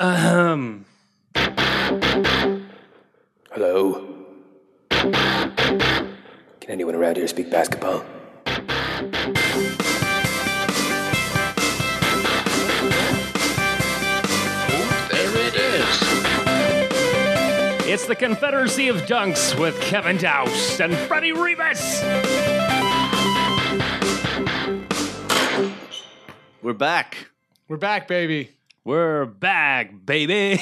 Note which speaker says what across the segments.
Speaker 1: Ahem.
Speaker 2: Hello? Can anyone around here speak basketball?
Speaker 3: There it is.
Speaker 1: It's the Confederacy of Dunks with Kevin Douse and Freddie Rebus.
Speaker 4: We're back.
Speaker 5: We're back, baby.
Speaker 1: We're back, baby.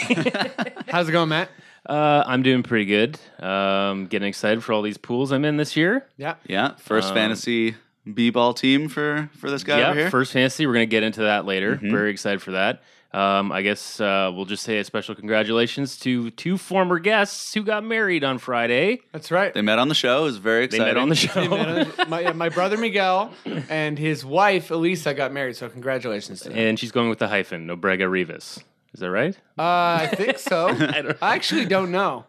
Speaker 5: How's it going, Matt?
Speaker 1: uh, I'm doing pretty good. Um, getting excited for all these pools I'm in this year.
Speaker 5: Yeah.
Speaker 4: Yeah, first
Speaker 1: Um,
Speaker 4: fantasy b-ball team for for this guy over here.
Speaker 1: First Fantasy. We're going to get into that later. Very excited for that. Um, I guess uh, we'll just say a special congratulations to two former guests who got married on Friday.
Speaker 5: That's right. uh,
Speaker 4: they met on the show. It was very
Speaker 1: They
Speaker 4: exciting.
Speaker 1: met on the show.
Speaker 5: my, yeah, my brother Miguel and his wife Elisa got married, so congratulations to them.
Speaker 1: and she's going with the hyphen, Nobrega Rivas. Is that right?
Speaker 5: Uh, I think so. I, actually don't know.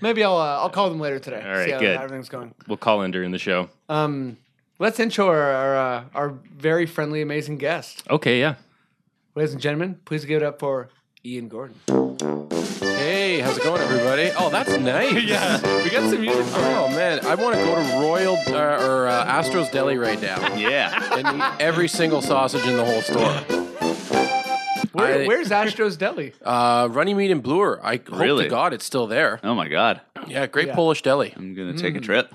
Speaker 5: Maybe I'll uh, I'll call them later today.
Speaker 1: All right,
Speaker 5: see how
Speaker 1: good.
Speaker 5: everything's going.
Speaker 1: We'll call in during the show.
Speaker 5: Um, let's intro our our, uh, our very friendly, amazing guest,
Speaker 1: Okay, yeah.
Speaker 5: ladies and gentlemen. Please give it up for Ian Gordon.
Speaker 2: Hey, how's it going, everybody? Oh, that's nice. yeah, we got some music. Oh man, I want to go to Royal uh, or uh, Astro's Deli right now
Speaker 4: Yeah.
Speaker 2: and eat every single sausage in the whole store.
Speaker 5: Where,
Speaker 2: I-
Speaker 5: where's Astro's Deli?
Speaker 2: Uh, Runnymede and Bloor. I hope
Speaker 4: Really?
Speaker 2: to God it's still there.
Speaker 4: Oh my god.
Speaker 2: Yeah, great Polish deli.
Speaker 4: I'm gonna take
Speaker 1: Hmm.
Speaker 4: a trip.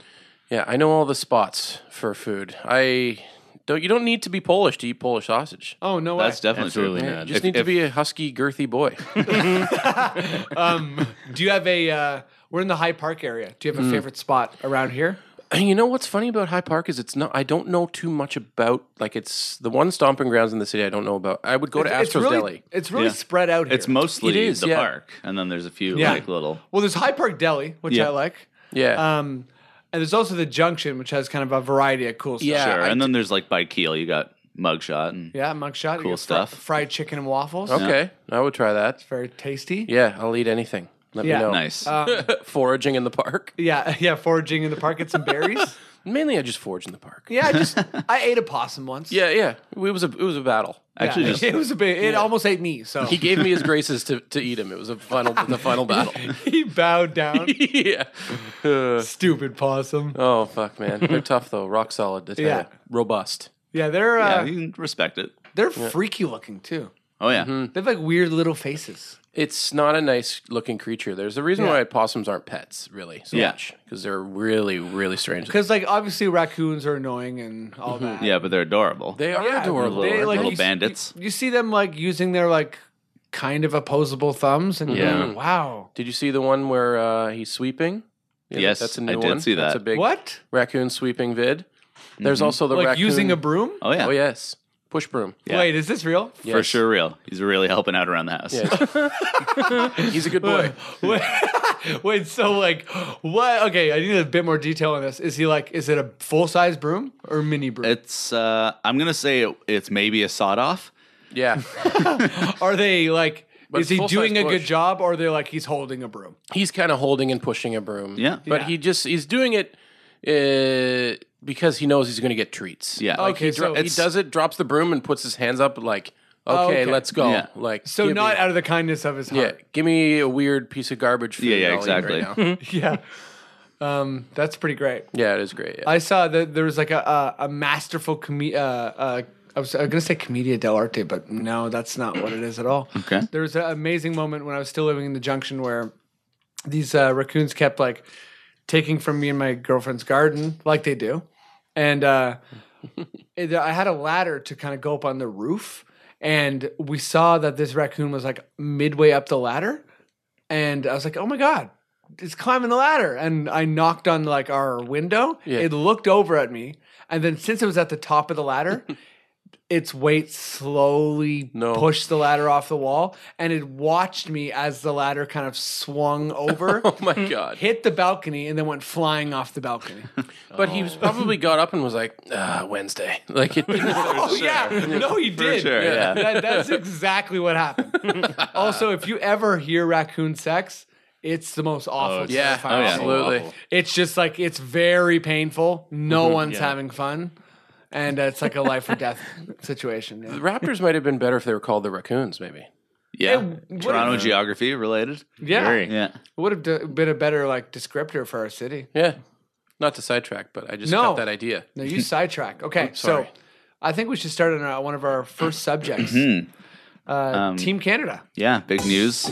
Speaker 2: Yeah, I know all the spots for food. I don't. You don't need to be Polish to eat Polish sausage.
Speaker 5: Oh no, way.
Speaker 4: That's definitely
Speaker 1: Absolutely
Speaker 4: true.
Speaker 1: not.
Speaker 2: You just
Speaker 4: If-
Speaker 2: need to
Speaker 4: if-
Speaker 2: be a husky, girthy boy.
Speaker 5: Um, do you have a? Uh, we're in the High Park area. Do you have a favorite spot around here?
Speaker 2: you know what's funny about High Park is it's not. I don't know too much about like it's the one stomping grounds in the city. I don't know about. I would go to
Speaker 5: It's- it's
Speaker 2: Astro's
Speaker 5: really-
Speaker 2: Deli.
Speaker 5: It's really
Speaker 4: Yeah.
Speaker 5: spread out here.
Speaker 4: It's mostly
Speaker 2: It is,
Speaker 4: the
Speaker 2: yeah.
Speaker 4: park, and then there's a few
Speaker 5: Yeah.
Speaker 4: like little.
Speaker 5: well, there's High Park Deli, which
Speaker 4: Yeah.
Speaker 5: I like.
Speaker 2: Yeah,
Speaker 5: Um, and there's also the Junction, which has kind of a variety of cool stuff.
Speaker 2: yeah.
Speaker 4: Sure.
Speaker 2: I
Speaker 4: and then there's like by Keel, you got mugshot and
Speaker 5: Yeah, mugshot. you
Speaker 4: Cool
Speaker 5: get fri-
Speaker 4: stuff.
Speaker 5: fried chicken and waffles.
Speaker 2: d- okay. I would try that.
Speaker 5: Very tasty.
Speaker 2: Yeah, I'll eat anything. Let
Speaker 5: Yeah.
Speaker 2: me know.
Speaker 4: nice.
Speaker 2: Foraging in the park.
Speaker 5: Yeah, yeah, foraging in the park, get some berries.
Speaker 2: Mainly, I just forage in the park.
Speaker 5: Yeah, I just I ate a possum once.
Speaker 2: yeah, yeah. It was a it was a battle.
Speaker 4: Actually,
Speaker 5: Yeah,
Speaker 4: just
Speaker 5: it was a bit. It almost ate me, so
Speaker 2: He gave me his graces to, to eat him. It was a final the final battle.
Speaker 5: he bowed down.
Speaker 2: yeah. Uh,
Speaker 5: Stupid possum.
Speaker 2: oh fuck, man. They're tough though. Rock solid. I tell
Speaker 5: Yeah.
Speaker 2: ya. Robust.
Speaker 5: Yeah, they're
Speaker 4: yeah,
Speaker 5: uh,
Speaker 4: you can respect it.
Speaker 5: they're freaky looking too.
Speaker 4: Oh yeah.
Speaker 5: They have like weird little faces.
Speaker 2: It's not a nice looking creature. There's a reason
Speaker 5: Yeah.
Speaker 2: why possums aren't pets, really, so
Speaker 4: Yeah.
Speaker 2: much because they're really, really strange.
Speaker 5: Because like obviously raccoons are annoying and all that.
Speaker 4: Yeah, but they're adorable.
Speaker 2: Mm-hmm. They are
Speaker 5: Yeah,
Speaker 2: adorable.
Speaker 5: they, like,
Speaker 4: Little
Speaker 5: you s-
Speaker 4: bandits.
Speaker 5: You see them like using their like kind of opposable thumbs, and
Speaker 1: Yeah.
Speaker 5: yeah, wow,
Speaker 2: Did you see the one where uh, he's sweeping? Yeah,
Speaker 4: Yes,
Speaker 2: that's a
Speaker 4: I
Speaker 2: new
Speaker 4: did
Speaker 2: one.
Speaker 4: see
Speaker 2: That's a
Speaker 4: that.
Speaker 2: big
Speaker 5: what?
Speaker 2: raccoon sweeping vid.
Speaker 4: Mm-hmm.
Speaker 2: There's also the
Speaker 5: Like
Speaker 2: raccoon
Speaker 5: using a broom?
Speaker 4: oh yeah.
Speaker 2: Oh yes, push broom.
Speaker 4: Yeah.
Speaker 5: Wait, is this real?
Speaker 4: For
Speaker 2: Yes.
Speaker 4: sure, real. He's really helping out around the house.
Speaker 2: He's a good boy.
Speaker 5: Wait, wait, so like, what? Okay, I need a bit more detail on this. Is he like, is it a full size broom or mini broom?
Speaker 4: It's uh, I'm gonna say it, it's maybe a sawed off.
Speaker 2: yeah,
Speaker 5: Are they like,
Speaker 2: But
Speaker 5: is he
Speaker 2: full-size
Speaker 5: doing a good
Speaker 2: bush.
Speaker 5: job or they're like, he's holding a broom?
Speaker 2: he's kind of holding and pushing a broom.
Speaker 4: Yeah.
Speaker 2: but
Speaker 5: Yeah.
Speaker 2: he just he's doing it uh, because he knows he's going to get treats.
Speaker 4: Yeah.
Speaker 2: Like,
Speaker 5: Okay,
Speaker 2: he, dro-
Speaker 5: so
Speaker 2: he
Speaker 5: it's-
Speaker 2: does it, drops the broom, and puts his hands up like,
Speaker 5: Oh,
Speaker 2: okay,
Speaker 5: okay.
Speaker 2: let's go.
Speaker 4: Yeah.
Speaker 2: Like,
Speaker 5: So,
Speaker 2: give
Speaker 5: not
Speaker 2: me-
Speaker 5: out of the kindness of his
Speaker 2: yeah,
Speaker 5: heart.
Speaker 2: give me a weird piece of garbage. Food
Speaker 4: Yeah, yeah,
Speaker 2: I'll eat
Speaker 4: exactly.
Speaker 2: right now.
Speaker 5: Yeah. Um, that's pretty great.
Speaker 2: yeah, it is great. Yeah.
Speaker 5: I saw that there was like a, a, a masterful comedian. Uh, uh, I was, I was gonna say Commedia dell'arte, but no, that's not what it is at all.
Speaker 4: Okay.
Speaker 5: There was an amazing moment when I was still living in the junction where these uh, raccoons kept like taking from me and my girlfriend's garden, like they do, and uh, it- I had a ladder to kind of go up on the roof, and we saw that this raccoon was like midway up the ladder, and I was like, oh my god. It's climbing the ladder, and I knocked on like our window.
Speaker 2: Yeah.
Speaker 5: It looked over at me, and then since it was at the top of the ladder, its weight slowly
Speaker 2: No.
Speaker 5: pushed the ladder off the wall, and it watched me as the ladder kind of swung over,
Speaker 2: oh my god.
Speaker 5: Mm-hmm. hit the balcony, and then went flying off the balcony.
Speaker 2: But he was probably got up and was like, ah, Wednesday. Like, it
Speaker 5: Oh yeah, no, he did.
Speaker 4: sure, yeah.
Speaker 5: That- that's exactly what happened. also, if you ever hear raccoon sex, it's the most awful.
Speaker 1: it's-
Speaker 4: Oh,
Speaker 2: Oh, yeah,
Speaker 5: terrifying thing.
Speaker 2: absolutely.
Speaker 5: It's just like it's very painful. No one's having fun, and uh, it's like a life or death situation. yeah.
Speaker 2: Raptors might have been better if they were called the raccoons, maybe.
Speaker 4: Yeah.
Speaker 5: It would've-
Speaker 4: Toronto geography related.
Speaker 5: Yeah,
Speaker 1: Very.
Speaker 4: Yeah.
Speaker 5: it would have d- been a better like descriptor for our city.
Speaker 2: Yeah. Not to sidetrack, but I just
Speaker 5: No.
Speaker 2: got that idea.
Speaker 5: No, you sidetrack. Okay, so
Speaker 2: sorry.
Speaker 5: I think we should start on our, one of our first subjects. Uh,
Speaker 4: Um,
Speaker 5: Team Canada.
Speaker 4: Yeah. Big news.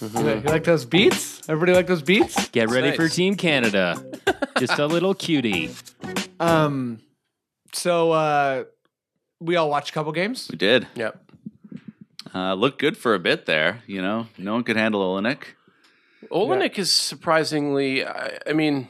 Speaker 5: You like- You like those beats? Everybody like those beats?
Speaker 1: Get ready for
Speaker 2: nice.
Speaker 1: Team Canada. Just a little cutie.
Speaker 5: Um, so uh, we all watched a couple games.
Speaker 4: We did.
Speaker 2: Yep.
Speaker 4: Uh, looked good for a bit there. You know, no one could handle Olenek.
Speaker 2: Olenek is surprisingly, I, I mean,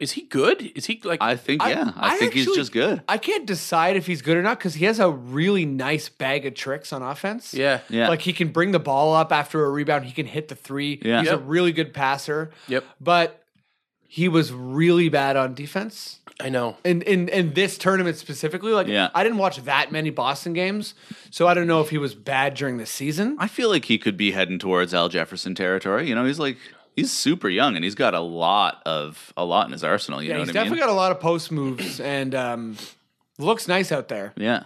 Speaker 2: is he good? Is he like,
Speaker 4: I think,
Speaker 5: I-
Speaker 4: yeah. I,
Speaker 5: I
Speaker 4: think he's
Speaker 5: actually-
Speaker 4: just good.
Speaker 5: I can't decide if he's good or not because he has a really nice bag of tricks on offense.
Speaker 2: yeah.
Speaker 4: Yeah.
Speaker 5: Like he can bring the ball up after a rebound. He can hit the three.
Speaker 4: Yeah.
Speaker 5: He's a
Speaker 2: Yep.
Speaker 5: really good passer.
Speaker 2: Yep.
Speaker 5: But he was really bad on defense.
Speaker 2: I know.
Speaker 5: In in in this tournament specifically. Like
Speaker 4: Yeah.
Speaker 5: I didn't watch that many Boston games. So I don't know if he was bad during the season.
Speaker 4: I feel like he could be heading towards Al Jefferson territory. You know, he's like, he's super young and he's got a lot of, a lot in his arsenal. You
Speaker 5: yeah,
Speaker 4: know
Speaker 5: he's
Speaker 4: what I mean?
Speaker 5: definitely got a lot of post moves and um looks nice out there.
Speaker 4: yeah.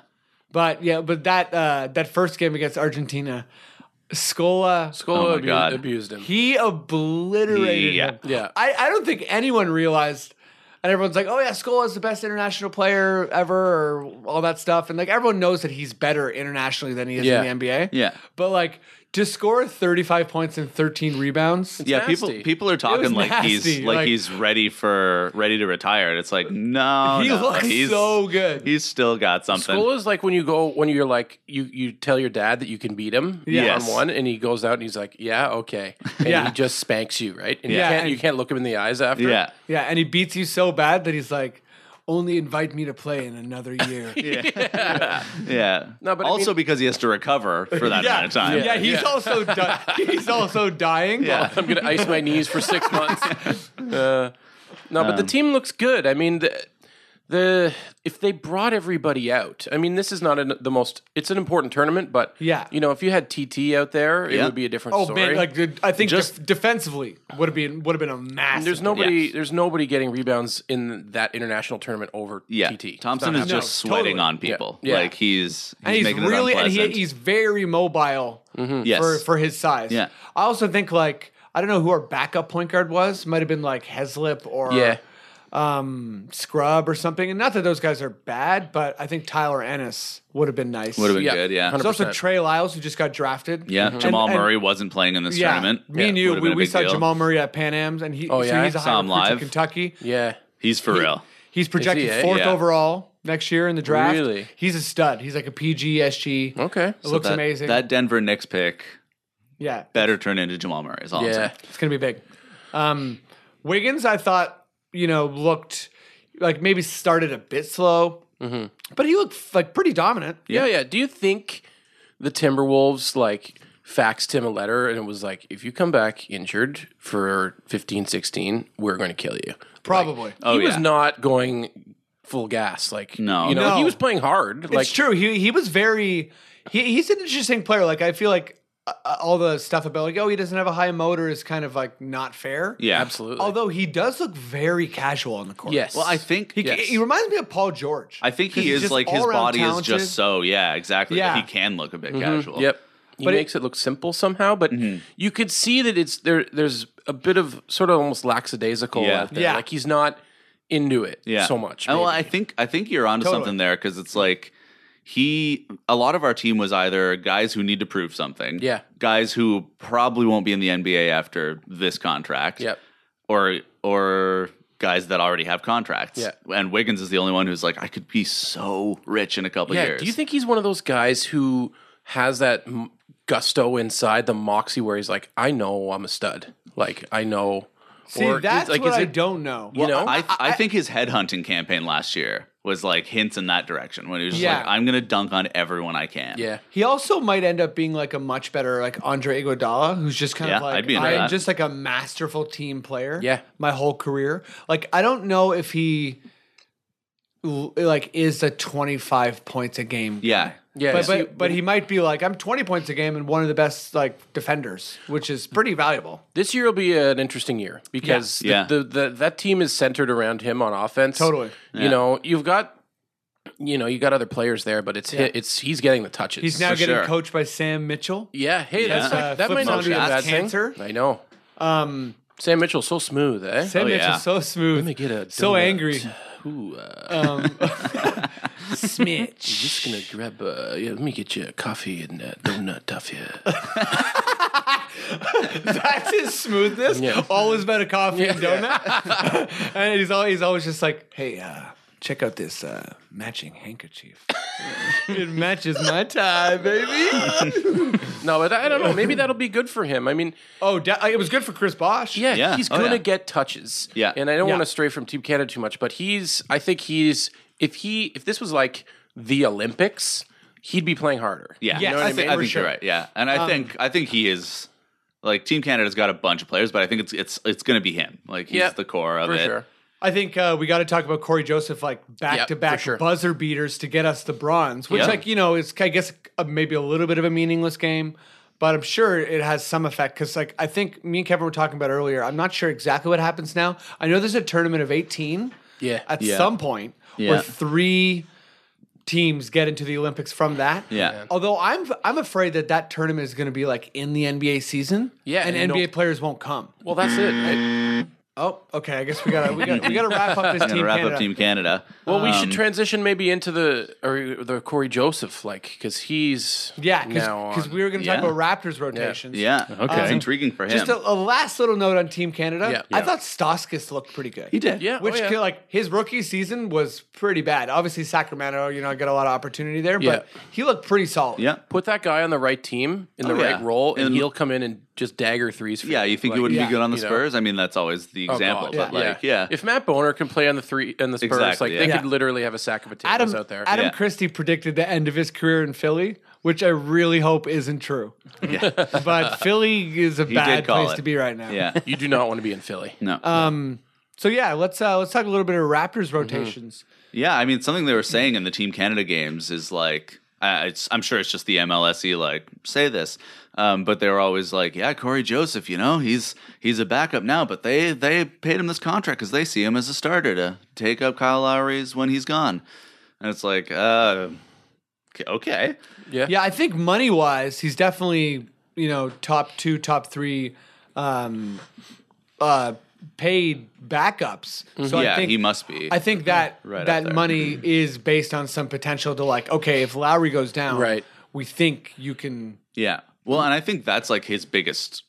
Speaker 5: But yeah, but that uh that first game against Argentina, Scola
Speaker 2: Scola
Speaker 4: Oh my
Speaker 2: abu-
Speaker 4: God.
Speaker 2: abused him.
Speaker 5: He obliterated
Speaker 4: Yeah.
Speaker 5: him.
Speaker 2: Yeah.
Speaker 5: I, I don't think anyone realized, and everyone's like, oh, yeah, Skola's the best international player ever, or all that stuff. And like, everyone knows that he's better internationally than he is
Speaker 2: Yeah.
Speaker 5: in the NBA.
Speaker 4: Yeah.
Speaker 5: But like, to score 35 points and 13 rebounds,
Speaker 4: yeah, people
Speaker 2: nasty.
Speaker 4: people are talking like he's
Speaker 5: nasty,
Speaker 4: like,
Speaker 5: like-
Speaker 4: he's ready for ready to retire. And it's like no,
Speaker 5: he
Speaker 4: Oh, no,
Speaker 5: looks
Speaker 4: he's,
Speaker 5: so good.
Speaker 4: He's still got something.
Speaker 2: Skola's like when you go when you're like you you tell your dad that you can beat him
Speaker 4: Yes.
Speaker 2: on one, and he goes out and he's like, "Yeah, okay," and
Speaker 5: Yeah.
Speaker 2: he just spanks you, right? And
Speaker 5: Yeah.
Speaker 2: you can't you can't look him in the eyes after.
Speaker 4: yeah,
Speaker 5: yeah, and he beats you so bad that he's like, only invite me to play in another year.
Speaker 4: yeah.
Speaker 2: No, but I
Speaker 4: also
Speaker 2: mean-
Speaker 4: because he has to recover for that amount of time.
Speaker 5: yeah, he's also di- he's also dying.
Speaker 4: Yeah.
Speaker 2: I'm gonna ice my knees for six months. Uh, no, but the team looks good. I mean, the, the if they brought everybody out, I mean, this is not an, the most. It's an important tournament, but
Speaker 5: Yeah.
Speaker 2: you know, if you had TT out there, it
Speaker 4: Yeah.
Speaker 2: would be a different
Speaker 5: Oh
Speaker 2: story.
Speaker 5: man, like dude, I think
Speaker 4: Just-
Speaker 5: just defensively would have been would have been a massive.
Speaker 2: there's nobody.
Speaker 4: Yes.
Speaker 2: There's nobody getting rebounds in that international tournament over
Speaker 4: Yeah,
Speaker 2: TT.
Speaker 4: Thompson
Speaker 2: It's
Speaker 4: is
Speaker 2: not
Speaker 4: just
Speaker 5: No,
Speaker 4: sweating
Speaker 5: totally.
Speaker 4: on people.
Speaker 2: Yeah.
Speaker 4: Like he's he's,
Speaker 5: and he's
Speaker 4: making
Speaker 5: really
Speaker 4: it
Speaker 5: and he,
Speaker 4: unpleasant.
Speaker 5: he's very mobile
Speaker 4: yes.
Speaker 5: for for his size.
Speaker 4: Yeah.
Speaker 5: I also think like I don't know who our backup point guard was. Might have been like Heslip or
Speaker 2: Yeah.
Speaker 5: um, Scrub or something. And not that those guys are bad, but I think Tyler Ennis would have been nice.
Speaker 4: Would have been
Speaker 2: Yeah.
Speaker 4: good. Yeah,
Speaker 5: There's also Trey Lyles who just got drafted.
Speaker 4: yeah.
Speaker 5: And-
Speaker 4: Jamal
Speaker 5: and-
Speaker 4: Murray wasn't playing in this
Speaker 5: yeah,
Speaker 4: tournament.
Speaker 5: Me
Speaker 4: Yeah.
Speaker 5: and you,
Speaker 4: Would've
Speaker 5: we,
Speaker 4: been a
Speaker 5: we
Speaker 4: big
Speaker 5: saw
Speaker 4: deal.
Speaker 5: Jamal Murray at Pan Am's, and he
Speaker 2: Oh,
Speaker 5: so
Speaker 2: yeah?
Speaker 5: he's a
Speaker 4: Saw
Speaker 5: high
Speaker 4: him
Speaker 5: recruit to
Speaker 4: live.
Speaker 5: Kentucky.
Speaker 2: Yeah.
Speaker 4: He's for real.
Speaker 5: He's projected
Speaker 2: eh?
Speaker 5: fourth
Speaker 4: Yeah.
Speaker 5: overall next year in the draft.
Speaker 2: Really?
Speaker 5: He's a stud. He's like a PG, SG.
Speaker 2: Okay.
Speaker 5: It looks
Speaker 4: that,
Speaker 5: amazing.
Speaker 4: That Denver Knicks pick
Speaker 5: yeah,
Speaker 4: better turn into Jamal Murray. Is all I'm saying.
Speaker 2: Yeah.
Speaker 5: it's going to be big. Um, Wiggins, I thought, you know, looked like maybe started a bit slow, but he looked like pretty dominant.
Speaker 2: Yeah. Yeah. Do you think the Timberwolves like faxed him a letter and it was like, if you come back injured for 15, 16, we're going to kill you?
Speaker 5: Probably.
Speaker 4: Oh,
Speaker 2: he was
Speaker 4: yeah.
Speaker 2: not going full gas. Like,
Speaker 4: No.
Speaker 2: You know,
Speaker 5: No.
Speaker 2: he was playing hard. like,
Speaker 5: it's true. He he was very. He, he's an interesting player. Like I feel like uh, uh, all the stuff about like oh he doesn't have a high motor is kind of like not fair.
Speaker 4: Yeah,
Speaker 2: Absolutely.
Speaker 5: Although he does look very casual on the court.
Speaker 2: yes.
Speaker 4: Well, I think
Speaker 5: He,
Speaker 2: Yes.
Speaker 5: he reminds me of Paul George.
Speaker 4: I think
Speaker 5: 'Cause
Speaker 4: he
Speaker 5: he's
Speaker 4: is
Speaker 5: just
Speaker 4: like his
Speaker 5: all-around
Speaker 4: body is
Speaker 5: talented.
Speaker 4: just so yeah exactly
Speaker 5: Yeah. Mm-hmm.
Speaker 4: That he can look a bit casual
Speaker 2: Mm-hmm.
Speaker 4: Mm-hmm.
Speaker 2: Yep. He
Speaker 5: But it-
Speaker 2: makes it, look simple somehow, but you could see that it's there. There's a bit of sort of almost lackadaisical
Speaker 4: Yeah.
Speaker 2: out there.
Speaker 5: Yeah.
Speaker 2: Like he's not into it
Speaker 4: yeah
Speaker 2: so much.
Speaker 4: And well
Speaker 2: maybe.
Speaker 4: I think I think you're onto
Speaker 5: Totally.
Speaker 4: something there because it's like he a lot of our team was either guys who need to prove something
Speaker 2: Yeah.
Speaker 4: guys who probably won't be in the NBA after this contract
Speaker 2: Yep.
Speaker 4: or or guys that already have contracts
Speaker 2: Yeah.
Speaker 4: and Wiggins is the only one who's like I could be so rich in a couple
Speaker 2: Yeah.
Speaker 4: years
Speaker 2: Do you think he's one of those guys who has that m- gusto inside the moxie where he's like, I know I'm a stud. Like I know.
Speaker 5: See,
Speaker 2: or-
Speaker 5: that's
Speaker 2: like,
Speaker 5: what
Speaker 2: is
Speaker 5: I
Speaker 2: it-
Speaker 5: don't know.
Speaker 2: you know?
Speaker 4: I, I think his headhunting campaign last year was like hints in that direction when he was just
Speaker 5: Yeah.
Speaker 4: like, I'm going to dunk on everyone I can.
Speaker 2: yeah.
Speaker 5: He also might end up being like a much better like Andre Iguodala, who's just kind
Speaker 4: Yeah,
Speaker 5: of like
Speaker 4: I'd be into
Speaker 5: I am
Speaker 4: that.
Speaker 5: just like a masterful team player.
Speaker 2: Yeah.
Speaker 5: my whole career. Like I don't know if he l- like is a twenty five points a game.
Speaker 4: Yeah.
Speaker 2: Yeah.
Speaker 5: But,
Speaker 2: so you-
Speaker 5: but but he might be like I'm 20 points a game and one of the best like defenders, which is pretty valuable.
Speaker 2: This year will be an interesting year because
Speaker 4: Yeah.
Speaker 2: The, the, the, that team is centered around him on offense.
Speaker 5: Totally.
Speaker 2: You know, you've got you know, you got other players there, but it's hi- it's he's getting the touches.
Speaker 5: He's now
Speaker 4: For
Speaker 5: getting
Speaker 4: sure.
Speaker 5: coached by Sam Mitchell.
Speaker 2: yeah. Hey, that's
Speaker 4: Yeah.
Speaker 2: not- that
Speaker 5: Flips
Speaker 2: might not
Speaker 5: onto
Speaker 2: be a
Speaker 5: his
Speaker 2: bad
Speaker 5: cancer.
Speaker 2: thing. I know.
Speaker 5: Um,
Speaker 2: Sam Mitchell's so smooth, eh?
Speaker 5: Sam
Speaker 4: Oh,
Speaker 5: Mitchell's
Speaker 4: yeah.
Speaker 5: so smooth.
Speaker 2: Let me get a
Speaker 5: so
Speaker 2: donut.
Speaker 5: angry.
Speaker 2: Ooh, uh,
Speaker 5: Um, Smitch.
Speaker 2: I'm just gonna grab. Uh, yeah, let me get you a coffee and a donut toffee.
Speaker 5: That's his smoothness.
Speaker 2: Yeah.
Speaker 5: Always about a coffee and donut. and he's always, he's always just like, hey, uh, check out this uh, matching handkerchief. it matches my tie, baby.
Speaker 2: no, but I don't know. Maybe that'll be good for him. I mean,
Speaker 5: oh, da- it was good for Chris Bosch.
Speaker 2: yeah,
Speaker 4: Yeah.
Speaker 2: he's
Speaker 4: Oh,
Speaker 2: gonna
Speaker 4: yeah.
Speaker 2: get touches.
Speaker 4: Yeah.
Speaker 2: and I don't
Speaker 5: Yeah.
Speaker 2: want to stray from Team Canada too much, but he's. I think he's. If he, if this was like the Olympics, he'd be playing harder.
Speaker 4: Yeah,
Speaker 5: Yes,
Speaker 4: I,
Speaker 5: I
Speaker 4: thi-
Speaker 5: mean,
Speaker 4: I
Speaker 5: for
Speaker 4: think
Speaker 5: sure.
Speaker 4: you're right. Yeah, and I think I think he is like Team Canada's got a bunch of players, but I think it's it's it's going to be him. Like he's
Speaker 2: Yep,
Speaker 4: the core of
Speaker 2: for
Speaker 4: it.
Speaker 2: sure.
Speaker 5: I think uh, we got to talk about Corey Joseph, like back to
Speaker 2: for
Speaker 5: back
Speaker 2: sure.
Speaker 5: buzzer beaters to get us the bronze, which,
Speaker 4: Yeah.
Speaker 5: like, you know, is, I guess, uh, maybe a little bit of a meaningless game, but I'm sure it has some effect because, like, I think me and Kevin were talking about earlier. I'm not sure exactly what happens now. I know there's a tournament of 18
Speaker 2: Yeah,
Speaker 5: at
Speaker 4: Yeah.
Speaker 5: some point
Speaker 4: Yeah.
Speaker 5: where three teams get into the Olympics from that.
Speaker 4: Yeah.
Speaker 5: Although I'm I'm afraid that that tournament is going to be like in the NBA season.
Speaker 2: Yeah,
Speaker 5: And,
Speaker 2: and you
Speaker 5: NBA
Speaker 2: don't-
Speaker 5: players won't come.
Speaker 2: well, that's it. I-
Speaker 5: Oh, okay. I guess we got to we got we got to wrap up this
Speaker 4: Gonna
Speaker 5: team.
Speaker 4: wrap
Speaker 5: Canada.
Speaker 4: up Team Canada.
Speaker 2: Well, we
Speaker 4: Um,
Speaker 2: should transition maybe into the or the Corey Joseph like because he's
Speaker 5: Yeah,
Speaker 2: now
Speaker 5: because
Speaker 2: on.
Speaker 5: we were going to talk
Speaker 4: Yeah.
Speaker 5: about Raptors rotations.
Speaker 4: Yeah,
Speaker 1: Okay.
Speaker 4: it's intriguing for him.
Speaker 5: Just a, a last little note on Team Canada.
Speaker 2: Yeah.
Speaker 5: I thought Stoskis looked pretty good.
Speaker 4: he did.
Speaker 2: yeah,
Speaker 5: Which,
Speaker 2: oh, yeah.
Speaker 5: could, like, his rookie season was pretty bad. Obviously, Sacramento, you know, got a lot of opportunity there, but
Speaker 2: Yeah.
Speaker 5: he looked pretty solid.
Speaker 4: yeah,
Speaker 2: put that guy on the right team in the
Speaker 4: Oh,
Speaker 2: right
Speaker 4: yeah.
Speaker 2: role, and,
Speaker 4: And-
Speaker 2: he'll come in and just dagger threes. For
Speaker 4: yeah. You think
Speaker 2: like,
Speaker 4: he wouldn't
Speaker 5: Yeah.
Speaker 4: be good on the
Speaker 2: You know.
Speaker 4: Spurs? I mean, that's always the
Speaker 2: oh,
Speaker 4: example.
Speaker 2: God.
Speaker 4: but like, yeah,
Speaker 2: If Matt Boner can play on the three and the Spurs,
Speaker 4: Exactly,
Speaker 2: like
Speaker 4: yeah.
Speaker 2: they
Speaker 4: Yeah.
Speaker 2: could literally have a sack of potatoes
Speaker 5: Adam,
Speaker 2: out there.
Speaker 5: Adam
Speaker 4: Yeah.
Speaker 5: Christie predicted the end of his career in Philly, which I really hope isn't true.
Speaker 4: Yeah.
Speaker 5: but Philly is a
Speaker 4: He
Speaker 5: bad
Speaker 4: did call
Speaker 5: place
Speaker 4: it.
Speaker 5: to be right now.
Speaker 4: yeah,
Speaker 2: you do not want to be in Philly.
Speaker 4: no.
Speaker 5: So yeah, let's uh, let's talk a little bit of Raptors
Speaker 4: Mm-hmm.
Speaker 5: rotations.
Speaker 4: Yeah, I mean, something they were saying in the Team Canada games is like, uh, it's, I'm sure it's just the MLSE E, like say this, um, but they were always like, yeah, Corey Joseph, you know, he's he's a backup now, but they they paid him this contract because they see him as a starter to take up Kyle Lowry's when he's gone, and it's like, uh, k- okay,
Speaker 5: Yeah, I think money wise, he's definitely you know top two, top three, um, uh, paid backups. So
Speaker 4: Mm-hmm. yeah,
Speaker 5: I think
Speaker 4: he must be.
Speaker 5: I think that
Speaker 4: Right up
Speaker 5: that
Speaker 4: there.
Speaker 5: money is based on some potential to like, okay, if Lowry goes down,
Speaker 2: Right.
Speaker 5: we think you can.
Speaker 4: Yeah. Well, and I think that's like his biggest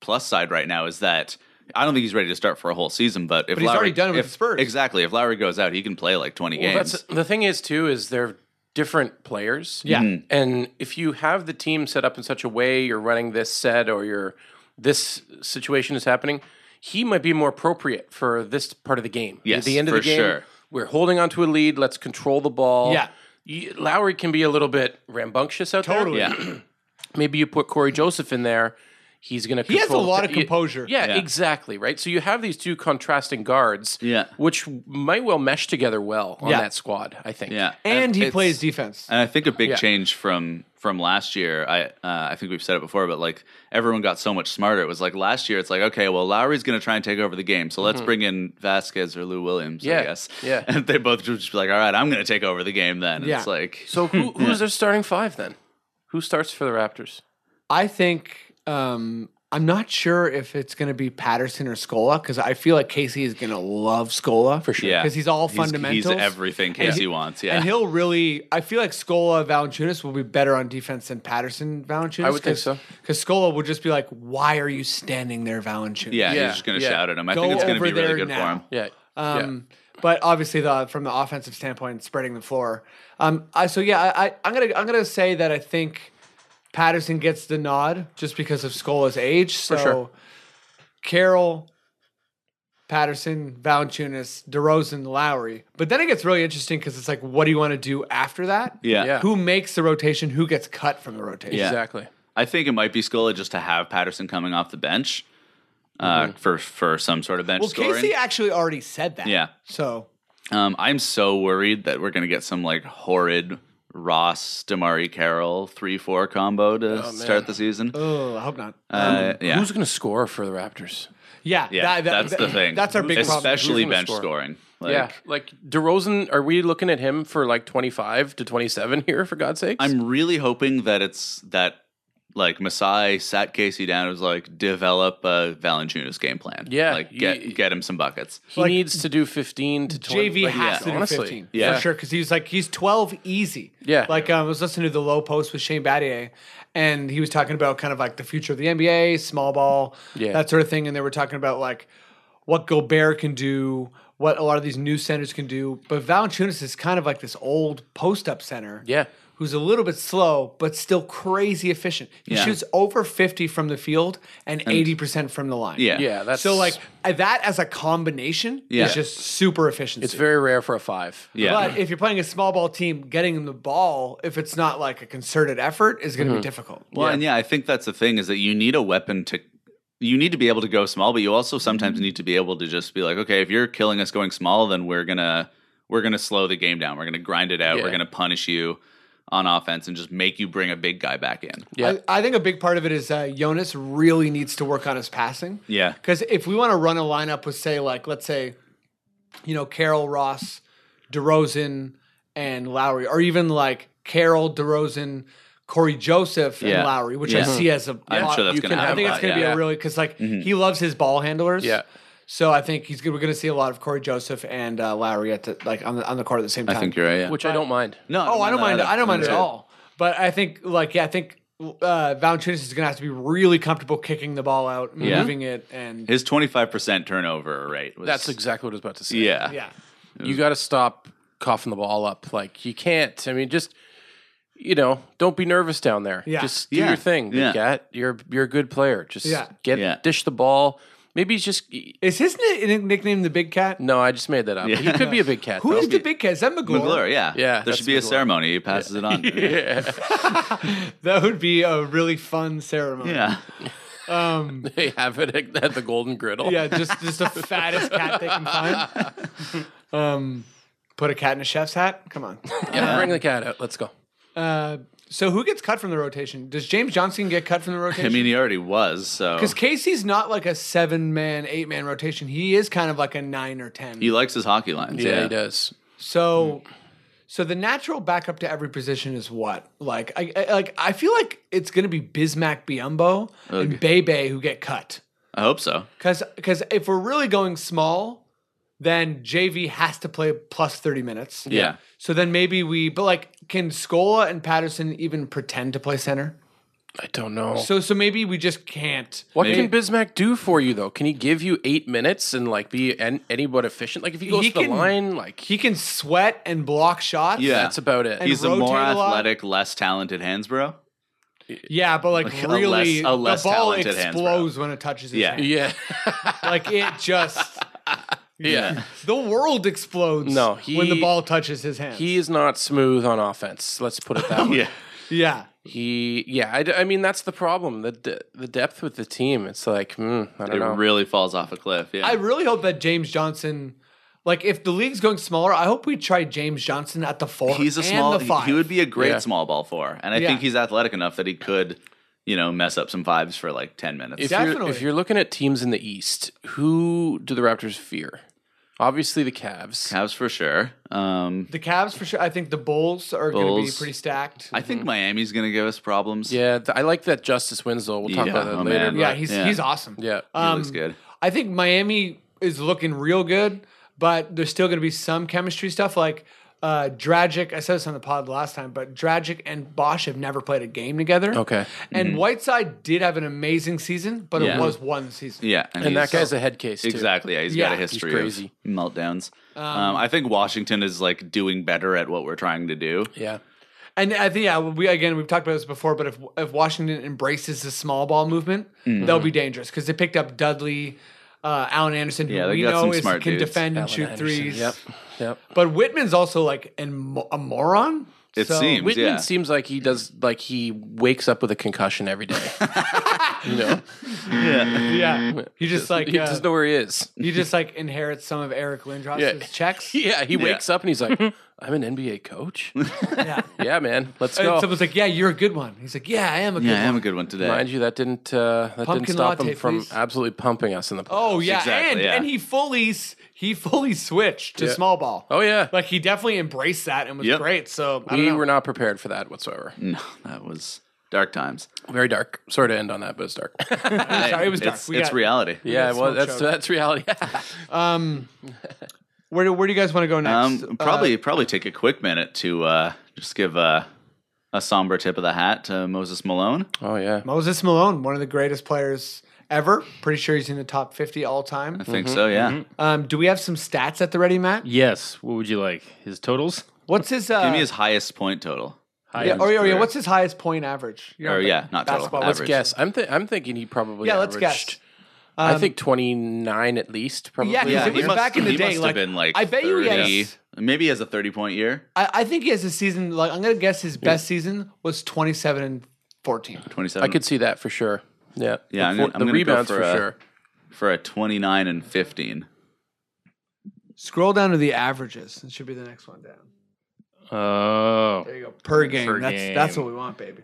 Speaker 4: plus side right now is that I don't think he's ready to start for a whole season, but if
Speaker 5: he's
Speaker 4: Lowry,
Speaker 5: already done it with
Speaker 4: if-
Speaker 5: the Spurs.
Speaker 4: exactly. If Lowry goes out, he can play like twenty
Speaker 2: Well,
Speaker 4: games.
Speaker 2: that's the thing is too is they're different players.
Speaker 5: Yeah.
Speaker 2: And if you have the team set up in such a way, you're running this set or you're this situation is happening, he might be more appropriate for this part of the game.
Speaker 4: Yes,
Speaker 2: At the end of
Speaker 4: for
Speaker 2: the game,
Speaker 4: sure.
Speaker 2: we're holding on to a lead. Let's control the ball.
Speaker 5: Yeah.
Speaker 2: You- Lowry can be a little bit rambunctious out
Speaker 5: Totally.
Speaker 2: there.
Speaker 4: yeah.
Speaker 2: Maybe you put Corey Joseph in there. He's going to.
Speaker 5: He has a lot of composure.
Speaker 2: Yeah,
Speaker 4: Yeah.
Speaker 2: exactly. Right. So you have these two contrasting guards.
Speaker 4: Yeah.
Speaker 2: Which might well mesh together well on
Speaker 5: Yeah.
Speaker 2: that squad. I think.
Speaker 4: Yeah,
Speaker 5: And he
Speaker 4: it's-
Speaker 5: plays defense.
Speaker 4: And I think a big
Speaker 2: Yeah.
Speaker 4: change from from last year. I uh, I think we've said it before, but like everyone got so much smarter. It was like last year. It's like okay, well Lowry's going to try and take over the game, so
Speaker 5: Mm-hmm.
Speaker 4: let's bring in Vasquez or Lou Williams.
Speaker 2: Yeah.
Speaker 4: I guess.
Speaker 2: Yeah.
Speaker 4: And they both just be like, all right, I'm going to take over the game then. And
Speaker 5: Yeah.
Speaker 4: It's like
Speaker 2: So who, who's their starting five then? Who starts for the Raptors?
Speaker 5: I think um, I'm not sure if it's going to be Patterson or Scola because I feel like Casey is going to love Scola for
Speaker 4: sure. Yeah.
Speaker 5: because he's all
Speaker 4: He's- he's
Speaker 5: fundamentals.
Speaker 4: everything Casey wants, yeah.
Speaker 5: and he'll really. I feel like Scola Valanciunas will be better on defense than Patterson Valanciunas.
Speaker 2: I would think so.
Speaker 5: because Scola will just be like, "Why are you standing there, Valanciunas?"
Speaker 4: yeah,
Speaker 2: Yeah.
Speaker 4: he's just going to
Speaker 2: Yeah.
Speaker 4: shout at him. I
Speaker 5: Go
Speaker 4: think it's going to
Speaker 5: over
Speaker 4: be really
Speaker 5: there
Speaker 4: good for
Speaker 5: now.
Speaker 4: him.
Speaker 2: Yeah.
Speaker 5: Um, But obviously, the from the offensive standpoint, spreading the floor. Um, I, so yeah, I, I, I'm gonna I'm gonna say that I think Patterson gets the nod just because of Skola's age. So
Speaker 2: sure.
Speaker 5: Carroll, Patterson, Valanciunas, DeRozan, Lowry. But then it gets really interesting because it's like, what do you want to do after that?
Speaker 4: Yeah.
Speaker 2: Yeah.
Speaker 5: Who makes the rotation? Who gets cut from the rotation?
Speaker 4: Yeah.
Speaker 2: Exactly.
Speaker 4: I think it might be Scola just to have Patterson coming off the bench uh, for for some sort of bench
Speaker 5: Mm-hmm. Well,
Speaker 4: scoring.
Speaker 5: Casey actually already said that.
Speaker 4: Yeah.
Speaker 5: So
Speaker 4: Um, I'm so worried that we're gonna get some like horrid Ross, Damari Carroll, three four combo to
Speaker 2: man.
Speaker 4: start the season.
Speaker 5: Oh, I hope not.
Speaker 4: Uh, yeah,
Speaker 2: Who's going to score for the Raptors?
Speaker 5: Yeah,
Speaker 4: yeah,
Speaker 5: that- that-
Speaker 4: that's the
Speaker 5: that-
Speaker 4: thing.
Speaker 5: That's our big problem.
Speaker 4: especially
Speaker 2: Who's gonna
Speaker 4: bench
Speaker 2: score?
Speaker 4: scoring. Like,
Speaker 2: yeah, like DeRozan, are we looking at him for like twenty five to twenty seven here? For God's sakes,
Speaker 4: I'm really hoping that it's that like Masai sat Casey down and was like develop a Valanciunas game plan.
Speaker 2: Yeah,
Speaker 4: like get
Speaker 2: you-
Speaker 4: get him some buckets.
Speaker 2: he
Speaker 5: like,
Speaker 2: needs to do fifteen to 20,
Speaker 5: JV
Speaker 2: like,
Speaker 5: has to do
Speaker 2: honestly.
Speaker 5: 15
Speaker 4: Yeah.
Speaker 5: for sure because he's like he's 12 easy.
Speaker 2: Yeah.
Speaker 5: like um, I was listening to the low post with Shane Battier, and he was talking about kind of like the future of the NBA, small ball,
Speaker 2: Yeah.
Speaker 5: that sort of thing, and they were talking about like what Gobert can do, what a lot of these new centers can do, but Valanciunas is kind of like this old post up center.
Speaker 2: Yeah.
Speaker 5: Who's a little bit slow, but still crazy efficient. He
Speaker 4: Yeah.
Speaker 5: shoots over 50 from the field and 80% from the line.
Speaker 4: Yeah,
Speaker 2: Yeah, that's
Speaker 5: So like that as a combination
Speaker 4: Yeah.
Speaker 5: is just super efficient.
Speaker 2: it's very rare for a five.
Speaker 4: yeah.
Speaker 5: But if you're playing a small ball team, getting them the ball, if it's not like a concerted effort, is
Speaker 2: Mm-hmm.
Speaker 5: going to be difficult.
Speaker 4: Well, and yeah, I think that's the thing is that you need a weapon to. You need to be able to go small, but you also sometimes need to be able to just be like, okay, if you're killing us going small, then we're gonna we're gonna slow the game down. We're gonna grind it out.
Speaker 2: Yeah.
Speaker 4: We're gonna punish you on offense and just make you bring a big guy back in.
Speaker 2: Yeah.
Speaker 5: I, I think a big part of it is uh, Jonas really needs to work on his passing.
Speaker 4: Yeah,
Speaker 5: Because if we want to run a lineup with, say, like, let's say, you know, Carol Ross, DeRozan, and Lowry, or even like Carol, DeRozan, Corey Joseph, and
Speaker 4: Yeah.
Speaker 5: Lowry, which I
Speaker 4: Yeah.
Speaker 5: see as a
Speaker 4: I'm
Speaker 5: lot-
Speaker 4: sure that's
Speaker 2: you
Speaker 4: gonna
Speaker 2: can- I
Speaker 4: happen.
Speaker 5: I think it's going to
Speaker 4: yeah. Mm-hmm.
Speaker 5: be a really because like he loves his ball handlers.
Speaker 2: Yeah.
Speaker 5: So I think he's gonna, we're going to see a lot of Corey Joseph and uh, Lowry at the, like on the on the court at the same time.
Speaker 4: I think you're right. Yeah.
Speaker 2: which I don't mind.
Speaker 4: no,
Speaker 5: oh, I don't mind.
Speaker 4: that either.
Speaker 5: I don't mind
Speaker 4: Me
Speaker 5: at
Speaker 4: too.
Speaker 5: all. But I think like yeah, I think uh, Valanciunas is going to have to be really comfortable kicking the ball out,
Speaker 4: Yeah.
Speaker 5: moving it, and
Speaker 4: His 25% turnover rate was
Speaker 2: That's exactly what I was about to say.
Speaker 4: yeah.
Speaker 5: yeah.
Speaker 2: you got to stop coughing the ball up. Like you can't. I mean, just you know, don't be nervous down there.
Speaker 5: Yeah.
Speaker 2: Just do
Speaker 4: Yeah.
Speaker 2: your thing, big
Speaker 4: Yeah.
Speaker 2: cat. You're you're a good player. Just
Speaker 5: Yeah.
Speaker 2: get
Speaker 4: Yeah.
Speaker 2: dish the ball. Maybe he's just
Speaker 5: Is his ni- nickname the Big Cat?
Speaker 2: no. I just made that up.
Speaker 4: Yeah.
Speaker 2: He could be a big cat.
Speaker 5: Who
Speaker 2: though.
Speaker 5: is the Big Cat? Is that McGlure?
Speaker 4: McClure, yeah.
Speaker 2: Yeah,
Speaker 4: There
Speaker 2: that's
Speaker 4: should be a
Speaker 2: McClure.
Speaker 4: ceremony. He passes it on. Yeah.
Speaker 2: Yeah.
Speaker 5: That would be a really fun ceremony. Um,
Speaker 2: they have it at at the Golden Griddle.
Speaker 5: yeah, just just the fattest cat they can find. Um, put a cat in a chef's hat. Come on.
Speaker 2: Yeah, bring the cat out. Let's go.
Speaker 5: Uh, so who gets cut from the rotation? Does James Johnson get cut from the
Speaker 4: I
Speaker 5: rotation?
Speaker 4: mean, he already was, so.
Speaker 5: because Casey's not like a seven man, eight man rotation. He is kind of like a nine or ten.
Speaker 4: He likes his hockey lines.
Speaker 2: Yeah,
Speaker 4: Yeah.
Speaker 2: he does.
Speaker 5: So,
Speaker 4: Hmm.
Speaker 5: so the natural backup to every position is what? Like, I, I like I feel like it's gonna be Bismack Biombo and Bebe who get cut.
Speaker 4: I hope so.
Speaker 5: Because because if we're really going small, then JV has to play plus thirty minutes.
Speaker 4: Yeah.
Speaker 5: So then maybe we, but like, can Scola and Patterson even pretend to play center?
Speaker 2: I don't know.
Speaker 5: So so maybe we just can't.
Speaker 2: what
Speaker 4: Maybe-
Speaker 2: can Bismack do for you though? Can he give you eight minutes and like be an, any but efficient? Like if he goes
Speaker 5: He
Speaker 2: to the
Speaker 5: can-
Speaker 2: line, like he,
Speaker 5: He can sweat and block shots.
Speaker 4: Yeah.
Speaker 2: that's about it.
Speaker 5: And
Speaker 4: He's a more
Speaker 5: rotate a lot.
Speaker 4: athletic, less talented Hansborough.
Speaker 5: Yeah, but like,
Speaker 4: Like a
Speaker 5: really,
Speaker 4: less- a less
Speaker 5: the ball
Speaker 4: talented hands,
Speaker 5: explodes when it touches his
Speaker 4: Yeah.
Speaker 5: hand.
Speaker 2: yeah.
Speaker 5: Like it just,
Speaker 2: Yeah.
Speaker 5: the world explodes.
Speaker 2: No,
Speaker 5: when the
Speaker 2: he-
Speaker 5: ball touches his hand.
Speaker 2: He is not smooth on offense. Let's put it that way.
Speaker 5: yeah,
Speaker 2: He, yeah, I, d- I mean, that's the problem. The de- the depth with the team. It's like, mm, I don't
Speaker 4: It
Speaker 2: know.
Speaker 4: really falls off a cliff. Yeah.
Speaker 5: I really hope that James Johnson, like, if the league's going smaller, I hope we try James Johnson at the four.
Speaker 4: he's a
Speaker 5: and
Speaker 4: small,
Speaker 5: The
Speaker 4: he-
Speaker 5: five.
Speaker 4: he would be a great
Speaker 2: Yeah.
Speaker 4: small ball four. And I
Speaker 5: Yeah.
Speaker 4: think he's athletic enough that he could, you know, mess up some fives for like 10 minutes.
Speaker 2: if
Speaker 5: Definitely.
Speaker 2: you're if you're looking at teams in the East, who do the Raptors fear? Obviously, the Cavs.
Speaker 4: Cavs for sure. Um,
Speaker 5: the Cavs for sure. I think the Bulls are going to be
Speaker 4: Bulls.
Speaker 5: pretty stacked.
Speaker 4: I think Miami's going to give us problems.
Speaker 2: Yeah, th- I like that Justice Winslow. We'll talk
Speaker 4: Yeah,
Speaker 2: about that
Speaker 4: oh,
Speaker 2: later.
Speaker 4: man.
Speaker 5: yeah,
Speaker 4: like-
Speaker 5: he's
Speaker 4: yeah.
Speaker 5: he's awesome.
Speaker 2: Yeah,
Speaker 4: He
Speaker 5: Um,
Speaker 4: looks good.
Speaker 5: I think Miami is looking real good, but there's still going to be some chemistry stuff like uh Dragic. I said this on the pod last time, but Dragic and Bosch have never played a game together.
Speaker 2: okay.
Speaker 5: And Whiteside did have an amazing season, but it
Speaker 4: Mm-hmm. Yeah.
Speaker 5: was one season.
Speaker 4: Yeah.
Speaker 2: And
Speaker 4: he's-
Speaker 2: that guy's a head case. Too.
Speaker 4: Exactly. Yeah, he's got
Speaker 5: Yeah.
Speaker 4: a
Speaker 5: He's
Speaker 4: history
Speaker 2: crazy.
Speaker 4: of meltdowns. Um, I think Washington is like doing better at what we're trying to do.
Speaker 2: Yeah.
Speaker 5: And I think yeah, we again we've talked about this before, but if if Washington embraces the small ball movement,
Speaker 4: Mm-hmm.
Speaker 5: they'll be dangerous because they picked up Dudley, uh, Allen Anderson, who
Speaker 4: Yeah, they
Speaker 5: we
Speaker 4: got
Speaker 5: know
Speaker 4: some
Speaker 5: is, can
Speaker 4: smart dudes.
Speaker 5: defend and
Speaker 2: Allen
Speaker 5: shoot
Speaker 2: Anderson.
Speaker 5: threes.
Speaker 2: Yep. Yep.
Speaker 5: But Whitman's also like an, mo- a moron.
Speaker 4: It
Speaker 5: So-
Speaker 4: seems.
Speaker 2: Whitman
Speaker 4: yeah.
Speaker 2: seems like he does. Like he wakes up with a concussion every day. you know,
Speaker 5: Yeah,
Speaker 4: Mm.
Speaker 5: he just like
Speaker 2: he
Speaker 5: uh,
Speaker 2: doesn't know where he is.
Speaker 5: He just like inherits some of Eric Lindros's
Speaker 2: Yeah.
Speaker 5: checks. Mm-hmm.
Speaker 2: Yeah, he wakes up and he's like, I'm an NBA coach.
Speaker 5: Yeah.
Speaker 2: yeah, man. Let's
Speaker 5: And
Speaker 2: go.
Speaker 5: someone's like, "Yeah, you're a good one." He's like, "Yeah, I am a good
Speaker 4: Yeah, I
Speaker 5: one."
Speaker 4: am a good one today.
Speaker 2: Mind you, that didn't uh, that
Speaker 5: Pumpkin
Speaker 2: didn't stop
Speaker 5: latte,
Speaker 2: him from
Speaker 5: please.
Speaker 2: absolutely pumping us in the.
Speaker 5: Oh yeah,
Speaker 4: Exactly,
Speaker 5: and
Speaker 4: yeah.
Speaker 5: and he fully s- he fully switched to
Speaker 2: Yeah.
Speaker 5: small ball.
Speaker 2: Oh, yeah.
Speaker 5: like he definitely embraced that and was
Speaker 4: Yep.
Speaker 5: great. So I
Speaker 2: we
Speaker 5: don't know.
Speaker 2: were not prepared for that whatsoever.
Speaker 4: No, that was dark times.
Speaker 2: Very dark. Sorry to end on that, but it's dark.
Speaker 5: Sorry, it was dark.
Speaker 4: It's,
Speaker 5: We
Speaker 4: it's
Speaker 5: got-
Speaker 4: reality.
Speaker 2: yeah,
Speaker 5: got
Speaker 2: well,
Speaker 5: smoke
Speaker 2: that's
Speaker 5: show.
Speaker 2: that's reality.
Speaker 5: Um, where do where do you guys want to go next?
Speaker 2: uh,
Speaker 4: Um, probably probably take a quick minute to uh, just give uh, a somber tip of the hat to Moses Malone.
Speaker 2: oh yeah.
Speaker 5: Uh, Moses Malone, one of the greatest players ever. Pretty sure he's in the top fifty all
Speaker 4: I
Speaker 5: time.
Speaker 4: think
Speaker 2: Mm-hmm,
Speaker 4: so. Yeah,
Speaker 5: Um, do we have some stats at the ready, Matt?
Speaker 1: Yes. What would you like? His totals?
Speaker 5: What's his? Uh,
Speaker 4: give me his highest point total.
Speaker 1: High
Speaker 5: yeah,
Speaker 1: end.
Speaker 5: or, or yeah,
Speaker 4: career.
Speaker 5: what's his highest point average? You're
Speaker 4: Or
Speaker 5: on
Speaker 4: yeah, not total.
Speaker 5: basketball.
Speaker 4: Average.
Speaker 5: Let's
Speaker 2: Let's guess. I'm th- I'm thinking he probably
Speaker 5: Yeah, let's
Speaker 2: averaged,
Speaker 5: guess. Um,
Speaker 2: I think 29 at least. Probably.
Speaker 5: Yeah, 'cause
Speaker 4: Yeah,
Speaker 5: it
Speaker 4: he
Speaker 5: was
Speaker 4: must-
Speaker 5: back in the
Speaker 4: he
Speaker 5: day,
Speaker 4: must
Speaker 5: like,
Speaker 4: have been like
Speaker 5: I bet you he has-
Speaker 4: 30, maybe he has a thirty-point year,
Speaker 5: I, I think he has a season. Like I'm gonna guess his best season was 27 and 14.
Speaker 4: twenty-seven.
Speaker 2: I could see that for sure. Yeah,
Speaker 4: Yeah, I'm
Speaker 2: The, fo-
Speaker 4: gonna- I'm
Speaker 2: the
Speaker 4: gonna go
Speaker 2: rebounds
Speaker 4: for
Speaker 2: for,
Speaker 4: a-
Speaker 2: sure.
Speaker 4: for a twenty-nine and fifteen.
Speaker 5: Scroll down to the averages. It should be the next one down.
Speaker 1: Oh,
Speaker 5: There you go. Per game.
Speaker 1: Per
Speaker 5: that's that's
Speaker 1: game.
Speaker 5: what we want, baby.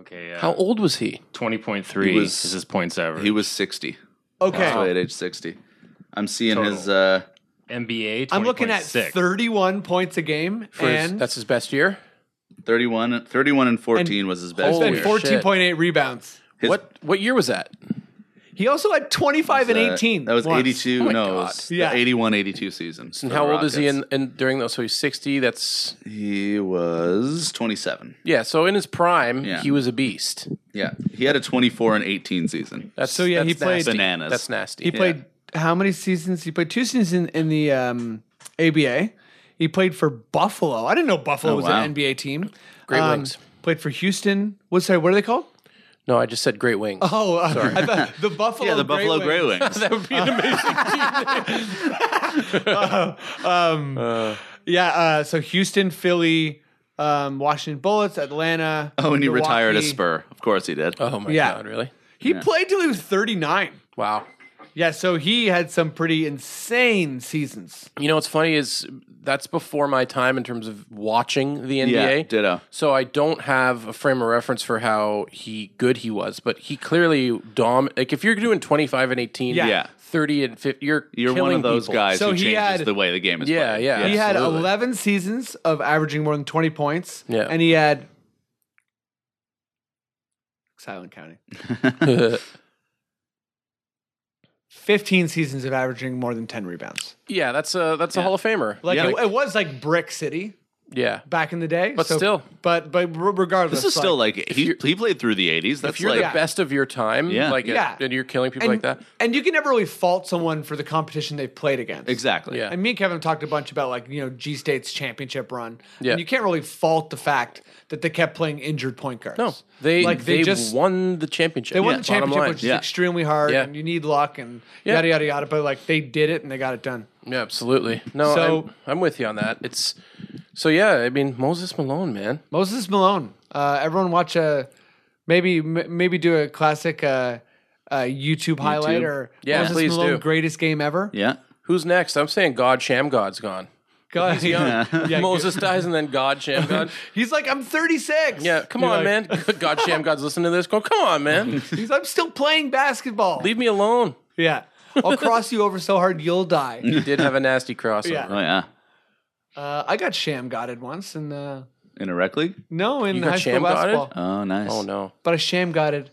Speaker 1: okay. Yeah.
Speaker 2: How old was he?
Speaker 1: 20.3
Speaker 4: He was-
Speaker 1: is his points average.
Speaker 4: He was sixty.
Speaker 5: Okay.
Speaker 4: Passed away at age sixty. I'm seeing
Speaker 1: Total.
Speaker 4: his. Uh,
Speaker 1: NBA.
Speaker 5: I'm looking at
Speaker 1: 20.6.
Speaker 5: 31 points a game
Speaker 2: For his-
Speaker 5: and
Speaker 2: that's his best year.
Speaker 4: 31, 31 and 14 was his best
Speaker 2: holy
Speaker 5: and
Speaker 4: year.
Speaker 2: shit.
Speaker 5: 14.8 rebounds.
Speaker 4: His-
Speaker 2: what what year was that?
Speaker 5: He also had 25 and
Speaker 4: uh,
Speaker 5: 18.
Speaker 4: That was
Speaker 5: once.
Speaker 4: 82.
Speaker 2: Oh my
Speaker 4: no, it
Speaker 2: God.
Speaker 4: was the
Speaker 5: Yeah.
Speaker 4: 81 82 season.
Speaker 2: And how old is he in, in during those? So he's 60. That's
Speaker 4: He was 27.
Speaker 2: yeah. So in his prime,
Speaker 4: Yeah.
Speaker 2: he was a beast.
Speaker 4: Yeah. He had a 24 and 18 season.
Speaker 2: That's
Speaker 5: So, yeah, he
Speaker 2: that's
Speaker 5: played-
Speaker 2: nasty.
Speaker 4: Bananas.
Speaker 2: That's nasty.
Speaker 5: He played how many seasons? He played two seasons in, in the um, ABA. He played for Buffalo. I didn't know Buffalo
Speaker 4: Oh,
Speaker 5: was
Speaker 4: wow.
Speaker 5: an NBA team.
Speaker 2: Great
Speaker 5: Um,
Speaker 2: Wings.
Speaker 5: Played for Houston. What sorry, what are they called?
Speaker 2: No, I just said great wings.
Speaker 5: Oh, uh, I thought the Buffalo.
Speaker 4: yeah, the
Speaker 5: Great
Speaker 4: Buffalo
Speaker 5: Wings.
Speaker 4: Grey Wings.
Speaker 2: that would be an amazing.
Speaker 5: Yeah, uh, so Houston, Philly, um, Washington Bullets, Atlanta.
Speaker 4: oh, and he
Speaker 5: Milwaukee.
Speaker 4: retired a Spur. Of course he did.
Speaker 2: Oh my
Speaker 5: Yeah.
Speaker 2: god, really?
Speaker 5: He played till he was 39.
Speaker 2: Wow.
Speaker 5: Yeah, so he had some pretty insane seasons.
Speaker 2: You know what's funny is that's before my time in terms of watching the NBA.
Speaker 4: yeah, ditto.
Speaker 2: So I don't have a frame of reference for how he good he was, but he clearly dom like if you're doing 25 and 18,
Speaker 5: Yeah.
Speaker 4: Yeah.
Speaker 2: 30 and 50, you're
Speaker 4: You're one
Speaker 2: killing
Speaker 4: of those
Speaker 2: people.
Speaker 4: guys
Speaker 5: So
Speaker 4: who
Speaker 5: he
Speaker 4: changes
Speaker 5: had-
Speaker 4: the way the game is
Speaker 2: Yeah,
Speaker 4: played.
Speaker 2: yeah.
Speaker 5: He had
Speaker 2: Absolutely.
Speaker 5: 11 seasons of averaging more than 20 points.
Speaker 2: Yeah.
Speaker 5: And he had. Silent counting. 15 seasons of averaging more than 10 rebounds.
Speaker 2: yeah, that's a that's a Hall of Famer.
Speaker 5: Like,
Speaker 4: Yeah.
Speaker 5: it, it was like Brick City
Speaker 2: Yeah.
Speaker 5: back in the day.
Speaker 2: But still.
Speaker 5: But, but re- regardless.
Speaker 4: This is still like, he, he played through the 80s. That's
Speaker 2: If you're
Speaker 4: like,
Speaker 2: the best of your time,
Speaker 4: Yeah.
Speaker 2: like
Speaker 5: Yeah.
Speaker 2: and you're killing people like that.
Speaker 5: And you can never really fault someone for the competition they've played against.
Speaker 4: exactly.
Speaker 2: Yeah.
Speaker 5: And me and Kevin talked a bunch about like, you know, G State's championship run.
Speaker 2: Yeah.
Speaker 5: And you can't really fault the fact that they kept playing injured point guards.
Speaker 2: No. They
Speaker 5: like they, just
Speaker 2: won the championship.
Speaker 5: they won
Speaker 4: Yeah,
Speaker 5: the
Speaker 2: bottom
Speaker 5: championship,
Speaker 2: line.
Speaker 5: which is
Speaker 4: Yeah.
Speaker 5: extremely hard
Speaker 2: Yeah.
Speaker 5: and you need luck and
Speaker 2: Yeah.
Speaker 5: yada yada yada. But like they did it and they got it done.
Speaker 2: Yeah, absolutely. No,
Speaker 5: So-
Speaker 2: I'm, I'm with you on that. It's so yeah. I mean, Moses Malone, man.
Speaker 5: Moses Malone. Uh, everyone watch a maybe m- maybe do a classic uh, uh, YouTube highlight or
Speaker 2: Yeah,
Speaker 5: Moses
Speaker 2: please
Speaker 5: Malone
Speaker 2: do.
Speaker 5: greatest game ever.
Speaker 4: Yeah.
Speaker 2: Who's next? I'm saying God Sham God's gone.
Speaker 5: God,
Speaker 2: He's young.
Speaker 5: Yeah.
Speaker 2: Moses dies, and then God Sham God.
Speaker 5: He's like, I'm 36.
Speaker 2: Yeah, come
Speaker 5: You're
Speaker 2: on,
Speaker 5: like,
Speaker 2: man. God Sham God's listening to this. Go, come on, man.
Speaker 5: He's, I'm still playing basketball.
Speaker 2: Leave me alone.
Speaker 5: Yeah. I'll cross you over so hard you'll die.
Speaker 2: He did have a nasty crossover.
Speaker 5: Yeah.
Speaker 4: Oh, yeah.
Speaker 5: Uh, I got sham godded once, and uh,
Speaker 4: In a rec league?
Speaker 5: no, in
Speaker 2: You got
Speaker 5: high school
Speaker 2: sham-godded?
Speaker 5: basketball,
Speaker 4: Oh, nice.
Speaker 2: Oh no.
Speaker 5: but I sham godded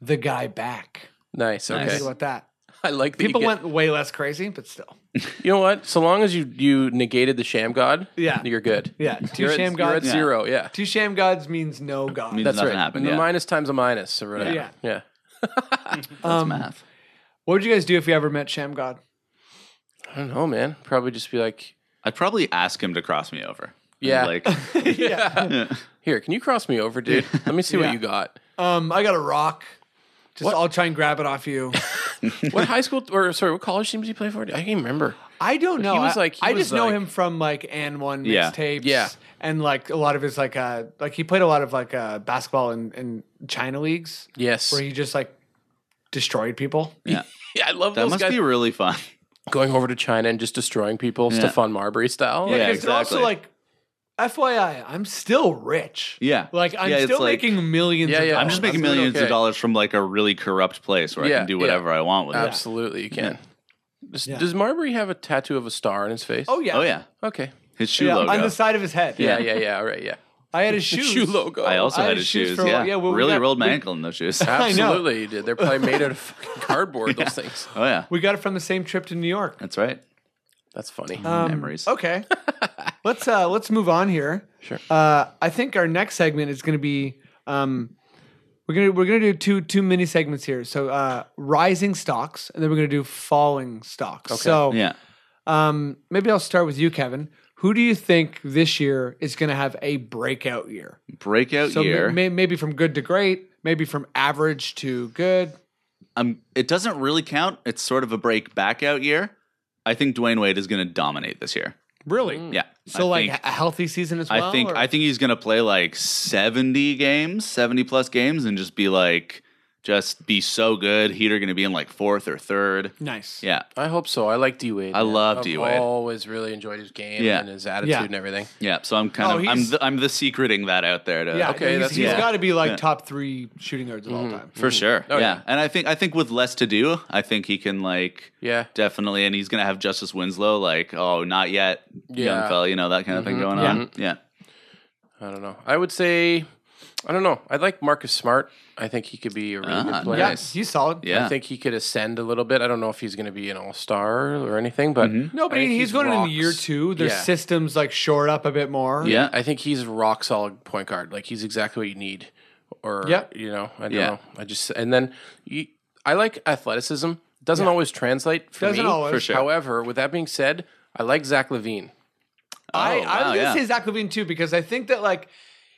Speaker 5: the guy back.
Speaker 2: Nice. Okay.
Speaker 5: Think about that.
Speaker 2: I like that you
Speaker 5: People
Speaker 2: get-
Speaker 5: went way less crazy, but still,
Speaker 2: You know what? So long as you you negated the Sham God,
Speaker 5: Yeah.
Speaker 2: you're good.
Speaker 5: yeah. 2
Speaker 2: You're at,
Speaker 5: sham
Speaker 2: you're at
Speaker 5: gods.
Speaker 2: zero. Yeah.
Speaker 5: Two sham gods means no god.
Speaker 4: Means
Speaker 2: That's
Speaker 4: nothing
Speaker 2: right.
Speaker 4: happened.
Speaker 2: The
Speaker 4: Yeah.
Speaker 2: minus times a minus or whatever.
Speaker 5: Yeah.
Speaker 2: Yeah.
Speaker 5: Um,
Speaker 4: Math.
Speaker 5: what would you guys do if you ever met sham god?
Speaker 2: I don't know, man. Probably just be like,
Speaker 4: I'd probably ask him to cross me over.
Speaker 2: Yeah.
Speaker 4: Like,
Speaker 5: yeah.
Speaker 2: Here, can you cross me over, dude? Let me see what you got.
Speaker 5: Um, I got a rock. Just I'll try and grab it off you.
Speaker 2: What high school or sorry, what college team did he play for? I can't even remember.
Speaker 5: I don't know.
Speaker 2: He was
Speaker 5: I-
Speaker 2: like- he
Speaker 5: I,
Speaker 2: was
Speaker 5: just know
Speaker 2: like-
Speaker 5: him from like and one
Speaker 4: Yeah.
Speaker 5: mixtapes.
Speaker 2: Yeah.
Speaker 5: And like a lot of his like uh like he played a lot of like uh basketball in, in China leagues
Speaker 2: Yes.
Speaker 5: where he just like destroyed people.
Speaker 4: yeah.
Speaker 2: Yeah, I love
Speaker 4: That
Speaker 2: those
Speaker 4: must
Speaker 2: guys
Speaker 4: be really fun.
Speaker 2: going over to China and just destroying people, Stephon Marbury style.
Speaker 4: Yeah.
Speaker 5: Because they're also
Speaker 4: exactly.
Speaker 5: like FYI, I'm still rich.
Speaker 4: Yeah.
Speaker 5: Like I'm
Speaker 4: Yeah, it's
Speaker 5: still
Speaker 4: like-
Speaker 5: making millions.
Speaker 2: Yeah,
Speaker 5: of
Speaker 2: yeah.
Speaker 5: dollars.
Speaker 4: I'm just
Speaker 2: that's
Speaker 4: making
Speaker 2: doing
Speaker 4: millions
Speaker 2: okay.
Speaker 4: of dollars from like a really corrupt place where I
Speaker 2: Yeah,
Speaker 4: can do
Speaker 2: yeah.
Speaker 4: whatever I want with it.
Speaker 2: Absolutely, you can. Does,
Speaker 5: Yeah.
Speaker 2: does Marbury have a tattoo of a star on his face?
Speaker 5: Oh yeah.
Speaker 4: Oh yeah,
Speaker 2: okay.
Speaker 4: his shoe
Speaker 5: Yeah, on
Speaker 4: logo.
Speaker 5: the side of his head.
Speaker 2: Yeah, yeah, yeah. All right, yeah.
Speaker 5: I had his shoes.
Speaker 2: Shoe logo.
Speaker 4: I also
Speaker 5: Oh, I
Speaker 4: had his shoes.
Speaker 5: for-
Speaker 4: yeah,
Speaker 5: yeah, well, we
Speaker 4: really
Speaker 5: got-
Speaker 4: rolled my ankle in those shoes. oh
Speaker 5: I know.
Speaker 2: Absolutely, you did. They're probably made out of fucking cardboard. Those things.
Speaker 4: Oh, yeah,
Speaker 5: We got it from the same trip to New York.
Speaker 4: that's right.
Speaker 2: That's funny.
Speaker 5: Um,
Speaker 4: Memories.
Speaker 5: Okay. let's uh let's move on here.
Speaker 2: Sure.
Speaker 5: Uh I think our next segment is gonna be um we're gonna we're gonna do two two mini segments here. So uh rising stocks and then we're gonna do falling stocks. So
Speaker 4: Yeah.
Speaker 5: um maybe I'll start with you, Kevin. Who do you think this year is gonna have a breakout year?
Speaker 4: Breakout
Speaker 5: So
Speaker 4: year.
Speaker 5: May, maybe from good to great, maybe from average to good.
Speaker 4: um, it doesn't really count. It's sort of a break back out year. I think Dwayne Wade is going to dominate this year.
Speaker 5: Really?
Speaker 4: Yeah.
Speaker 5: So
Speaker 4: Mm, I
Speaker 5: like
Speaker 4: think-
Speaker 5: a healthy season as well.
Speaker 4: I think
Speaker 5: Hmm. or-
Speaker 4: I think he's going to play like 70 games, 70 plus games and just be like just be so good. Heat are going to be in like 4th or 3rd.
Speaker 5: nice.
Speaker 4: Yeah.
Speaker 2: I hope so. I like D Wade.
Speaker 4: I
Speaker 2: man.
Speaker 4: love
Speaker 2: I've
Speaker 4: D. Wade.
Speaker 2: Always really enjoyed his game
Speaker 4: Yeah.
Speaker 2: and his attitude
Speaker 5: Yeah.
Speaker 2: and everything.
Speaker 4: Yeah, so I'm kind
Speaker 5: Oh,
Speaker 4: of I'm
Speaker 5: he's-
Speaker 4: the, I'm the secreting that out there to
Speaker 5: Yeah,
Speaker 2: Okay,
Speaker 5: he's,
Speaker 2: that's-
Speaker 5: he's
Speaker 4: yeah.
Speaker 5: got to be like
Speaker 4: Yeah. Mm-hmm.
Speaker 5: top three shooting guards of all time.
Speaker 4: for sure.
Speaker 2: Oh,
Speaker 4: yeah.
Speaker 2: yeah.
Speaker 4: And I think I think with less to do, I think he can like
Speaker 2: Yeah.
Speaker 4: definitely and he's going to have Justice Winslow like oh, not yet young
Speaker 2: Yeah.
Speaker 4: fella, you know, that kind of thing
Speaker 2: Mm-hmm.
Speaker 4: going
Speaker 5: Yeah.
Speaker 4: on. Yeah.
Speaker 2: I don't know. I would say, I don't know. I like Marcus Smart. I think he could be a really
Speaker 4: Ah,
Speaker 2: good player.
Speaker 5: Yeah,
Speaker 4: Nice.
Speaker 5: he's solid.
Speaker 4: Yeah.
Speaker 2: I think he could ascend a little bit. I don't know if he's going to be an all star or anything, but
Speaker 5: No, but
Speaker 2: I
Speaker 5: he-
Speaker 2: think
Speaker 5: he's, going in
Speaker 2: rocks.
Speaker 5: year two. Their
Speaker 2: Yeah.
Speaker 5: systems like shored up a bit more.
Speaker 4: Yeah.
Speaker 2: I think he's rock solid point guard. Like he's exactly what you need. Or
Speaker 5: Yeah.
Speaker 2: you know, I don't
Speaker 4: Yeah.
Speaker 2: know. I just and then you, I like athleticism. Doesn't always translate for
Speaker 5: Doesn't
Speaker 2: me.
Speaker 5: always. For
Speaker 4: sure.
Speaker 2: However, with that being said, I like Zach Levine.
Speaker 4: Oh,
Speaker 5: I, I was
Speaker 4: wow,
Speaker 5: gonna
Speaker 4: yeah.
Speaker 5: say Zach Levine too because I think that like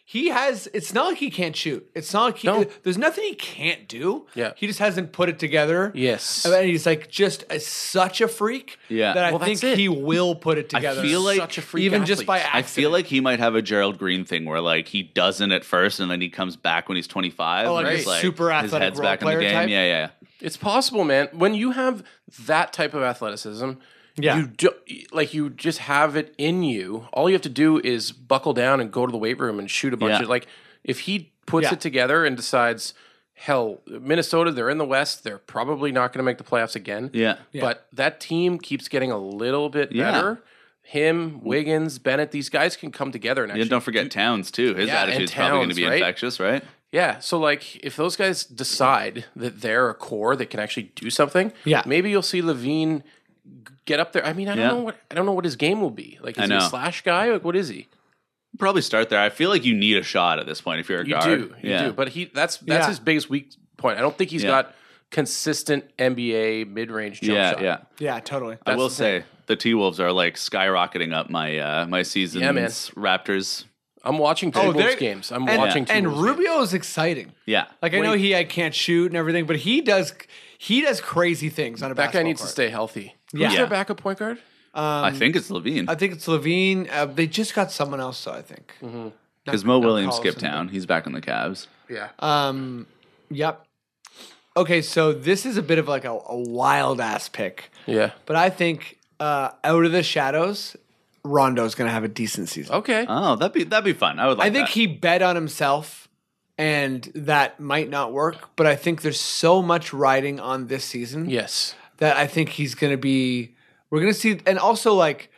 Speaker 5: he has. It's not like he can't shoot. It's not like he,
Speaker 2: No.
Speaker 5: there's nothing he can't do.
Speaker 2: Yeah.
Speaker 5: he just hasn't put it together.
Speaker 2: Yes.
Speaker 5: and he's like just a, such a freak.
Speaker 4: Yeah.
Speaker 5: that I
Speaker 2: Well,
Speaker 5: think
Speaker 2: that's it.
Speaker 5: he will put it together.
Speaker 4: feel like
Speaker 2: Such a freak
Speaker 5: even just by
Speaker 2: athlete.
Speaker 5: accident.
Speaker 4: I feel like he might have a Gerald Green thing where like he doesn't at first and then he comes back when he's 25.
Speaker 5: Oh, like
Speaker 4: and
Speaker 5: a
Speaker 4: he's,
Speaker 5: super athletic
Speaker 4: His head's
Speaker 5: role
Speaker 4: back in the
Speaker 5: player
Speaker 4: game.
Speaker 5: type?
Speaker 4: Yeah, yeah.
Speaker 2: It's possible, man. When you have that type of athleticism,
Speaker 5: Yeah.
Speaker 2: you do, like you just have it in you. All you have to do is buckle down and go to the weight room and shoot a bunch
Speaker 4: Yeah.
Speaker 2: of like if he puts
Speaker 5: Yeah.
Speaker 2: it together and decides, hell, Minnesota, they're in the West, they're probably not going to make the playoffs again.
Speaker 4: Yeah.
Speaker 2: But that team keeps getting a little bit
Speaker 4: Yeah.
Speaker 2: better. Him, Wiggins, Bennett, these guys can come together and actually
Speaker 4: Yeah, don't forget Towns too. His
Speaker 2: Yeah, and
Speaker 4: attitude's probably going to
Speaker 2: Towns,
Speaker 4: be
Speaker 2: right?
Speaker 4: infectious, right?
Speaker 2: Yeah. So like if those guys decide that they're a core that can actually do something,
Speaker 5: Yeah.
Speaker 2: maybe you'll see Levine g- get up there. I mean, I don't
Speaker 4: Yeah.
Speaker 2: know what I don't know what his game will be. Like
Speaker 4: I
Speaker 2: is he a
Speaker 4: know.
Speaker 2: slash guy? Like what is he?
Speaker 4: Probably start there. I feel like you need a shot at this point if you're a
Speaker 2: You
Speaker 4: guard.
Speaker 2: do. You
Speaker 4: yeah.
Speaker 2: do. But he that's that's
Speaker 5: Yeah.
Speaker 2: his biggest weak point. I don't think he's
Speaker 4: Yeah.
Speaker 2: got consistent NBA mid range jump
Speaker 4: yeah,
Speaker 2: shot.
Speaker 4: yeah.
Speaker 5: yeah, totally.
Speaker 4: I will say the T Wolves are like skyrocketing up my uh my season's
Speaker 2: man.
Speaker 4: Raptors.
Speaker 2: I'm watching two
Speaker 5: Oh, they're-
Speaker 2: Wolves games. I'm
Speaker 5: and,
Speaker 2: watching two
Speaker 5: and
Speaker 2: Wolves
Speaker 5: Rubio is exciting.
Speaker 4: Yeah.
Speaker 5: Like I know he I can't shoot and everything, but he does he does crazy things on a
Speaker 2: That guy
Speaker 5: basketball
Speaker 2: needs to
Speaker 5: court.
Speaker 2: stay healthy.
Speaker 5: Yeah.
Speaker 2: Who's their backup point guard?
Speaker 4: I think it's Levine.
Speaker 5: um, I think it's Levine. Uh, they just got someone else, though, I think.
Speaker 2: Mm-hmm.
Speaker 4: Because Mo Williams
Speaker 5: Collison,
Speaker 4: skipped town. He's back in the Cavs.
Speaker 2: Yeah.
Speaker 5: Um, yep. Okay, so this is a bit of like a, a wild ass pick,
Speaker 2: yeah.
Speaker 5: but I think uh, out of the shadows, Rondo's going to have a decent season.
Speaker 2: Okay.
Speaker 4: Oh, that'd be that'd be fun. I would like
Speaker 5: I think
Speaker 4: that.
Speaker 5: he bet on himself, and that might not work. But I think there's so much riding on this season.
Speaker 2: yes.
Speaker 5: that I think he's going to be. We're going to see, and also like,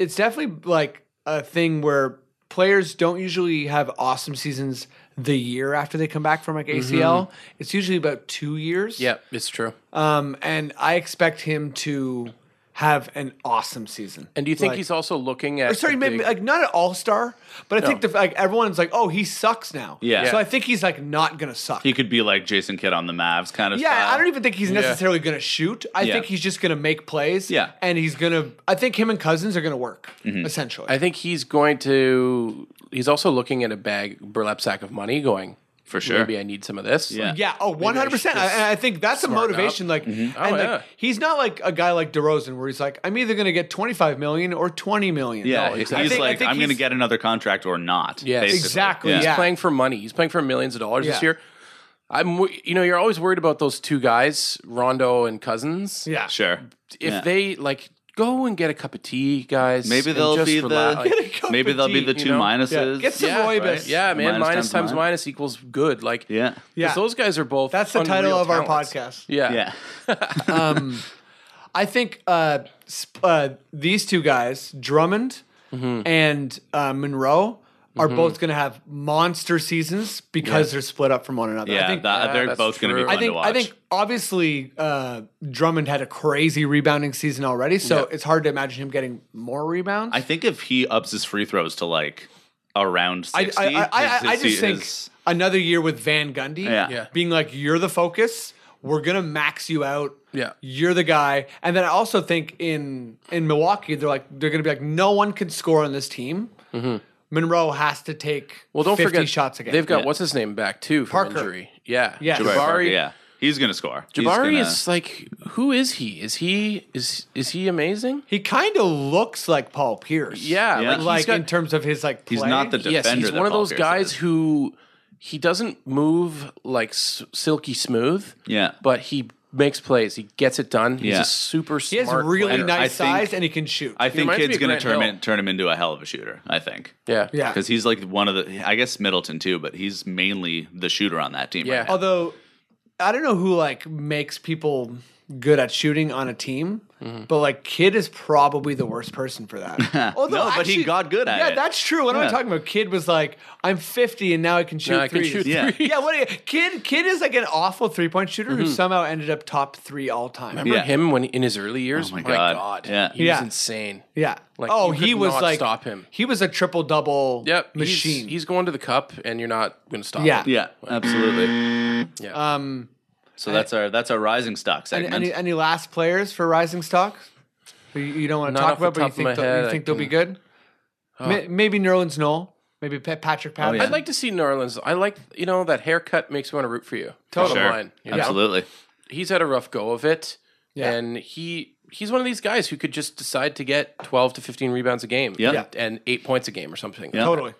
Speaker 5: it's definitely like a thing where players don't usually have awesome seasons the year after they come back from
Speaker 4: Mm-hmm.
Speaker 5: like ACL. It's usually about two years.
Speaker 2: Yeah, it's true.
Speaker 5: Um, and I expect him to have an awesome season.
Speaker 2: And do you think
Speaker 5: Like-
Speaker 2: he's also looking at
Speaker 5: Or sorry,
Speaker 2: a
Speaker 5: maybe
Speaker 2: big-
Speaker 5: like not an all star, but I think the, like everyone's like, oh, he sucks now.
Speaker 4: Yeah.
Speaker 5: So I think he's like not gonna suck.
Speaker 4: he could be like Jason Kidd on the Mavs kind of
Speaker 5: Yeah,
Speaker 4: style.
Speaker 5: I don't even think he's necessarily going to shoot. I
Speaker 4: Yeah.
Speaker 5: think he's just going to make plays.
Speaker 4: Yeah. Mm-hmm.
Speaker 5: and he's going to. I think him and Cousins are going to work essentially.
Speaker 2: I think he's going to. He's also looking at a bag burlap sack of money, going
Speaker 4: for sure.
Speaker 2: Maybe I need some of this.
Speaker 4: Yeah.
Speaker 5: yeah, oh, one hundred percent.
Speaker 2: just
Speaker 5: I I think that's a
Speaker 2: smarten up.
Speaker 5: motivation. Like,
Speaker 4: Mm-hmm. Oh,
Speaker 5: and like,
Speaker 2: yeah.
Speaker 5: he's not like a guy like DeRozan, where he's like, I'm either going to get twenty five million or twenty million.
Speaker 4: Yeah,
Speaker 5: No,
Speaker 4: he's
Speaker 5: I think- I
Speaker 4: like,
Speaker 5: think
Speaker 4: I'm going to
Speaker 5: he's-
Speaker 4: get another contract or not.
Speaker 2: Yes.
Speaker 4: basically.
Speaker 5: exactly.
Speaker 4: Yeah.
Speaker 5: Yeah,
Speaker 2: he's playing for money. He's playing for millions of dollars
Speaker 5: Yeah.
Speaker 2: this year. I'm, wo- you know, you're always worried about those two guys, Rondo and Cousins.
Speaker 5: yeah.
Speaker 4: Sure.
Speaker 2: If
Speaker 4: Yeah.
Speaker 2: they like go and get a cup of tea, guys.
Speaker 4: Maybe
Speaker 2: and
Speaker 4: they'll
Speaker 2: just
Speaker 4: be the
Speaker 2: relax. Like,
Speaker 4: maybe they'll be the two minuses.
Speaker 5: Get some
Speaker 2: yeah,
Speaker 5: Roy
Speaker 2: right?
Speaker 5: Biss.
Speaker 2: yeah, man.
Speaker 4: Minus
Speaker 2: Minus
Speaker 4: times
Speaker 2: times,
Speaker 4: minus.
Speaker 2: minus. equals good. Like,
Speaker 4: Yeah.
Speaker 5: Yeah.
Speaker 2: 'cause those guys are both.
Speaker 5: That's the title
Speaker 2: unreal
Speaker 5: of our
Speaker 2: talents.
Speaker 5: podcast.
Speaker 2: Yeah,
Speaker 4: Yeah.
Speaker 5: Um, I think uh, sp- uh, these two guys, Drummond
Speaker 4: Mm-hmm.
Speaker 5: and uh, Monroe, are both going to have monster seasons because they're split up from one another.
Speaker 4: Yeah,
Speaker 5: I think
Speaker 4: that-
Speaker 2: yeah,
Speaker 4: they're
Speaker 2: that's
Speaker 4: both going to be
Speaker 2: true.
Speaker 4: fun
Speaker 5: I think
Speaker 4: to watch.
Speaker 5: I think obviously uh, Drummond had a crazy rebounding season already, so it's hard to imagine him getting more rebounds.
Speaker 4: I think if he ups his free throws to like around
Speaker 5: I,
Speaker 4: sixty,
Speaker 5: I, I, I,
Speaker 4: his-
Speaker 5: I
Speaker 4: his-
Speaker 5: just think
Speaker 4: his-
Speaker 5: another year with Van Gundy
Speaker 4: Yeah.
Speaker 2: Yeah.
Speaker 5: being like, you're the focus. We're gonna max you out.
Speaker 2: Yeah.
Speaker 5: you're the guy. And then I also think in in Milwaukee, they're like they're gonna be like, no one can score on this team. Monroe has to take
Speaker 2: Mm-hmm. Well, don't
Speaker 5: 50
Speaker 2: forget
Speaker 5: shots again.
Speaker 2: They've got
Speaker 4: Yeah.
Speaker 2: what's his name back too from
Speaker 5: Parker.
Speaker 2: injury. Yeah,
Speaker 5: Yeah.
Speaker 4: Jabari,
Speaker 5: Jabari.
Speaker 4: Parker, yeah, he's going to score. He's
Speaker 2: Jabari
Speaker 4: gonna-
Speaker 2: is like, who is he? Is he is is he amazing?
Speaker 5: he kind of looks like Paul Pierce.
Speaker 2: Yeah,
Speaker 4: Yeah.
Speaker 2: like, he's
Speaker 5: like
Speaker 2: got,
Speaker 5: in terms of his like play.
Speaker 4: He's not the defender.
Speaker 2: yes, he's
Speaker 4: that
Speaker 2: one of
Speaker 4: Paul
Speaker 2: those
Speaker 4: Pierce
Speaker 2: guys
Speaker 4: is.
Speaker 2: who he doesn't move like s- silky smooth.
Speaker 4: Yeah.
Speaker 2: but he makes plays. He gets it done. He's
Speaker 4: Yeah.
Speaker 2: a super smart.
Speaker 5: He has really
Speaker 2: player.
Speaker 5: nice
Speaker 4: I think-
Speaker 5: size and he can shoot.
Speaker 4: I think
Speaker 2: reminds me
Speaker 4: Kid's
Speaker 2: of
Speaker 4: going to
Speaker 2: Grant
Speaker 4: turn
Speaker 2: Hill.
Speaker 4: him, turn him into a hell of a shooter. I think.
Speaker 2: Yeah,
Speaker 5: yeah.
Speaker 4: Because he's like one of the, I guess Middleton too, but he's mainly the shooter on that team.
Speaker 2: Yeah. Oh,
Speaker 4: right now.
Speaker 5: Although I don't know who like makes people good at shooting on a team,
Speaker 2: Mm-hmm.
Speaker 5: but like Kid is probably the worst person for that. Although,
Speaker 4: No, but he got good at
Speaker 5: yeah,
Speaker 4: it.
Speaker 5: that's true. What am
Speaker 4: Yeah.
Speaker 5: I talking about? Kid was like, I'm 50 and now I can shoot
Speaker 2: Now I can
Speaker 5: threes.
Speaker 2: shoot
Speaker 4: Yeah.
Speaker 2: threes. Mm-hmm.
Speaker 5: yeah, what are you, Kid Kid is like an awful three point shooter who somehow ended up top three all time.
Speaker 2: Remember
Speaker 4: Yeah.
Speaker 2: him when in his early years?
Speaker 4: Oh my God. Yeah.
Speaker 2: he
Speaker 5: Yeah.
Speaker 2: was insane.
Speaker 5: Yeah.
Speaker 2: Like,
Speaker 5: oh,
Speaker 2: you could
Speaker 5: he was
Speaker 2: not
Speaker 5: like
Speaker 2: stop him.
Speaker 5: He was a triple double
Speaker 2: Yep, he's-
Speaker 5: machine.
Speaker 2: He's, going to the cup, and you're not going to stop.
Speaker 5: Yeah.
Speaker 2: him.
Speaker 4: Yeah, absolutely.
Speaker 5: um,
Speaker 4: So that's our that's our rising stock
Speaker 5: any,
Speaker 4: segment.
Speaker 5: any any last players for Rising Stock? You, you don't want to
Speaker 2: Not
Speaker 5: talk
Speaker 2: off the
Speaker 5: about, but you
Speaker 2: top of my
Speaker 5: think they'll,
Speaker 2: head,
Speaker 5: you
Speaker 2: I
Speaker 5: think they'll be good?
Speaker 2: Oh.
Speaker 5: May- maybe Nerlens Noel. Maybe Pa- Patrick Patterson.
Speaker 2: I'd like to see New Orleans. I like you know that haircut makes me want to root for you.
Speaker 5: Totally.
Speaker 2: Bottom line, you know?
Speaker 4: Absolutely.
Speaker 2: He's had a rough go of it,
Speaker 5: Yeah.
Speaker 2: and he he's one of these guys who could just decide to get twelve to fifteen rebounds a game,
Speaker 4: Yeah. Yeah.
Speaker 2: and eight points a game or something.
Speaker 4: Yeah.
Speaker 5: totally.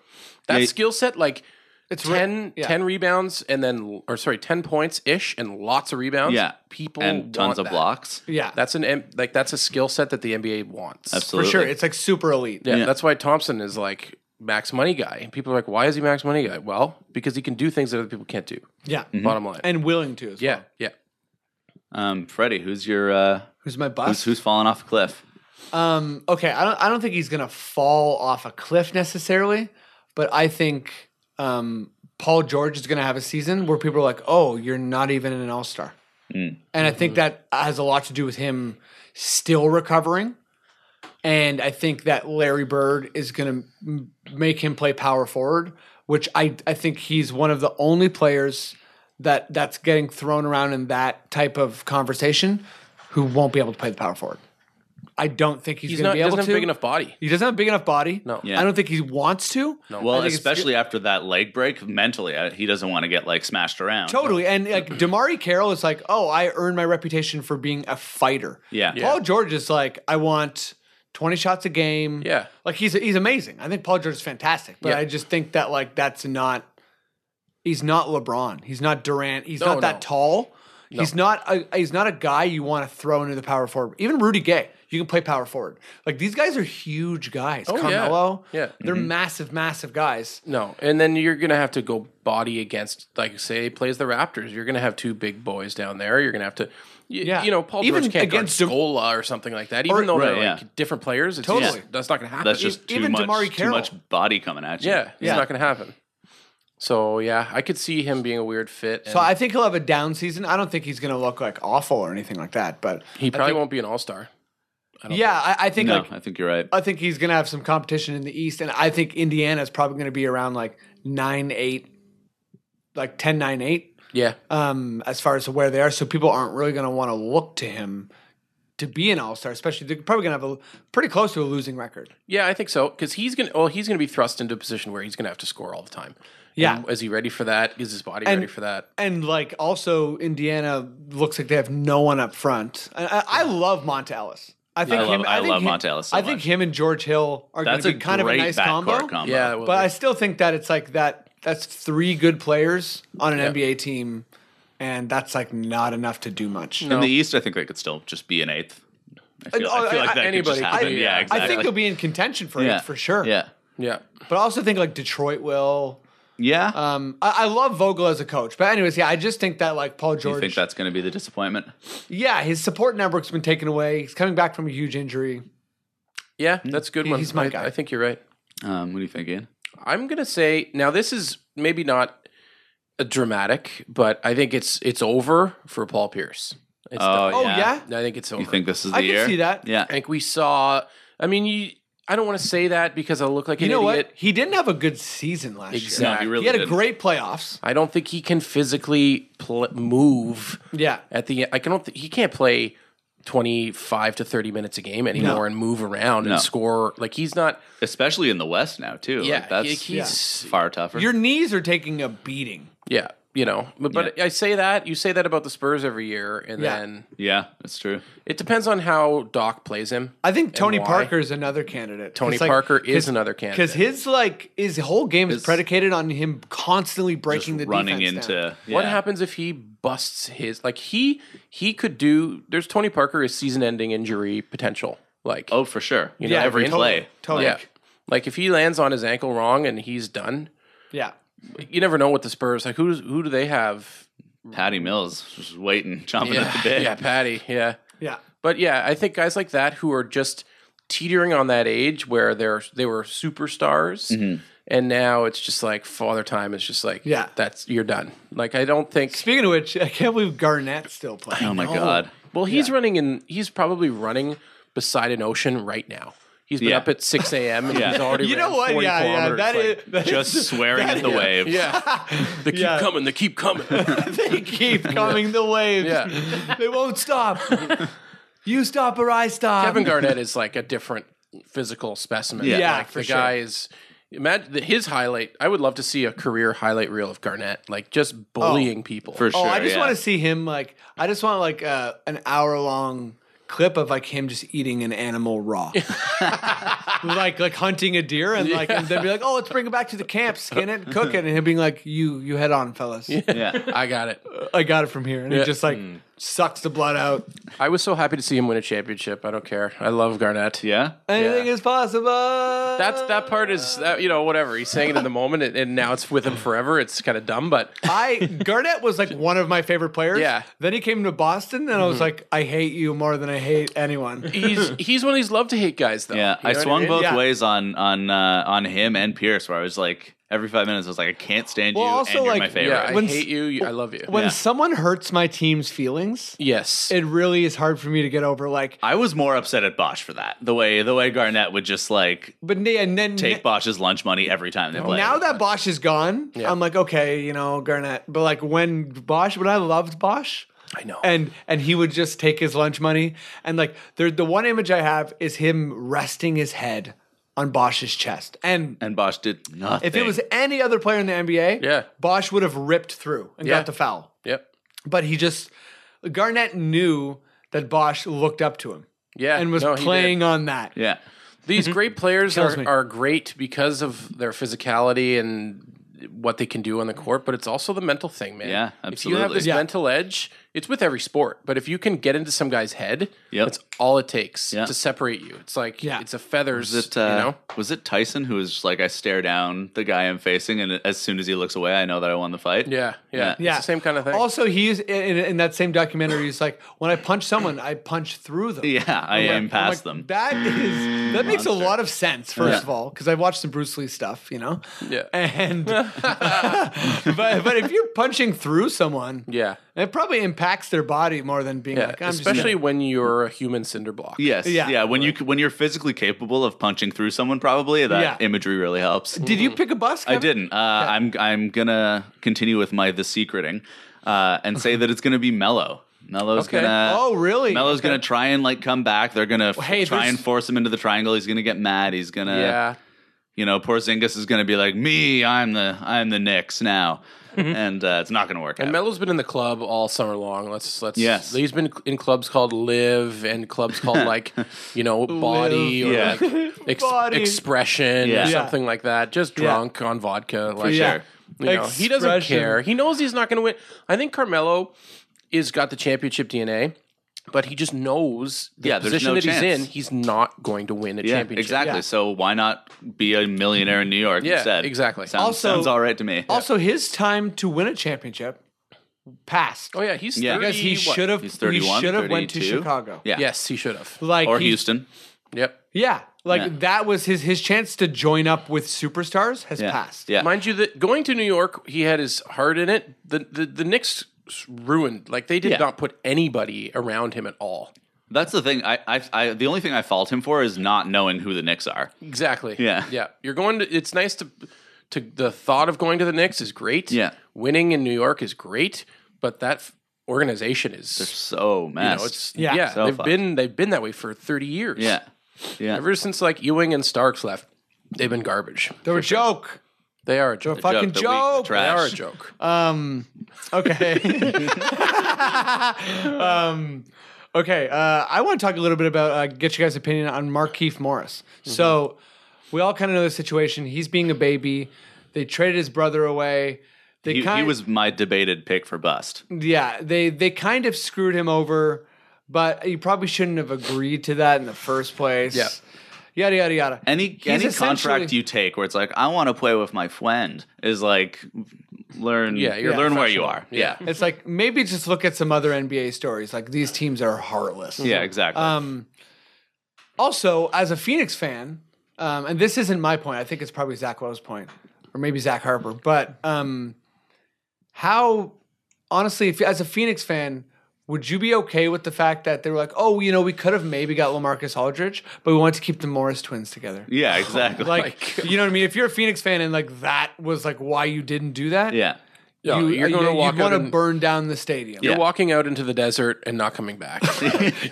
Speaker 2: That
Speaker 4: Yeah.
Speaker 2: skill set, like
Speaker 5: It's re-
Speaker 2: 10,
Speaker 5: yeah.
Speaker 2: 10 rebounds and then or sorry, ten points ish and lots of rebounds.
Speaker 4: Yeah.
Speaker 2: people
Speaker 4: And tons
Speaker 2: want
Speaker 4: of
Speaker 2: that.
Speaker 4: blocks.
Speaker 5: Yeah,
Speaker 2: That's an M- like that's a skill set that the NBA wants.
Speaker 5: for
Speaker 4: Absolutely.
Speaker 5: sure. It's like super elite.
Speaker 2: Yeah,
Speaker 4: Yeah.
Speaker 2: that's why Thompson is like max money guy. And people are like, why is he max money guy? Well, because he can do things that other people can't do.
Speaker 5: Yeah,
Speaker 4: Mm-hmm.
Speaker 2: Bottom line.
Speaker 5: and willing to. As
Speaker 2: yeah,
Speaker 5: well.
Speaker 2: yeah.
Speaker 4: Um, Freddie, who's your uh,
Speaker 5: Who's my
Speaker 4: who's
Speaker 5: boss?
Speaker 4: who's falling off a cliff?
Speaker 5: um, okay, I don't. I don't think he's gonna fall off a cliff necessarily, but I think um, Paul George is gonna have a season where people are like, "Oh, you're not even an All Star," and I think that has a lot to do with him still recovering. And I think that Larry Bird is going to make him play power forward, which I, I think he's one of the only players that that's getting thrown around in that type of conversation who won't be able to play the power forward. I don't think he's,
Speaker 2: He's,
Speaker 5: going to
Speaker 2: not
Speaker 5: be
Speaker 2: he
Speaker 5: able
Speaker 2: doesn't
Speaker 5: to.
Speaker 2: have a big enough body.
Speaker 5: He doesn't have a big enough body.
Speaker 2: No.
Speaker 4: Yeah.
Speaker 5: I don't think he wants to. No.
Speaker 4: Well, especially after that leg break, mentally, I, he doesn't want to get like smashed around.
Speaker 5: Totally. And like Damari Carroll is like, oh, I earned my reputation for being a fighter.
Speaker 4: Yeah. Yeah.
Speaker 5: Paul George is like, I want 20 shots a game.
Speaker 2: Yeah.
Speaker 5: Like he's he's amazing. I think Paul George is fantastic. But
Speaker 2: Yeah.
Speaker 5: I just think that like that's not he's not LeBron. He's not Durant. He's
Speaker 2: No,
Speaker 5: not
Speaker 2: no.
Speaker 5: that tall. He's not a he's not a guy you want to throw into the power forward. Even Rudy Gay, you can play power forward. Like these guys are huge guys.
Speaker 2: Oh, yeah.
Speaker 5: Carmelo.
Speaker 2: Yeah. Mm-hmm.
Speaker 5: They're massive, massive guys.
Speaker 2: No. And then you're gonna have to go body against like say he plays the Raptors. You're gonna have two big boys down there. You're gonna have to y-
Speaker 5: Yeah.
Speaker 2: you know, Paul
Speaker 5: Even
Speaker 2: George can't
Speaker 5: against
Speaker 2: against
Speaker 5: Dem-
Speaker 2: guard Scola or something like that. Even
Speaker 5: Or-
Speaker 2: though
Speaker 4: Right,
Speaker 2: they're like
Speaker 4: yeah.
Speaker 2: different players, it's
Speaker 5: Totally.
Speaker 2: just- that's not gonna happen.
Speaker 4: That's just too
Speaker 5: Even
Speaker 4: much.
Speaker 5: Damari
Speaker 4: too
Speaker 5: Carroll.
Speaker 4: much body coming at you.
Speaker 2: yeah, it's
Speaker 5: Yeah.
Speaker 2: not gonna happen. So yeah, I could see him being a weird fit.
Speaker 5: So I think he'll have a down season. I don't think he's going to look like awful or anything like that. But
Speaker 2: he probably won't be an all star.
Speaker 5: yeah, I, I think
Speaker 4: No,
Speaker 5: like
Speaker 4: I think you're right.
Speaker 5: I think he's going to have some competition in the East, and I think Indiana is probably going to be around like nine eight, like 10, 9, 8,
Speaker 2: Yeah.
Speaker 5: um, as far as where they are. So people aren't really going to want to look to him to be an All Star, especially they're probably going to have a pretty close to a losing record.
Speaker 2: Yeah, I think so because he's gonna. Well, he's gonna be thrust into a position where he's gonna have to score all the time.
Speaker 5: Yeah.
Speaker 2: And is he ready for that? Is his body
Speaker 5: And-
Speaker 2: ready for that?
Speaker 5: And like also Indiana looks like they have no one up front. And I, I love Monta Ellis. I think
Speaker 4: I love-
Speaker 5: him,
Speaker 4: I
Speaker 5: think
Speaker 4: love
Speaker 5: him-
Speaker 4: Monta Ellis so
Speaker 5: I think
Speaker 4: much.
Speaker 5: him and George Hill are going
Speaker 4: That's
Speaker 5: to
Speaker 4: a
Speaker 5: be kind of a
Speaker 4: great
Speaker 5: nice
Speaker 4: backcourt
Speaker 5: combo.
Speaker 4: combo.
Speaker 2: Yeah, well,
Speaker 5: But I still think that it's like that. That's three good players on an
Speaker 2: Yeah.
Speaker 5: NBA team, and that's like not enough to do much.
Speaker 2: e-
Speaker 4: In the East, I think they could still just be an eighth. I feel, I feel like that could just
Speaker 2: anybody could
Speaker 4: happen.
Speaker 2: be-
Speaker 4: yeah,
Speaker 2: I
Speaker 4: exactly.
Speaker 5: I think they'll Uh, be in contention for
Speaker 4: yeah.
Speaker 5: it for sure.
Speaker 4: Yeah.
Speaker 2: Yeah.
Speaker 5: But I also think like Detroit will.
Speaker 4: Yeah.
Speaker 5: Um, I, I love Vogel as a coach, but anyways, yeah, I just think that like
Speaker 4: Do
Speaker 5: Paul
Speaker 4: you
Speaker 5: George,
Speaker 4: think that's going to be the disappointment?
Speaker 5: yeah, his support network's been taken away. He's coming back from a huge injury.
Speaker 2: Yeah, that's a good
Speaker 5: Mm-hmm. He-
Speaker 2: one.
Speaker 5: he's my
Speaker 2: I-
Speaker 5: guy.
Speaker 2: I think you're right.
Speaker 4: Um, what do you think, Ian?
Speaker 2: I'm gonna say now this is maybe not a dramatic, but I think it's it's over for Paul Pierce. It's
Speaker 4: Oh,
Speaker 5: Oh
Speaker 4: Yeah.
Speaker 5: yeah,
Speaker 2: done. I think it's over.
Speaker 4: You think this is the
Speaker 5: I
Speaker 4: year?
Speaker 5: can see that.
Speaker 4: Yeah.
Speaker 2: I think we saw. I mean, you, I don't want to say that because I look like
Speaker 5: You
Speaker 2: an
Speaker 5: know
Speaker 2: idiot.
Speaker 5: what? He didn't have a good season last
Speaker 2: Exactly.
Speaker 4: No, you
Speaker 5: year.
Speaker 4: really
Speaker 5: he had a
Speaker 4: didn't.
Speaker 5: great playoffs.
Speaker 2: I don't think he can physically pl- move
Speaker 5: Yeah,
Speaker 2: at the. e, I don't. Th- he can't play twenty five to thirty minutes a game anymore and move around
Speaker 4: No.
Speaker 2: and score. Like he's not.
Speaker 4: Especially in the West now, too.
Speaker 2: Yeah,
Speaker 4: Like, that's
Speaker 2: he- he's
Speaker 4: far tougher.
Speaker 5: your knees are taking a beating.
Speaker 2: yeah. You know, but, but I say that you say that about the Spurs every year, and
Speaker 5: Yeah.
Speaker 2: then
Speaker 4: yeah, that's true.
Speaker 2: it depends on how Doc plays him.
Speaker 5: I think Tony
Speaker 2: why?
Speaker 5: Parker is another candidate.
Speaker 2: Tony Parker is another candidate.
Speaker 5: because his like his whole game is
Speaker 4: His-
Speaker 5: predicated on him constantly breaking the
Speaker 4: Running
Speaker 5: defense
Speaker 4: into
Speaker 5: down.
Speaker 2: What
Speaker 4: yeah.
Speaker 2: happens if he busts his like he he could do? There's Tony Parker is season-ending injury potential. Like
Speaker 4: Oh, for sure. You
Speaker 2: know, Yeah,
Speaker 4: every
Speaker 2: totally.
Speaker 4: play.
Speaker 5: Totally.
Speaker 2: yeah, like if he lands on his ankle wrong and he's done,
Speaker 5: Yeah.
Speaker 2: you never know what the Spurs like. Who who do they have?
Speaker 4: Patty Mills was waiting, chomping at the bit.
Speaker 2: yeah, Patty. Yeah,
Speaker 5: Yeah.
Speaker 2: but yeah, I think guys like that who are just teetering on that age where they're they were superstars. And now it's just like father time is just like
Speaker 5: Yeah.
Speaker 2: that's you're done. Like I don't think
Speaker 5: Speaking of which, I can't believe Garnett's still playing.
Speaker 4: Oh my god.
Speaker 2: Well, he's running in. He's probably running beside an ocean right now. He's been
Speaker 4: Yeah.
Speaker 2: up at six a.m. and he's already.
Speaker 5: You know
Speaker 2: ran
Speaker 5: what?
Speaker 2: 40
Speaker 5: Yeah, yeah.
Speaker 2: kilometers.
Speaker 5: That
Speaker 2: Like,
Speaker 5: is that is-
Speaker 4: Just swearing at the wave.
Speaker 2: yeah. They keep
Speaker 5: Yeah.
Speaker 2: coming. They keep coming.
Speaker 5: they keep coming the waves.
Speaker 2: Yeah.
Speaker 5: They won't stop. you stop or I stop.
Speaker 2: Kevin Garnett is like a different physical specimen.
Speaker 4: Yeah.
Speaker 5: Yeah,
Speaker 2: like,
Speaker 5: for
Speaker 2: the
Speaker 5: sure.
Speaker 2: guy is. Imagine the- his highlight. I would love to see a career highlight reel of Garnett, like just bullying people.
Speaker 4: For sure.
Speaker 5: Oh, I just
Speaker 4: yeah.
Speaker 5: want to see him like I just want like uh, an hour long clip of like him just eating an animal raw. like like hunting a deer and like and then be like, "Oh, let's bring it back to the camp, skin it, and cook it." And him being like, "You you head on, fellas.
Speaker 4: Yeah.
Speaker 2: I got it.
Speaker 5: I got it from here." And
Speaker 2: Yeah.
Speaker 5: it just like sucks the blood out.
Speaker 2: I was so happy to see him win a championship. I don't care. I love Garnett.
Speaker 4: Yeah.
Speaker 5: Anything is possible.
Speaker 2: That's that part is that you know whatever he's saying it in the moment and, and now it's with him forever. It's kind of dumb, but
Speaker 5: I Garnett was like one of my favorite players.
Speaker 2: Yeah.
Speaker 5: Then he came to Boston, and I was like, I hate you more than I hate anyone.
Speaker 2: he's he's one of these love to hate guys though.
Speaker 4: Yeah.
Speaker 2: You know
Speaker 4: I
Speaker 2: what
Speaker 4: swung
Speaker 2: mean?
Speaker 4: both
Speaker 5: Yeah.
Speaker 4: ways on on uh, on him and Pierce, where I was like, every five minutes, I was like, I can't stand
Speaker 5: Well,
Speaker 4: you,
Speaker 5: also,
Speaker 4: and you're
Speaker 5: like,
Speaker 4: my favorite.
Speaker 2: Yeah, I
Speaker 5: When-
Speaker 2: hate you, you. I love you.
Speaker 5: When
Speaker 4: Yeah.
Speaker 5: someone hurts my team's feelings,
Speaker 2: yes,
Speaker 5: it really is hard for me to get over. Like,
Speaker 4: I was more upset at Bosch for that. The way the way Garnett would just like
Speaker 5: but na- and then
Speaker 4: take Bosch's lunch money every time they play.
Speaker 5: now that Bosch is gone, I'm like, okay, you know, Garnett. But like when Bosch, when I loved Bosch,
Speaker 2: I know.
Speaker 5: and and he would just take his lunch money and like there, the one image I have is him resting his head on Bosch's chest. And
Speaker 4: and Bosch did nothing.
Speaker 5: if it was any other player in the NBA,
Speaker 2: Yeah.
Speaker 5: Bosch would have ripped through and
Speaker 2: Yeah.
Speaker 5: got the foul.
Speaker 2: yep.
Speaker 5: But he just Garnett knew that Bosch looked up to him
Speaker 2: Yeah,
Speaker 5: and was
Speaker 2: no, he did.
Speaker 5: playing on that.
Speaker 4: yeah, Mm-hmm.
Speaker 2: These great players
Speaker 5: Kills
Speaker 2: are,
Speaker 5: me.
Speaker 2: are great because of their physicality and what they can do on the court, but it's also the mental thing, man.
Speaker 4: Yeah,
Speaker 2: If you have
Speaker 4: absolutely.
Speaker 2: this
Speaker 4: Yeah.
Speaker 2: mental edge, it's with every sport, but if you can get into some guy's head,
Speaker 4: Yep.
Speaker 2: that's all it takes
Speaker 4: Yeah.
Speaker 2: to separate you. It's like
Speaker 5: Yeah.
Speaker 2: it's a feathers,
Speaker 4: was it uh,
Speaker 2: you know.
Speaker 4: was it Tyson who was just like I stare down the guy I'm facing, and as soon as he looks away, I know that I won the fight.
Speaker 2: Yeah,
Speaker 4: Yeah.
Speaker 2: yeah, It's
Speaker 5: Yeah.
Speaker 2: the same kind of thing.
Speaker 5: Also, he's in, in that same documentary. He's like, when I punch someone, I punch through them.
Speaker 4: yeah, I
Speaker 5: I'm like-
Speaker 4: aim
Speaker 5: I'm
Speaker 4: past
Speaker 5: like,
Speaker 4: them.
Speaker 5: That is that makes a
Speaker 4: Monster.
Speaker 5: lot of sense. First
Speaker 4: Yeah.
Speaker 5: of all, because I watched some Bruce Lee stuff, you know.
Speaker 2: Yeah.
Speaker 5: And but but if you're punching through someone,
Speaker 2: yeah.
Speaker 5: it probably impacts their body more than being
Speaker 2: Yeah,
Speaker 5: like, I'm
Speaker 2: especially when you're a human cinder block.
Speaker 4: Yes.
Speaker 5: Yeah.
Speaker 4: Yeah. When you when you're physically capable of punching through someone, probably that
Speaker 5: Yeah.
Speaker 4: imagery really helps.
Speaker 5: Just, did you pick a bus?
Speaker 4: I
Speaker 5: Kevin?
Speaker 4: didn't. Uh, I'm I'm gonna continue with my the secreting, uh, and say that it's gonna be mellow. Mello's
Speaker 2: Okay.
Speaker 4: gonna.
Speaker 5: Oh, really?
Speaker 4: Melo's gonna try and like come back. They're gonna f-
Speaker 5: hey,
Speaker 4: try
Speaker 5: there's-
Speaker 4: and force him into the triangle. He's gonna get mad. He's gonna,
Speaker 2: yeah.
Speaker 4: you know, poor Zingas is gonna be like, "Me, I'm the, I'm the Knicks now,"
Speaker 5: Mm-hmm.
Speaker 4: and uh, it's not gonna work.
Speaker 2: And
Speaker 4: out.
Speaker 2: Melo's been in the club all summer long. Let's let's.
Speaker 4: Yes.
Speaker 2: he's been in clubs called Live and clubs called like you know Body or
Speaker 4: Yeah.
Speaker 2: like ex-
Speaker 5: Body.
Speaker 2: Expression
Speaker 4: Yeah.
Speaker 2: or
Speaker 4: Yeah.
Speaker 2: something like that. Just drunk on vodka. Like,
Speaker 5: Yeah.
Speaker 4: Sure.
Speaker 2: you know, he doesn't
Speaker 5: Expression.
Speaker 2: care. He knows he's not going to win. I think Carmelo is got the championship DNA. but he just knows the
Speaker 4: Yeah, there's
Speaker 2: position
Speaker 4: no
Speaker 2: that he's
Speaker 4: chance.
Speaker 2: in, he's not going to win a
Speaker 4: Yeah,
Speaker 2: championship.
Speaker 4: exactly.
Speaker 5: Yeah.
Speaker 4: So why not be a millionaire in New York
Speaker 2: Yeah,
Speaker 4: instead?
Speaker 2: exactly.
Speaker 4: Sounds,
Speaker 5: Also-
Speaker 4: sounds all right to me.
Speaker 5: Also, his time to win a championship passed.
Speaker 2: Oh yeah, he's
Speaker 4: Yeah.
Speaker 2: 30,
Speaker 5: Because he
Speaker 2: what?
Speaker 5: should have
Speaker 4: He's
Speaker 5: he
Speaker 4: 31,
Speaker 5: should have went to
Speaker 4: 32.
Speaker 5: Chicago.
Speaker 4: yeah.
Speaker 2: Yes, he should have.
Speaker 5: Like
Speaker 4: Or
Speaker 5: he-
Speaker 4: Houston.
Speaker 2: Yep.
Speaker 5: Yeah. Like
Speaker 4: Yeah.
Speaker 5: that was his his chance to join up with superstars has
Speaker 4: Yeah.
Speaker 5: passed.
Speaker 4: Yeah.
Speaker 2: Mind you, that going to New York, he had his heart in it. The the, the Knicks ruined. Like they did
Speaker 4: Yeah.
Speaker 2: not put anybody around him at all.
Speaker 4: That's the thing. I, I, I, the only thing I fault him for is not knowing who the Knicks are.
Speaker 2: Exactly.
Speaker 4: Yeah.
Speaker 2: Yeah. You're going to. It's nice to. To the thought of going to the Knicks is great.
Speaker 4: Yeah.
Speaker 2: Winning in New York is great, but that f- organization is.
Speaker 4: So
Speaker 2: You
Speaker 4: messed.
Speaker 2: know, it's yeah.
Speaker 5: Yeah.
Speaker 4: So
Speaker 2: they've
Speaker 4: fucked.
Speaker 2: been they've been that way for thirty years.
Speaker 4: yeah, yeah.
Speaker 2: Ever since like Ewing and Starks left, they've been garbage.
Speaker 5: They're a joke.
Speaker 2: They are a
Speaker 5: They're a
Speaker 2: joke.
Speaker 5: fucking
Speaker 4: Joke, the weak, the
Speaker 5: joke.
Speaker 2: They are a
Speaker 4: Trash.
Speaker 2: joke.
Speaker 5: Um okay. um okay, uh I want to talk a little bit about uh, get you guys opinion on Markeith Morris.
Speaker 4: Mm-hmm.
Speaker 5: So we all kind of know the situation. He's being a baby. They traded his brother away. They
Speaker 4: He,
Speaker 5: kind
Speaker 4: he was my debated pick for bust.
Speaker 2: Mm.
Speaker 5: Yeah, they they kind of screwed him over, but you probably shouldn't have agreed to that in the first place.
Speaker 2: Yeah.
Speaker 5: Yada yada yada.
Speaker 4: Any any contract
Speaker 5: essentially-
Speaker 4: you take where it's like I want to play with my friend is like learn
Speaker 2: Yeah, you're
Speaker 4: learn where you are.
Speaker 2: Yeah.
Speaker 4: Yeah.
Speaker 5: it's like maybe just look at some other NBA stories. Like these teams are heartless.
Speaker 4: Yeah, exactly.
Speaker 2: Uh,
Speaker 5: Um also, as a Phoenix fan, um, and this isn't my point, I think it's probably Zach Lowe's point, or maybe Zach Harper, but um how honestly, if as a Phoenix fan, would you be okay with the fact that they were like, oh, you know, we could have maybe got Lamarcus Aldridge, but we wanted to keep the Morris twins together?
Speaker 4: yeah, exactly.
Speaker 5: Like, you know what I mean? If you're a Phoenix fan and like that was like why you didn't do that,
Speaker 4: yeah.
Speaker 2: Yeah,
Speaker 5: you,
Speaker 2: you're going to walk out
Speaker 5: want to
Speaker 2: and-
Speaker 5: burn down the stadium.
Speaker 2: You're
Speaker 4: Yeah.
Speaker 2: walking out into the desert and not coming back.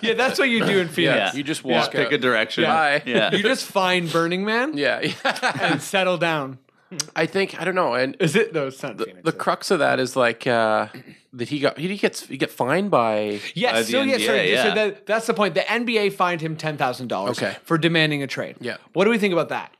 Speaker 5: Yeah, that's what you do in Phoenix.
Speaker 4: Yeah.
Speaker 2: You just
Speaker 4: Yeah.
Speaker 2: walk
Speaker 4: pick
Speaker 2: out.
Speaker 4: a direction.
Speaker 2: Bye.
Speaker 4: Yeah.
Speaker 5: You just find Burning Man
Speaker 2: yeah.
Speaker 5: and settle down.
Speaker 2: I think I don't know. And
Speaker 5: Is it though? It's not Phoenix.
Speaker 2: the crux of that is like uh, that he got he gets he get fined by
Speaker 4: By
Speaker 5: yes.
Speaker 4: the
Speaker 5: So yeah,
Speaker 4: NBA,
Speaker 5: sorry. So
Speaker 4: yeah.
Speaker 5: that, that's the point. The NBA fined him ten thousand dollars
Speaker 2: Okay.
Speaker 5: for demanding a trade.
Speaker 2: Yeah.
Speaker 5: What do we think about that?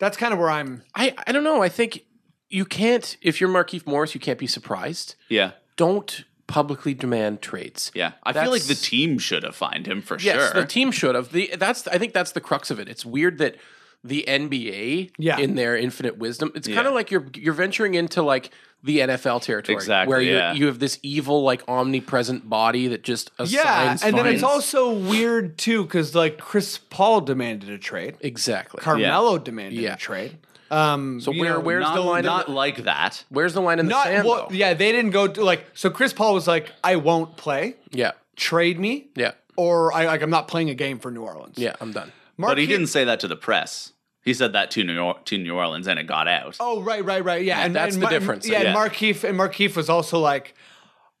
Speaker 5: That's kind of where I'm.
Speaker 2: I I don't know. I think you can't if you're Markeith Morris, you can't be surprised.
Speaker 4: yeah.
Speaker 2: Don't publicly demand trades.
Speaker 4: Yeah. I feel like the
Speaker 2: That's-
Speaker 4: team should have fined him for
Speaker 2: Yes,
Speaker 4: sure.
Speaker 2: the team should have. The that's I think that's the crux of it. It's weird that the NBA,
Speaker 5: Yeah.
Speaker 2: in their infinite wisdom, it's kind
Speaker 4: Yeah.
Speaker 2: of like you're you're venturing into like the NFL territory,
Speaker 4: Exactly,
Speaker 2: where
Speaker 4: yeah.
Speaker 2: you you have this evil like omnipresent body that just
Speaker 5: Yeah,
Speaker 2: assigns
Speaker 5: and then it's
Speaker 2: fines.
Speaker 5: also weird too because like Chris Paul demanded a trade,
Speaker 2: exactly
Speaker 5: Carmelo demanded
Speaker 2: Yeah.
Speaker 5: a trade. Um,
Speaker 2: So
Speaker 5: you
Speaker 2: where-
Speaker 5: know,
Speaker 2: where's
Speaker 4: not
Speaker 2: the line in
Speaker 4: not
Speaker 2: the-
Speaker 4: like that.
Speaker 2: Where's the line in the
Speaker 5: not
Speaker 2: sand?
Speaker 5: well,
Speaker 2: though?
Speaker 5: yeah they didn't go to, like so Chris Paul was like I won't play,
Speaker 2: yeah,
Speaker 5: trade me,
Speaker 2: yeah,
Speaker 5: or I like I'm not playing a game for New Orleans.
Speaker 2: yeah. I'm done.
Speaker 5: Mark
Speaker 4: but he didn't say that to the press. He said that to New, York, to New Orleans and it got out.
Speaker 5: Oh right, right, right. Yeah, and
Speaker 2: that's
Speaker 5: and
Speaker 2: the
Speaker 5: Mar-
Speaker 2: difference.
Speaker 5: Yeah,
Speaker 4: Yeah.
Speaker 5: and Markeef and Markeef was also like,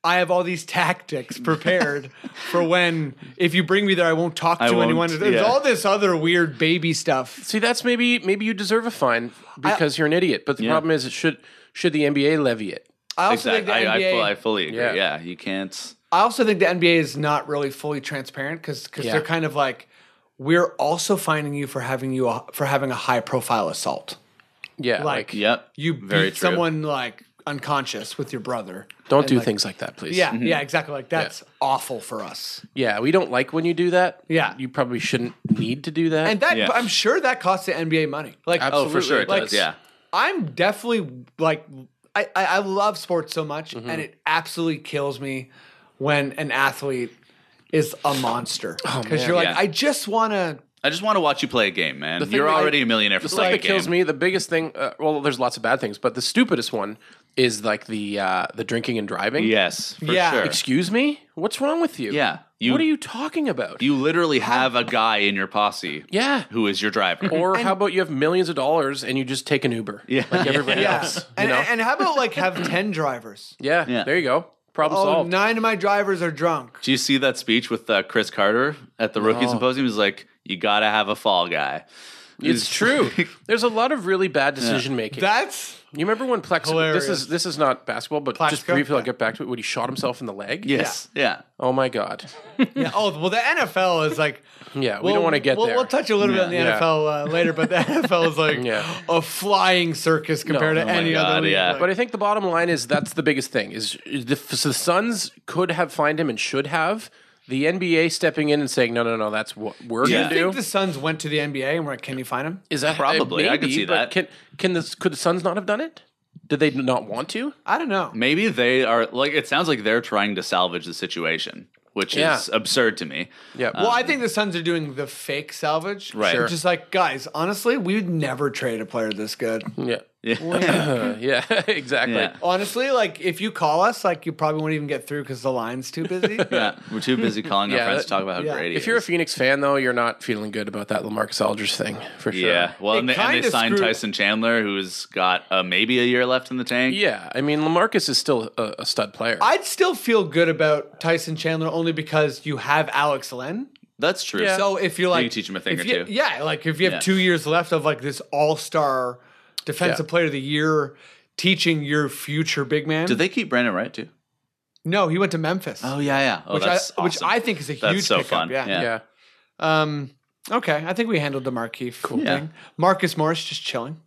Speaker 5: I have all these tactics prepared for when if you bring me there, I won't talk to
Speaker 4: I won't,
Speaker 5: anyone. There's
Speaker 4: yeah.
Speaker 5: all this other weird baby stuff.
Speaker 2: See, that's maybe maybe you deserve a fine because you're an idiot. But the problem is, it should should the NBA levy it?
Speaker 5: I also
Speaker 4: exactly.
Speaker 5: think the
Speaker 4: I, I,
Speaker 5: NBA.
Speaker 4: fu- I fully agree.
Speaker 2: Yeah.
Speaker 4: Yeah. You can't.
Speaker 5: I also think the NBA is not really fully transparent because
Speaker 2: Yeah.
Speaker 5: they're kind of like, we're also finding you for having you a, for having a high profile assault.
Speaker 2: Yeah, like,
Speaker 5: Like-
Speaker 4: Yep.
Speaker 5: You
Speaker 4: Very
Speaker 5: beat
Speaker 4: true.
Speaker 5: someone like unconscious with your brother.
Speaker 2: don't do things like that, please.
Speaker 4: Mm-hmm.
Speaker 5: Yeah, yeah, exactly. Like that's awful for us.
Speaker 2: yeah. We don't like when you do that.
Speaker 5: Yeah.
Speaker 2: you probably shouldn't need to do that.
Speaker 5: And that
Speaker 4: Yeah.
Speaker 5: I'm sure that costs the NBA money. Like
Speaker 2: Absolutely.
Speaker 4: Oh, for sure it
Speaker 2: Like-
Speaker 4: does. Yeah.
Speaker 5: I'm definitely like I, I, I love sports so much
Speaker 2: Mm-hmm.
Speaker 5: and it absolutely kills me when an athlete is a monster.
Speaker 2: Oh,
Speaker 5: Because you're like,
Speaker 4: Yeah.
Speaker 5: I just wanna
Speaker 4: I just want to watch you play a game, man.
Speaker 2: thing
Speaker 4: You're
Speaker 2: that I-
Speaker 4: already a millionaire for
Speaker 2: the thing
Speaker 4: playing a
Speaker 2: that
Speaker 4: game.
Speaker 2: kills me, the biggest thing. Uh, well, there's lots of bad things, but the stupidest one is like the uh, the drinking and driving.
Speaker 4: Yes, for
Speaker 5: Yeah.
Speaker 4: sure.
Speaker 2: Excuse me, what's wrong with you?
Speaker 4: Yeah, you-
Speaker 2: what are you talking about?
Speaker 4: You literally have a guy in your posse
Speaker 2: yeah.
Speaker 4: who is your driver.
Speaker 2: Or how about you have millions of dollars and you just take an Uber?
Speaker 4: Yeah.
Speaker 2: like everybody
Speaker 5: yeah.
Speaker 2: else. You
Speaker 5: and,
Speaker 2: know?
Speaker 5: and how about like have ten drivers?
Speaker 2: Yeah,
Speaker 4: Yeah.
Speaker 2: there you go. Problem
Speaker 5: Oh,
Speaker 2: solved.
Speaker 5: nine of my drivers are drunk.
Speaker 4: Do you see that speech with uh, Chris Carter at the rookie symposium? He's like, "You gotta have a fall guy."
Speaker 2: It's true. There's a lot of really bad decision making.
Speaker 5: That's
Speaker 2: You remember when Plexico? This
Speaker 5: Hilarious.
Speaker 2: is this is not basketball, but just
Speaker 5: Plaxico?
Speaker 2: briefly, I'll
Speaker 5: Yeah.
Speaker 2: get back to it. When he shot himself in the leg.
Speaker 4: Yes, yeah,
Speaker 2: Oh my god.
Speaker 5: yeah, oh well the NFL is like
Speaker 2: Yeah, we
Speaker 5: we'll-
Speaker 2: don't want to get
Speaker 5: we'll,
Speaker 2: there.
Speaker 5: We'll touch a little bit on the
Speaker 2: Yeah.
Speaker 5: NFL uh, later, but the NFL is like
Speaker 2: Yeah.
Speaker 5: a flying circus compared
Speaker 2: No. Oh
Speaker 5: to any
Speaker 4: God,
Speaker 5: other. league.
Speaker 4: yeah.
Speaker 5: Like,
Speaker 2: but I think the bottom line is that's the biggest thing is is the, so the Suns could have fined him and should have. the NBA stepping in and saying, "No, no, no, that's what we're
Speaker 5: Do you
Speaker 4: Yeah.
Speaker 2: going to do."
Speaker 5: think the Suns went to the NBA and were like, "Can you find him?"
Speaker 2: Is that
Speaker 4: Probably, I could
Speaker 2: maybe,
Speaker 4: see
Speaker 2: but
Speaker 4: that.
Speaker 2: Can can the could the Suns not have done it? Did they not want to?
Speaker 5: I don't know.
Speaker 4: Maybe they are like it sounds like they're trying to salvage the situation, which
Speaker 2: Yeah.
Speaker 4: is absurd to me.
Speaker 2: Yeah.
Speaker 4: Uh,
Speaker 5: Well, I think the Suns are doing the fake salvage.
Speaker 4: Right. Sure.
Speaker 5: Just like, guys, honestly, we would never trade a player this good.
Speaker 2: yeah.
Speaker 4: Yeah.
Speaker 2: Uh, yeah, exactly.
Speaker 4: Yeah.
Speaker 5: honestly, like, if you call us, like, you probably won't even get through because the line's too busy.
Speaker 4: Yeah, we're too busy calling our
Speaker 2: Yeah,
Speaker 4: friends
Speaker 2: that-
Speaker 4: to talk about how
Speaker 5: yeah.
Speaker 4: great he
Speaker 2: If you're a
Speaker 4: is.
Speaker 2: Phoenix fan, though, you're not feeling good about that Lamarcus Aldridge thing for sure.
Speaker 4: yeah, well,
Speaker 5: They
Speaker 4: and they, and
Speaker 5: kinda
Speaker 4: they signed
Speaker 5: screwed-
Speaker 4: Tyson Chandler, who's got uh, maybe a year left in the tank.
Speaker 2: yeah. I mean, Lamarcus is still a, a stud player.
Speaker 5: I'd still feel good about Tyson Chandler only because you have Alex Len.
Speaker 4: that's true.
Speaker 2: Yeah.
Speaker 5: So if you're like,
Speaker 4: can teach him a thing
Speaker 5: if
Speaker 4: or
Speaker 5: you-
Speaker 4: two.
Speaker 5: Yeah, like if you have
Speaker 4: Yeah.
Speaker 5: two years left of like this all star defensive player of the year, teaching your future big man.
Speaker 4: Did they keep Brandon Wright too?
Speaker 5: no, he went to Memphis,
Speaker 4: Oh yeah, yeah. Oh,
Speaker 5: which I
Speaker 4: that's
Speaker 5: which
Speaker 4: awesome.
Speaker 5: I think is a
Speaker 4: That's
Speaker 5: huge
Speaker 4: so
Speaker 5: pickup.
Speaker 4: fun.
Speaker 5: Yeah.
Speaker 4: Yeah.
Speaker 2: yeah.
Speaker 5: Um. Okay, I think we handled the Markeef cool
Speaker 4: Yeah.
Speaker 5: thing. Marcus Morris just chilling.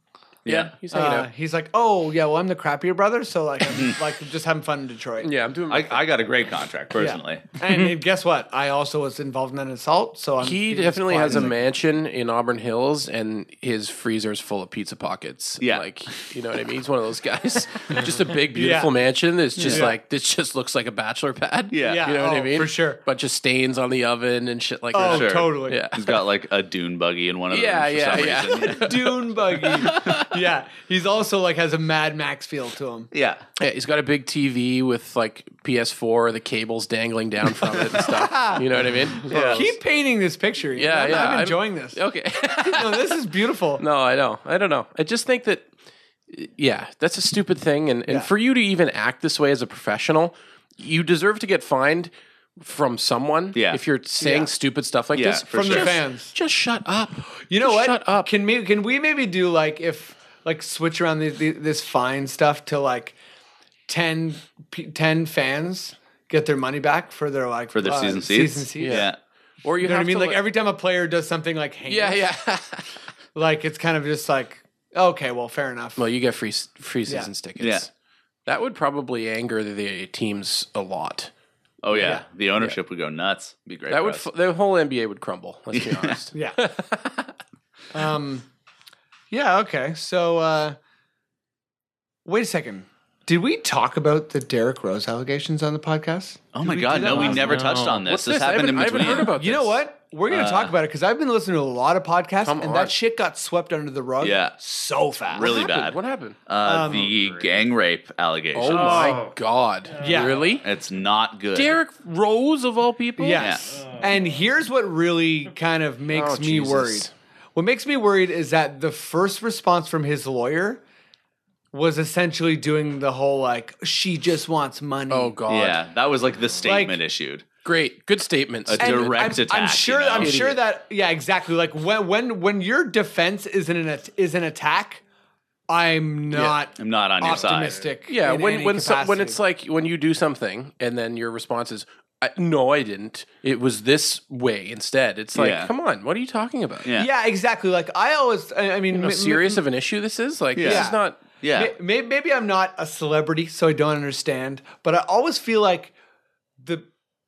Speaker 2: Yeah, he's hanging
Speaker 5: Uh, he's like, oh yeah, well I'm the crappier brother, so like I'm like just having fun in Detroit.
Speaker 2: out. Yeah, I'm doing.
Speaker 4: I, I got a great contract personally.
Speaker 5: And, and guess what? I also was involved in an assault, so I'm,
Speaker 2: he
Speaker 5: he's
Speaker 2: definitely
Speaker 5: fine.
Speaker 2: has a
Speaker 5: Like,
Speaker 2: mansion in Auburn Hills, and his freezer's full of pizza pockets.
Speaker 4: Yeah.
Speaker 2: like you know what I mean. He's one of those guys. just a big, beautiful mansion. That's just
Speaker 5: Yeah.
Speaker 2: like this. Just looks like a bachelor pad.
Speaker 4: Yeah.
Speaker 5: Yeah,
Speaker 2: you know what I
Speaker 5: oh,
Speaker 2: mean.
Speaker 5: for sure.
Speaker 2: bunch of stains on the oven and shit like
Speaker 5: Oh,
Speaker 2: that.
Speaker 4: Sure.
Speaker 5: totally.
Speaker 2: Yeah.
Speaker 4: He's got like a dune buggy in one of
Speaker 2: Yeah,
Speaker 4: them.
Speaker 2: yeah,
Speaker 4: for some
Speaker 2: yeah.
Speaker 4: Reason. yeah,
Speaker 5: Dune buggy. yeah, he's also like has a Mad Max feel to him.
Speaker 4: yeah.
Speaker 2: Yeah, he's got a big TV with like PS4, the cables dangling down from it and stuff. You know what I mean? Yeah,
Speaker 5: Keep painting this picture. you
Speaker 2: Yeah,
Speaker 5: know? I'm-
Speaker 2: yeah,
Speaker 5: I'm
Speaker 2: I'm-
Speaker 5: enjoying this.
Speaker 2: okay.
Speaker 5: No, this is beautiful.
Speaker 2: No, I know. I don't know. I just think that, yeah, that's a stupid thing. And, and for you to even act this way as a professional, you deserve to get fined from someone
Speaker 4: Yeah.
Speaker 2: if you're saying stupid stuff like
Speaker 4: Yeah,
Speaker 2: this.
Speaker 4: for
Speaker 5: From the
Speaker 4: sure.
Speaker 5: fans.
Speaker 2: Just shut up.
Speaker 5: You know
Speaker 2: Just
Speaker 5: what?
Speaker 2: Shut up.
Speaker 5: Can me? Can we maybe do like if like switch around the, the, this fine stuff to like 10, p- 10 fans get their money back for their like
Speaker 4: For their
Speaker 5: uh,
Speaker 4: season seats.
Speaker 5: Season seats.
Speaker 4: Yeah.
Speaker 2: or you,
Speaker 5: You know what I
Speaker 2: have
Speaker 5: mean?
Speaker 2: to,
Speaker 5: Like every time a player does something like heinous,
Speaker 2: Yeah, yeah.
Speaker 5: like it's kind of just like okay, well, fair enough.
Speaker 2: well, you get free s- free season tickets.
Speaker 4: Yeah.
Speaker 2: That would probably anger the teams a lot.
Speaker 4: Oh yeah. The ownership would go nuts. Be great.
Speaker 2: That
Speaker 4: for
Speaker 2: would
Speaker 4: us.
Speaker 2: f- the whole NBA would crumble. Let's be honest.
Speaker 5: Yeah. um, yeah. Okay. So, uh, wait a second. Did we talk about the Derrick Rose allegations on the podcast?
Speaker 4: oh my god, no, we never touched on this.
Speaker 2: What's
Speaker 4: this
Speaker 2: I
Speaker 4: happened in
Speaker 2: haven't- I
Speaker 4: between.
Speaker 2: haven't heard about
Speaker 5: You know
Speaker 2: this.
Speaker 5: what? We're gonna
Speaker 4: Uh,
Speaker 5: talk about it because I've been listening to a lot of podcasts,
Speaker 2: Come
Speaker 5: and
Speaker 2: on.
Speaker 5: that shit got swept under the rug.
Speaker 4: Yeah.
Speaker 5: So fast.
Speaker 4: Really
Speaker 2: What
Speaker 4: bad.
Speaker 2: happened? What happened?
Speaker 4: Uh, the gang rape allegations.
Speaker 2: Oh my god.
Speaker 5: Yeah.
Speaker 2: Really?
Speaker 4: It's not good.
Speaker 2: Derek Rose of all people?
Speaker 5: Yes. And here's what really kind of makes
Speaker 2: Oh,
Speaker 5: me
Speaker 2: Jesus.
Speaker 5: worried. What makes me worried is that the first response from his lawyer was essentially doing the whole like she just wants money.
Speaker 2: Oh god.
Speaker 4: Yeah, that was like the statement issued.
Speaker 2: Great. Good statements.
Speaker 4: A-
Speaker 5: And
Speaker 4: direct
Speaker 5: I'm, I'm
Speaker 4: attack,
Speaker 5: sure.
Speaker 4: you know?
Speaker 5: I'm sure
Speaker 2: Idiot.
Speaker 5: that. Yeah, exactly. Like when when when your defense is an at- is an attack, I'm not
Speaker 4: I'm not on your side.
Speaker 5: optimistic.
Speaker 2: yeah,
Speaker 5: in
Speaker 2: when
Speaker 5: any
Speaker 2: when so, when
Speaker 5: capacity.
Speaker 2: it's like when you do something and then your response is I, no, I didn't. It was this way instead. It's like,
Speaker 4: Yeah.
Speaker 2: come on, what are you talking about?
Speaker 4: Yeah.
Speaker 5: yeah, exactly. Like I always. I, I mean,
Speaker 2: How
Speaker 5: m-
Speaker 2: serious of an issue this is? Like this
Speaker 4: Yeah.
Speaker 2: is not
Speaker 4: Yeah.
Speaker 5: May- may- maybe I'm not a celebrity, so I don't understand. But I always feel like the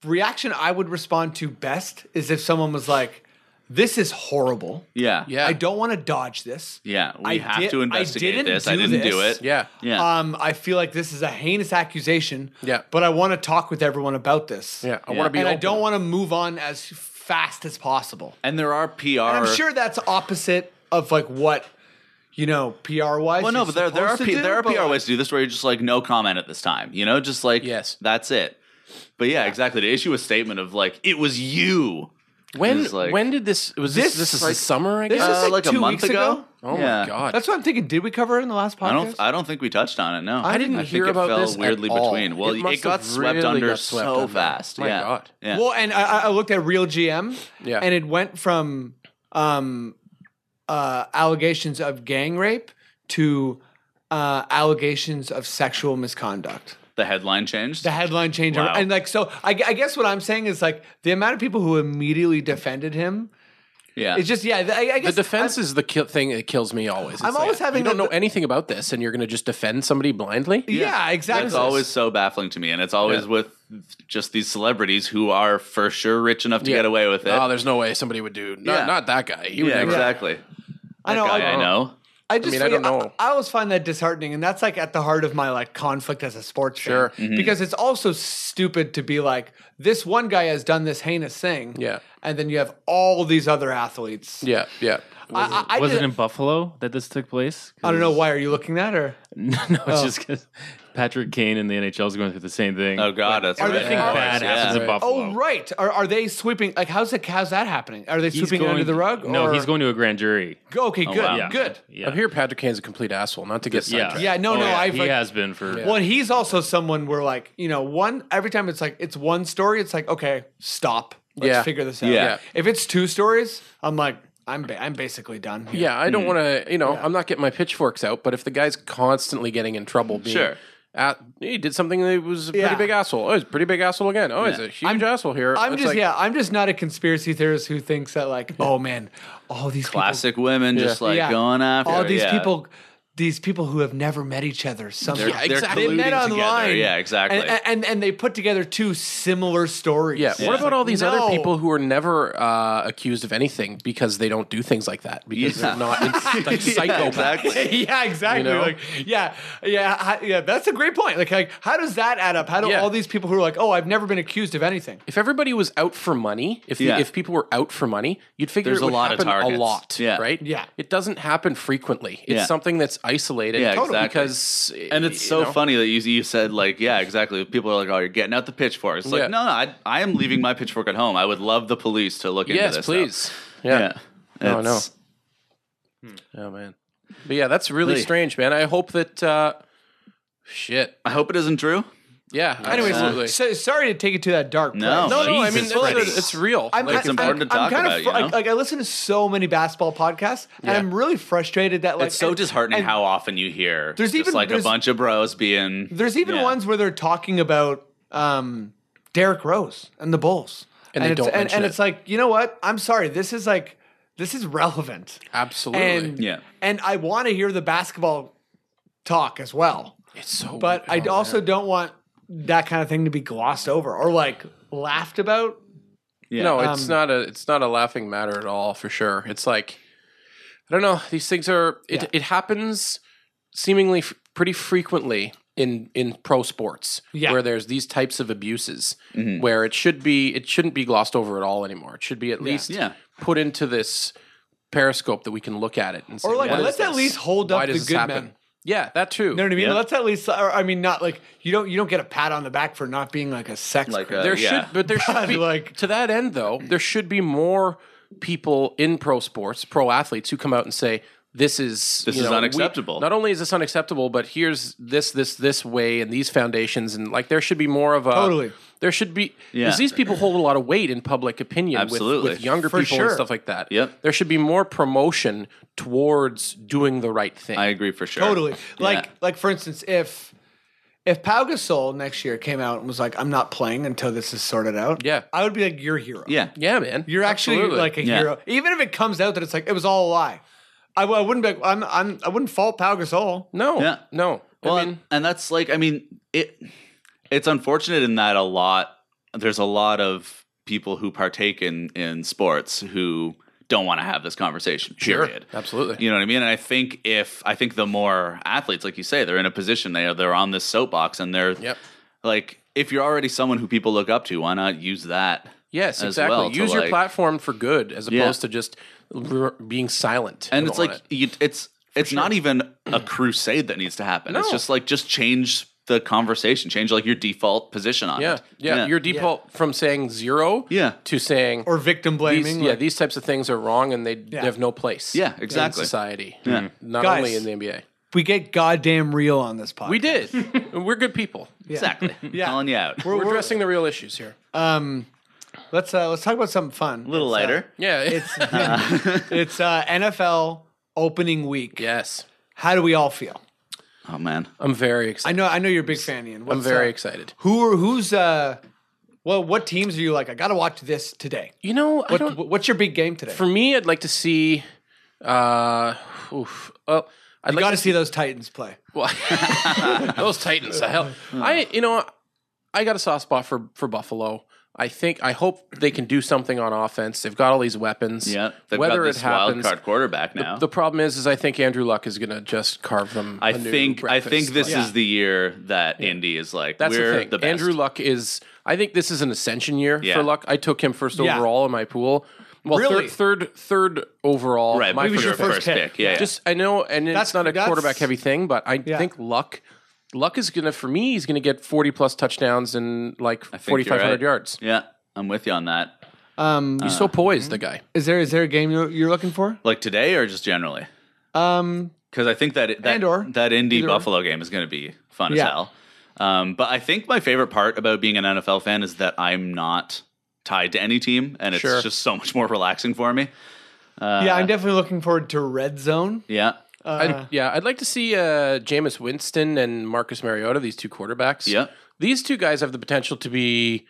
Speaker 5: reaction I would respond to best is if someone was like, "This is horrible.
Speaker 4: Yeah.
Speaker 2: Yeah.
Speaker 5: I don't want to dodge this.
Speaker 4: Yeah. We
Speaker 5: I
Speaker 4: have
Speaker 5: did-
Speaker 4: to
Speaker 5: I
Speaker 4: investigate
Speaker 5: didn't
Speaker 4: this. I
Speaker 5: do
Speaker 4: didn't do
Speaker 5: this.
Speaker 4: it.
Speaker 2: Yeah.
Speaker 4: Yeah.
Speaker 5: Um, I feel like this is a heinous accusation.
Speaker 2: Yeah.
Speaker 5: but I want to talk with everyone about this.
Speaker 2: Yeah. I
Speaker 4: Yeah.
Speaker 2: want to be
Speaker 5: and I
Speaker 2: open.
Speaker 5: don't want to move on as fast as possible.
Speaker 4: and there are PR.
Speaker 5: I'm sure that's opposite of like what you know, PR wise.
Speaker 4: Well, no, but there, there are P, there are PR
Speaker 5: ways.
Speaker 4: ways to do this where you're just like no comment at this time. You know, just like
Speaker 2: Yes.
Speaker 4: that's it. But yeah, exactly. To issue a statement of like it was you.
Speaker 2: When
Speaker 4: It's like-
Speaker 2: when did this was this
Speaker 5: This-
Speaker 2: this, is
Speaker 5: like-
Speaker 2: the summer, I
Speaker 5: this
Speaker 2: guess?
Speaker 5: is
Speaker 4: Uh,
Speaker 5: like
Speaker 4: like a
Speaker 5: two
Speaker 4: month
Speaker 5: weeks ago?
Speaker 2: oh
Speaker 4: yeah.
Speaker 2: my god.
Speaker 5: That's what I'm thinking. Did we cover it in the last podcast?
Speaker 4: I don't. I don't think we touched on it. No,
Speaker 2: I didn't
Speaker 4: I
Speaker 2: hear
Speaker 4: think
Speaker 2: about
Speaker 4: it fell
Speaker 2: this at
Speaker 4: weirdly
Speaker 2: all.
Speaker 4: between. Well, it,
Speaker 2: must
Speaker 4: got
Speaker 2: have
Speaker 4: swept
Speaker 2: really
Speaker 4: under
Speaker 2: got swept
Speaker 4: so
Speaker 2: under.
Speaker 4: fast.
Speaker 2: My
Speaker 4: yeah.
Speaker 2: God.
Speaker 4: Yeah.
Speaker 5: Well, and I, I looked at Real GM,
Speaker 2: Yeah.
Speaker 5: and it went from um, uh, allegations of gang rape to uh, allegations of sexual misconduct.
Speaker 4: the headline changed.
Speaker 5: The headline change,
Speaker 4: Wow.
Speaker 5: and like so, I, I guess what I'm saying is like the amount of people who immediately defended him.
Speaker 4: yeah.
Speaker 5: It's just yeah, I, I
Speaker 2: The
Speaker 5: guess
Speaker 2: defense is the ki- thing that kills me always. It's
Speaker 5: I'm always having
Speaker 2: you don't
Speaker 5: the-
Speaker 2: know anything about this, and you're going to just defend somebody blindly.
Speaker 5: yeah, exactly.
Speaker 4: It's always so baffling to me, and it's always
Speaker 2: Yeah.
Speaker 4: with just these celebrities who are for sure rich enough to
Speaker 2: Yeah.
Speaker 4: get away with it.
Speaker 2: Oh, there's no way somebody would do. Not,
Speaker 4: Yeah.
Speaker 2: not that guy. He would
Speaker 4: yeah,
Speaker 2: never.
Speaker 4: exactly.
Speaker 5: I know.
Speaker 4: Guy I
Speaker 5: I,
Speaker 4: know.
Speaker 5: I just
Speaker 2: mean, I don't
Speaker 5: forget-
Speaker 2: know.
Speaker 5: I, always find that disheartening, and that's like at the heart of my like conflict as a sports
Speaker 2: Sure.
Speaker 5: fan.
Speaker 1: Mm-hmm.
Speaker 5: Because it's also stupid to be like this one guy has done this heinous thing,
Speaker 2: Yeah.
Speaker 5: and then you have all these other athletes.
Speaker 2: Yeah, yeah.
Speaker 5: I, I, I,
Speaker 1: was
Speaker 5: did-
Speaker 1: it in Buffalo that this took place? 'Cause-
Speaker 5: I don't know why. Are you looking that or
Speaker 1: no, it's just because Patrick Kane and the NHL is going through the same thing.
Speaker 4: Oh God, that's
Speaker 5: Are
Speaker 4: right.
Speaker 5: they-
Speaker 1: Everything
Speaker 5: Yeah.
Speaker 1: bad
Speaker 4: Yeah.
Speaker 1: happens in
Speaker 2: Right.
Speaker 1: Buffalo.
Speaker 5: Oh right, are, are they sweeping? Like how's it? How's that happening? Are they
Speaker 1: He's
Speaker 5: sweeping it under
Speaker 1: going-
Speaker 5: the rug?
Speaker 1: No,
Speaker 5: or-
Speaker 1: he's going Oh, to a grand jury.
Speaker 5: Okay, good,
Speaker 4: wow.
Speaker 5: good.
Speaker 1: Yeah.
Speaker 2: I hear Patrick Kane's a complete asshole. Not to get
Speaker 1: yeah.
Speaker 2: sidetracked.
Speaker 5: Yeah, no, no, I've,
Speaker 1: he
Speaker 5: like-
Speaker 1: has been for.
Speaker 5: Well, and he's also someone where like you know one every time it's like it's one story, it's like okay, stop, let's
Speaker 2: Yeah.
Speaker 5: figure this out.
Speaker 4: Yeah.
Speaker 5: If it's two stories, I'm like I'm ba- I'm basically done. here.
Speaker 2: Yeah, I
Speaker 4: Mm-hmm.
Speaker 2: don't want to. You know, I'm not getting my pitchforks out. But if the guy's constantly getting in trouble, being
Speaker 4: Sure.
Speaker 2: at, he did something that was a pretty
Speaker 5: Yeah.
Speaker 2: big asshole. Oh, he's a pretty big asshole again. Oh, he's a huge asshole here.
Speaker 5: I'm
Speaker 2: It's
Speaker 5: just
Speaker 2: like,
Speaker 5: yeah, I'm just not a conspiracy theorist who thinks that like oh man, all these people-
Speaker 4: Classic women just like
Speaker 5: yeah,
Speaker 4: going after
Speaker 5: all these
Speaker 4: yeah.
Speaker 5: people, these people who have never met each other somehow.
Speaker 4: They're,
Speaker 2: Yeah,
Speaker 4: they're
Speaker 2: exactly.
Speaker 4: colluding
Speaker 5: They met
Speaker 4: together.
Speaker 5: online.
Speaker 4: Yeah, exactly.
Speaker 5: and, and and they put together two similar stories.
Speaker 2: Yeah. What about all these
Speaker 5: No.
Speaker 2: other people who are never uh, accused of anything because they don't do things like that because
Speaker 4: Yeah.
Speaker 2: they're not it's like
Speaker 4: yeah,
Speaker 2: psychopaths?
Speaker 4: exactly.
Speaker 5: yeah, exactly.
Speaker 2: You know?
Speaker 5: Like, yeah, yeah, hi- yeah. That's a great point. Like, like, how does that add up? How do
Speaker 2: Yeah.
Speaker 5: all these people who are like, oh, I've never been accused of anything?
Speaker 2: If everybody was out for money, if the,
Speaker 4: Yeah.
Speaker 2: if people were out for money, you'd figure
Speaker 4: There's
Speaker 2: it
Speaker 4: a
Speaker 2: would
Speaker 4: lot of
Speaker 2: happen a
Speaker 4: targets.
Speaker 2: lot,
Speaker 4: Yeah.
Speaker 2: right?
Speaker 5: Yeah.
Speaker 2: it doesn't happen frequently. It's
Speaker 4: Yeah.
Speaker 2: something that's isolated.
Speaker 4: Yeah, Totally. exactly.
Speaker 2: Because
Speaker 4: And it's
Speaker 2: you
Speaker 4: so
Speaker 2: know?
Speaker 4: funny that you, you said like, yeah, exactly. People are like, oh, you're getting out the pitchfork. It's like,
Speaker 2: Yeah.
Speaker 4: no, no, I, I am leaving my pitchfork at home. I would love the police to look
Speaker 2: Yes,
Speaker 4: into this.
Speaker 2: please.
Speaker 4: stuff.
Speaker 2: Yeah.
Speaker 4: Yeah.
Speaker 2: No, no.
Speaker 4: It's-
Speaker 2: Oh man. But yeah, that's really
Speaker 4: Really.
Speaker 2: strange, man. I hope that. uh Shit.
Speaker 4: I hope it isn't Drew.
Speaker 2: Yeah.
Speaker 5: Anyways,
Speaker 2: absolutely.
Speaker 5: so, sorry to take it to that dark place.
Speaker 4: No.
Speaker 2: no, no. I mean,
Speaker 1: Jesus
Speaker 2: it's-
Speaker 1: Christ.
Speaker 2: it's, real.
Speaker 5: I'm,
Speaker 2: Like,
Speaker 5: I-
Speaker 4: It's important
Speaker 5: I'm-
Speaker 4: to
Speaker 5: I'm
Speaker 4: talk
Speaker 5: kind
Speaker 4: about,
Speaker 5: of
Speaker 4: you
Speaker 5: fr-
Speaker 4: know?
Speaker 5: like, like I listen to so many basketball podcasts, and
Speaker 2: Yeah.
Speaker 5: I'm really frustrated that like
Speaker 4: It's so
Speaker 5: and-
Speaker 4: disheartening
Speaker 5: and
Speaker 4: how often you hear
Speaker 5: There's
Speaker 4: just
Speaker 5: even-
Speaker 4: like a
Speaker 5: there's-
Speaker 4: bunch of bros being
Speaker 5: there's even
Speaker 4: Yeah.
Speaker 5: ones where they're talking about um, Derek Rose and the Bulls,
Speaker 2: And they
Speaker 5: it's,
Speaker 2: don't
Speaker 5: and,
Speaker 2: mention
Speaker 5: and
Speaker 2: it.
Speaker 5: it's like you know what? I'm sorry. This is like this is relevant.
Speaker 2: absolutely.
Speaker 5: and
Speaker 4: Yeah.
Speaker 5: and I want to hear the basketball talk as well.
Speaker 2: it's so.
Speaker 5: But I
Speaker 2: oh,
Speaker 5: also don't want that kind of thing to be glossed over or like laughed about.
Speaker 4: yeah.
Speaker 2: No, it's
Speaker 5: Um,
Speaker 2: not a it's not a laughing matter at all for sure. It's like I don't know. These things are it
Speaker 5: Yeah.
Speaker 2: it happens seemingly f- pretty frequently in in pro sports
Speaker 5: Yeah.
Speaker 2: where there's these types of abuses
Speaker 4: Mm-hmm.
Speaker 2: where it should be it shouldn't be glossed over at all anymore. It should be at least
Speaker 4: Yeah.
Speaker 2: put into this periscope that we can look at it and say,
Speaker 5: Or like
Speaker 2: "What is
Speaker 5: let's at
Speaker 2: this?
Speaker 5: least hold
Speaker 2: Why
Speaker 5: up the
Speaker 2: does this
Speaker 5: good
Speaker 2: happen?"
Speaker 5: men.
Speaker 2: Yeah, that too.
Speaker 5: You know what I mean?
Speaker 4: Yeah.
Speaker 5: Let's at least or, I mean not like you don't you don't get a pat on the back for not being like a sex
Speaker 4: Like
Speaker 5: criminal.
Speaker 4: a-
Speaker 2: There
Speaker 4: Uh, Yeah.
Speaker 2: should, but there should
Speaker 5: But,
Speaker 2: be
Speaker 5: like-
Speaker 2: like to that end though. There should be more people in pro sports, pro athletes who come out and say this is
Speaker 4: This
Speaker 2: you
Speaker 4: is
Speaker 2: we-
Speaker 4: unacceptable."
Speaker 2: not only is this unacceptable, but here's this, this, this way, and these foundations, and like there should be more of a
Speaker 5: Totally.
Speaker 2: There should be
Speaker 4: Yeah.
Speaker 2: because these people hold a lot of weight in public opinion with-
Speaker 4: Absolutely.
Speaker 2: with, younger
Speaker 5: For
Speaker 2: people
Speaker 5: sure.
Speaker 2: and stuff like that.
Speaker 4: Yep.
Speaker 2: There should be more promotion towards doing the right thing.
Speaker 4: I agree for sure.
Speaker 5: totally. Like
Speaker 4: Yeah.
Speaker 5: like for instance, if if Pau Gasol next year came out and was like, I'm not playing until this is sorted out,
Speaker 2: Yeah.
Speaker 5: I would be like, You're a hero.
Speaker 4: Yeah.
Speaker 2: yeah, man.
Speaker 5: You're actually
Speaker 2: Absolutely.
Speaker 5: like a
Speaker 4: Yeah.
Speaker 5: hero, even if it comes out that it's like it was all a lie. I, I wouldn't be. Like, I'm. I'm. I wouldn't fault Pau Gasol.
Speaker 2: no,
Speaker 4: Yeah.
Speaker 2: no.
Speaker 4: Well,
Speaker 2: I mean,
Speaker 4: and that's like, I mean, it. It's unfortunate in that a lot. There's a lot of people who partake in in sports who don't want to have this conversation.
Speaker 2: sure,
Speaker 4: Period.
Speaker 2: absolutely.
Speaker 4: You know what I mean? And I think if I think the more athletes, like you say, they're in a position they are they're on this soapbox and they're
Speaker 2: Yep.
Speaker 4: like if you're already someone who people look up to, why not use that?
Speaker 2: Yes,
Speaker 4: as
Speaker 2: exactly.
Speaker 4: well to,
Speaker 2: Use your
Speaker 4: like-
Speaker 2: platform for good as opposed to
Speaker 4: Yeah.
Speaker 2: just r- being silent.
Speaker 4: And it's
Speaker 2: on
Speaker 4: like
Speaker 2: it.
Speaker 4: you, it's it's not even a crusade that needs to happen. It's
Speaker 2: No.
Speaker 4: just like just change the conversation, change like your default position on
Speaker 2: yeah,
Speaker 4: it.
Speaker 2: yeah, your default from saying zero
Speaker 4: Yeah.
Speaker 2: to saying
Speaker 5: Or victim
Speaker 2: these,
Speaker 5: blaming.
Speaker 2: yeah,
Speaker 5: like-
Speaker 2: these types of things are wrong and they d- have no place.
Speaker 4: Yeah,
Speaker 2: In
Speaker 4: exactly.
Speaker 2: society. Hmm.
Speaker 4: Yeah.
Speaker 2: Not
Speaker 5: Guys.
Speaker 2: only in the NBA.
Speaker 5: we get goddamn real on this podcast.
Speaker 2: We did. we're good people.
Speaker 4: Exactly.
Speaker 5: Yeah.
Speaker 4: Calling you out.
Speaker 2: We're addressing the real issues here.
Speaker 5: Um, let's uh, let's talk about something fun. uh,
Speaker 4: a little lighter.
Speaker 2: Yeah. It's uh,
Speaker 5: It's uh, NFL opening week.
Speaker 2: yes.
Speaker 5: How do we all feel?
Speaker 4: Oh man.
Speaker 2: I'm very
Speaker 5: I
Speaker 2: excited.
Speaker 5: know. I know you're a big fan, Ian.
Speaker 2: I'm
Speaker 5: What's,
Speaker 2: very
Speaker 5: uh,
Speaker 2: excited.
Speaker 5: Who are who's? Uh, well, what teams are you like? I got to watch this today.
Speaker 2: You know, I don't,
Speaker 5: What, what's your big game today?
Speaker 2: for me, I'd like to see. Uh, oof, well, I'd
Speaker 5: You
Speaker 2: like
Speaker 5: got
Speaker 2: to
Speaker 5: to see those Titans play.
Speaker 2: Well, those Titans, the hell. I, you know, I got a soft spot for for Buffalo. I think I hope they can do something on offense. They've got all these weapons.
Speaker 4: Yeah, they've
Speaker 2: Whether
Speaker 4: got this
Speaker 2: it happens,
Speaker 4: wild card quarterback now.
Speaker 2: the problem is, is I think Andrew Luck is going to just carve them.
Speaker 4: I
Speaker 2: a new
Speaker 4: think I think
Speaker 2: breakfast.
Speaker 4: this
Speaker 2: Like,
Speaker 4: is the year that Indy is like
Speaker 2: that's
Speaker 4: we're
Speaker 2: the thing.
Speaker 4: best.
Speaker 2: Andrew Luck is. I think this is an ascension year
Speaker 4: Yeah.
Speaker 2: for Luck. I took him first
Speaker 5: Yeah.
Speaker 2: overall in my pool. Well,
Speaker 5: Really?
Speaker 2: third third third overall.
Speaker 4: right?
Speaker 2: my
Speaker 4: but
Speaker 5: was
Speaker 4: for your
Speaker 5: your first
Speaker 4: first, pick.
Speaker 5: pick.
Speaker 4: Yeah, yeah.
Speaker 2: Just I know, and it's
Speaker 5: That's-
Speaker 2: not a
Speaker 5: that's-
Speaker 2: quarterback heavy thing, but I
Speaker 5: Yeah.
Speaker 2: think luck, luck is gonna for me. He's gonna get forty plus touchdowns and like
Speaker 4: think
Speaker 2: forty five hundred
Speaker 4: you're right.
Speaker 2: yards.
Speaker 4: yeah. I'm with you on that.
Speaker 5: Um,
Speaker 2: He's so poised, the guy.
Speaker 5: is there is there a game you're, you're looking for?
Speaker 4: Like today or just generally?
Speaker 5: Um,
Speaker 4: Because I think that that,
Speaker 5: And or.
Speaker 4: that Indy
Speaker 5: Either or.
Speaker 4: Buffalo game is going to be fun
Speaker 5: Yeah.
Speaker 4: as hell. Um, but I think my favorite part about being an NFL fan is that I'm not tied to any team, and it's
Speaker 2: Sure.
Speaker 4: just so much more relaxing for me. Uh,
Speaker 5: yeah, I'm definitely looking forward to Red Zone.
Speaker 4: yeah,
Speaker 5: Uh,
Speaker 2: I'd, yeah, I'd like to see uh, Jameis Winston and Marcus Mariota, these two quarterbacks.
Speaker 4: yeah.
Speaker 2: these two guys have the potential to be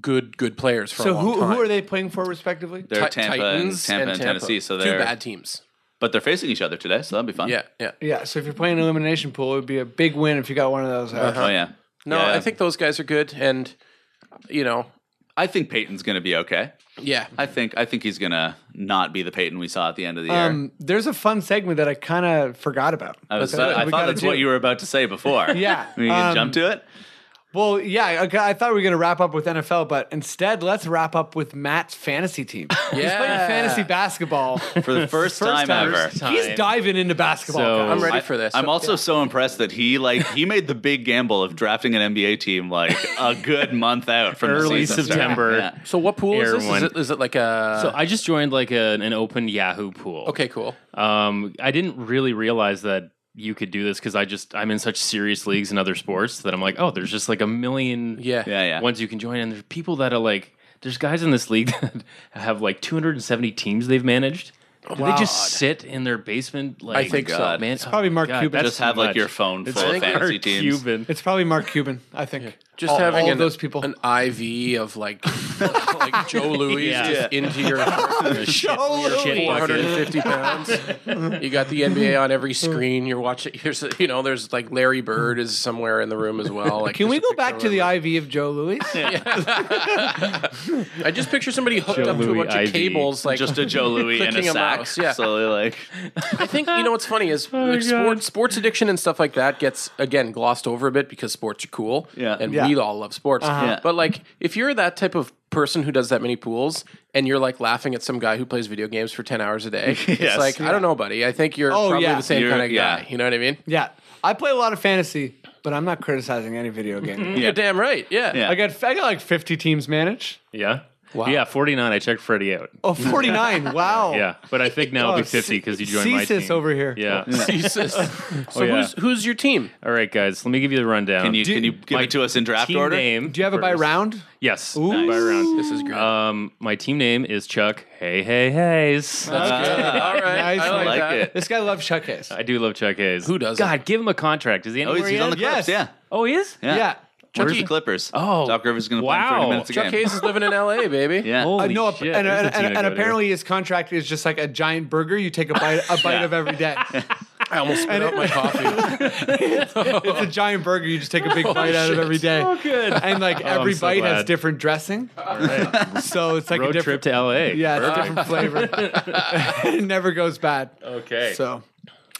Speaker 2: good, good players for a
Speaker 5: so
Speaker 2: long
Speaker 5: who
Speaker 2: time.
Speaker 5: who are they playing for respectively?
Speaker 4: They're
Speaker 2: Ti-
Speaker 4: Tampa, and,
Speaker 2: Titans
Speaker 4: Tampa and Tennessee, so
Speaker 2: two
Speaker 4: they're
Speaker 2: bad teams.
Speaker 4: but they're facing each other today, so that'd be fun.
Speaker 2: Yeah, yeah.
Speaker 5: Yeah, so if you're playing an elimination pool, it would be a big win if you got one of those. out.
Speaker 4: Oh yeah.
Speaker 2: No,
Speaker 4: Yeah.
Speaker 2: I think those guys are good, and you know,
Speaker 4: I think Peyton's going to be okay.
Speaker 2: yeah.
Speaker 4: I think I think he's going to not be the Peyton we saw at the end of the year.
Speaker 5: Um, there's a fun segment that I kind of forgot about.
Speaker 4: I was
Speaker 5: That's what
Speaker 4: I
Speaker 5: we
Speaker 4: thought
Speaker 5: gotta
Speaker 4: that's
Speaker 5: do.
Speaker 4: what you were about to say before.
Speaker 5: Yeah,
Speaker 4: we can
Speaker 5: um,
Speaker 4: jump to it.
Speaker 5: Well, yeah, okay, I thought we were going to wrap up with NFL, but instead, let's wrap up with Matt's fantasy team. He's
Speaker 2: Yeah.
Speaker 5: playing fantasy basketball.
Speaker 4: For the first, time, ever.
Speaker 5: He's diving into basketball.
Speaker 1: So-
Speaker 5: guys.
Speaker 2: I'm ready
Speaker 4: I-
Speaker 2: for this.
Speaker 4: I'm also so impressed that he like he made the big gamble of drafting an NBA team like a good month out from
Speaker 1: Early
Speaker 4: the season start.
Speaker 1: September.
Speaker 4: Yeah.
Speaker 2: So what pool is
Speaker 1: Air
Speaker 2: this? Is
Speaker 1: one.
Speaker 2: it, is it like a?
Speaker 1: So I just joined like a, an open Yahoo pool.
Speaker 2: okay, cool.
Speaker 1: Um, I didn't really realize that you could do this because I just I'm in such serious leagues and other sports that I'm like, oh, there's just like a million
Speaker 2: Yeah.
Speaker 4: Yeah, yeah.
Speaker 1: ones you can join, and there's people that are like, there's guys in this league that have like 270 teams they've managed. Do they just sit in their basement? Like,
Speaker 2: I think so.
Speaker 1: God, man, it's
Speaker 5: probably Mark Cuban.
Speaker 4: Just have like your phone full of fantasy teams.
Speaker 1: Cuban.
Speaker 5: It's probably Mark Cuban, I think.
Speaker 2: Just
Speaker 5: All-
Speaker 2: having
Speaker 5: all
Speaker 2: an,
Speaker 5: of those people.
Speaker 2: an IV of like like Joe Louis
Speaker 1: Yeah.
Speaker 2: just into your
Speaker 5: Oh,
Speaker 1: Joe Louis.
Speaker 2: 450 pounds. You got the NBA on every screen. You're watching. Here's you know there's like Larry Bird is somewhere in the room as well. Like
Speaker 5: Can we
Speaker 2: there's a
Speaker 5: go back
Speaker 2: picture
Speaker 5: to the
Speaker 2: of
Speaker 5: IV of Joe Louis?
Speaker 2: him. I just picture somebody hooked
Speaker 1: Joe
Speaker 2: up to a
Speaker 1: Louis
Speaker 2: bunch
Speaker 1: IV.
Speaker 2: of cables like
Speaker 4: Just a Joe Louis and a
Speaker 2: Clicking a
Speaker 4: sack.
Speaker 2: mouse, yeah.
Speaker 4: Slowly like
Speaker 2: I think you know what's funny is
Speaker 5: Oh
Speaker 2: like,
Speaker 1: God.
Speaker 2: sports, sports addiction and stuff like that gets again glossed over a bit because sports are cool,
Speaker 4: Yeah.
Speaker 2: and
Speaker 5: Yeah.
Speaker 2: we all love sports.
Speaker 5: Uh-huh.
Speaker 4: Yeah.
Speaker 2: But like, if you're that type of person who does that many pools and you're like laughing at some guy who plays video games for ten hours a day,
Speaker 4: Yes.
Speaker 2: it's like I don't know, buddy. I think you're
Speaker 5: Oh,
Speaker 2: probably
Speaker 5: yeah.
Speaker 2: the same
Speaker 4: You're-
Speaker 2: kind of
Speaker 4: yeah.
Speaker 2: guy. You know what I mean?
Speaker 5: yeah. I play a lot of fantasy, but I'm not criticizing any video game.
Speaker 2: You're damn right. Yeah.
Speaker 4: Yeah.
Speaker 5: I got I got like 50 teams managed.
Speaker 1: Yeah. Yeah, 49. I checked Freddie out.
Speaker 5: Oh, 49. wow.
Speaker 1: Yeah, but I think now it'll
Speaker 5: Oh,
Speaker 1: be 50 because you joined my
Speaker 5: Cesis
Speaker 1: team.
Speaker 5: over here.
Speaker 1: Yeah.
Speaker 2: Jesus. So
Speaker 1: yeah.
Speaker 2: who's who's your team?
Speaker 1: All right, guys. Let me give you the rundown.
Speaker 4: can you can you give it to us in draft
Speaker 1: team
Speaker 4: order?
Speaker 1: name?
Speaker 5: Do you have it by
Speaker 1: first.
Speaker 5: round?
Speaker 1: Yes, by round.
Speaker 2: This is great.
Speaker 1: Um, my team name is Chuck. Hey, hey, Hayes.
Speaker 5: Uh,
Speaker 1: That's-
Speaker 4: Ah,
Speaker 2: all right.
Speaker 5: Nice
Speaker 2: I like,
Speaker 5: one.
Speaker 4: I
Speaker 2: that.
Speaker 4: like it.
Speaker 5: This guy loves Chuck Hayes.
Speaker 1: I do love Chuck Hayes.
Speaker 2: Who doesn't?
Speaker 1: God, give him a contract. Is he
Speaker 4: Oh,
Speaker 1: anywhere
Speaker 4: he's, he's
Speaker 1: yet?
Speaker 4: on the Clippers.
Speaker 5: Yes.
Speaker 4: Yeah.
Speaker 1: Oh, he is.
Speaker 4: yeah,
Speaker 5: yeah. Uh,
Speaker 4: Where's the Clippers?
Speaker 1: Oh,
Speaker 4: Doc Rivers is going to play him
Speaker 1: wow.
Speaker 4: 30 minutes a
Speaker 2: Chuck
Speaker 4: game.
Speaker 2: Hayes is living in L.A., baby.
Speaker 4: Yeah.
Speaker 1: Holy
Speaker 5: Uh, no,
Speaker 1: shit.
Speaker 5: and,
Speaker 1: there's
Speaker 5: and,
Speaker 1: the team
Speaker 5: and,
Speaker 1: to
Speaker 5: and
Speaker 1: go to.
Speaker 5: apparently his contract is just like a giant burger. You take a bite, a bite of every day.
Speaker 2: I almost spit
Speaker 1: Oh
Speaker 2: out my coffee.
Speaker 5: It's a giant burger. You just take a big bite out of every day.
Speaker 1: Oh, good.
Speaker 5: And like every
Speaker 1: so
Speaker 5: bite has
Speaker 1: glad.
Speaker 5: different dressing, so it's like a
Speaker 1: road trip
Speaker 5: different,
Speaker 1: to L.A.
Speaker 5: yeah, it's a different flavor. it never goes bad.
Speaker 1: Okay.
Speaker 5: So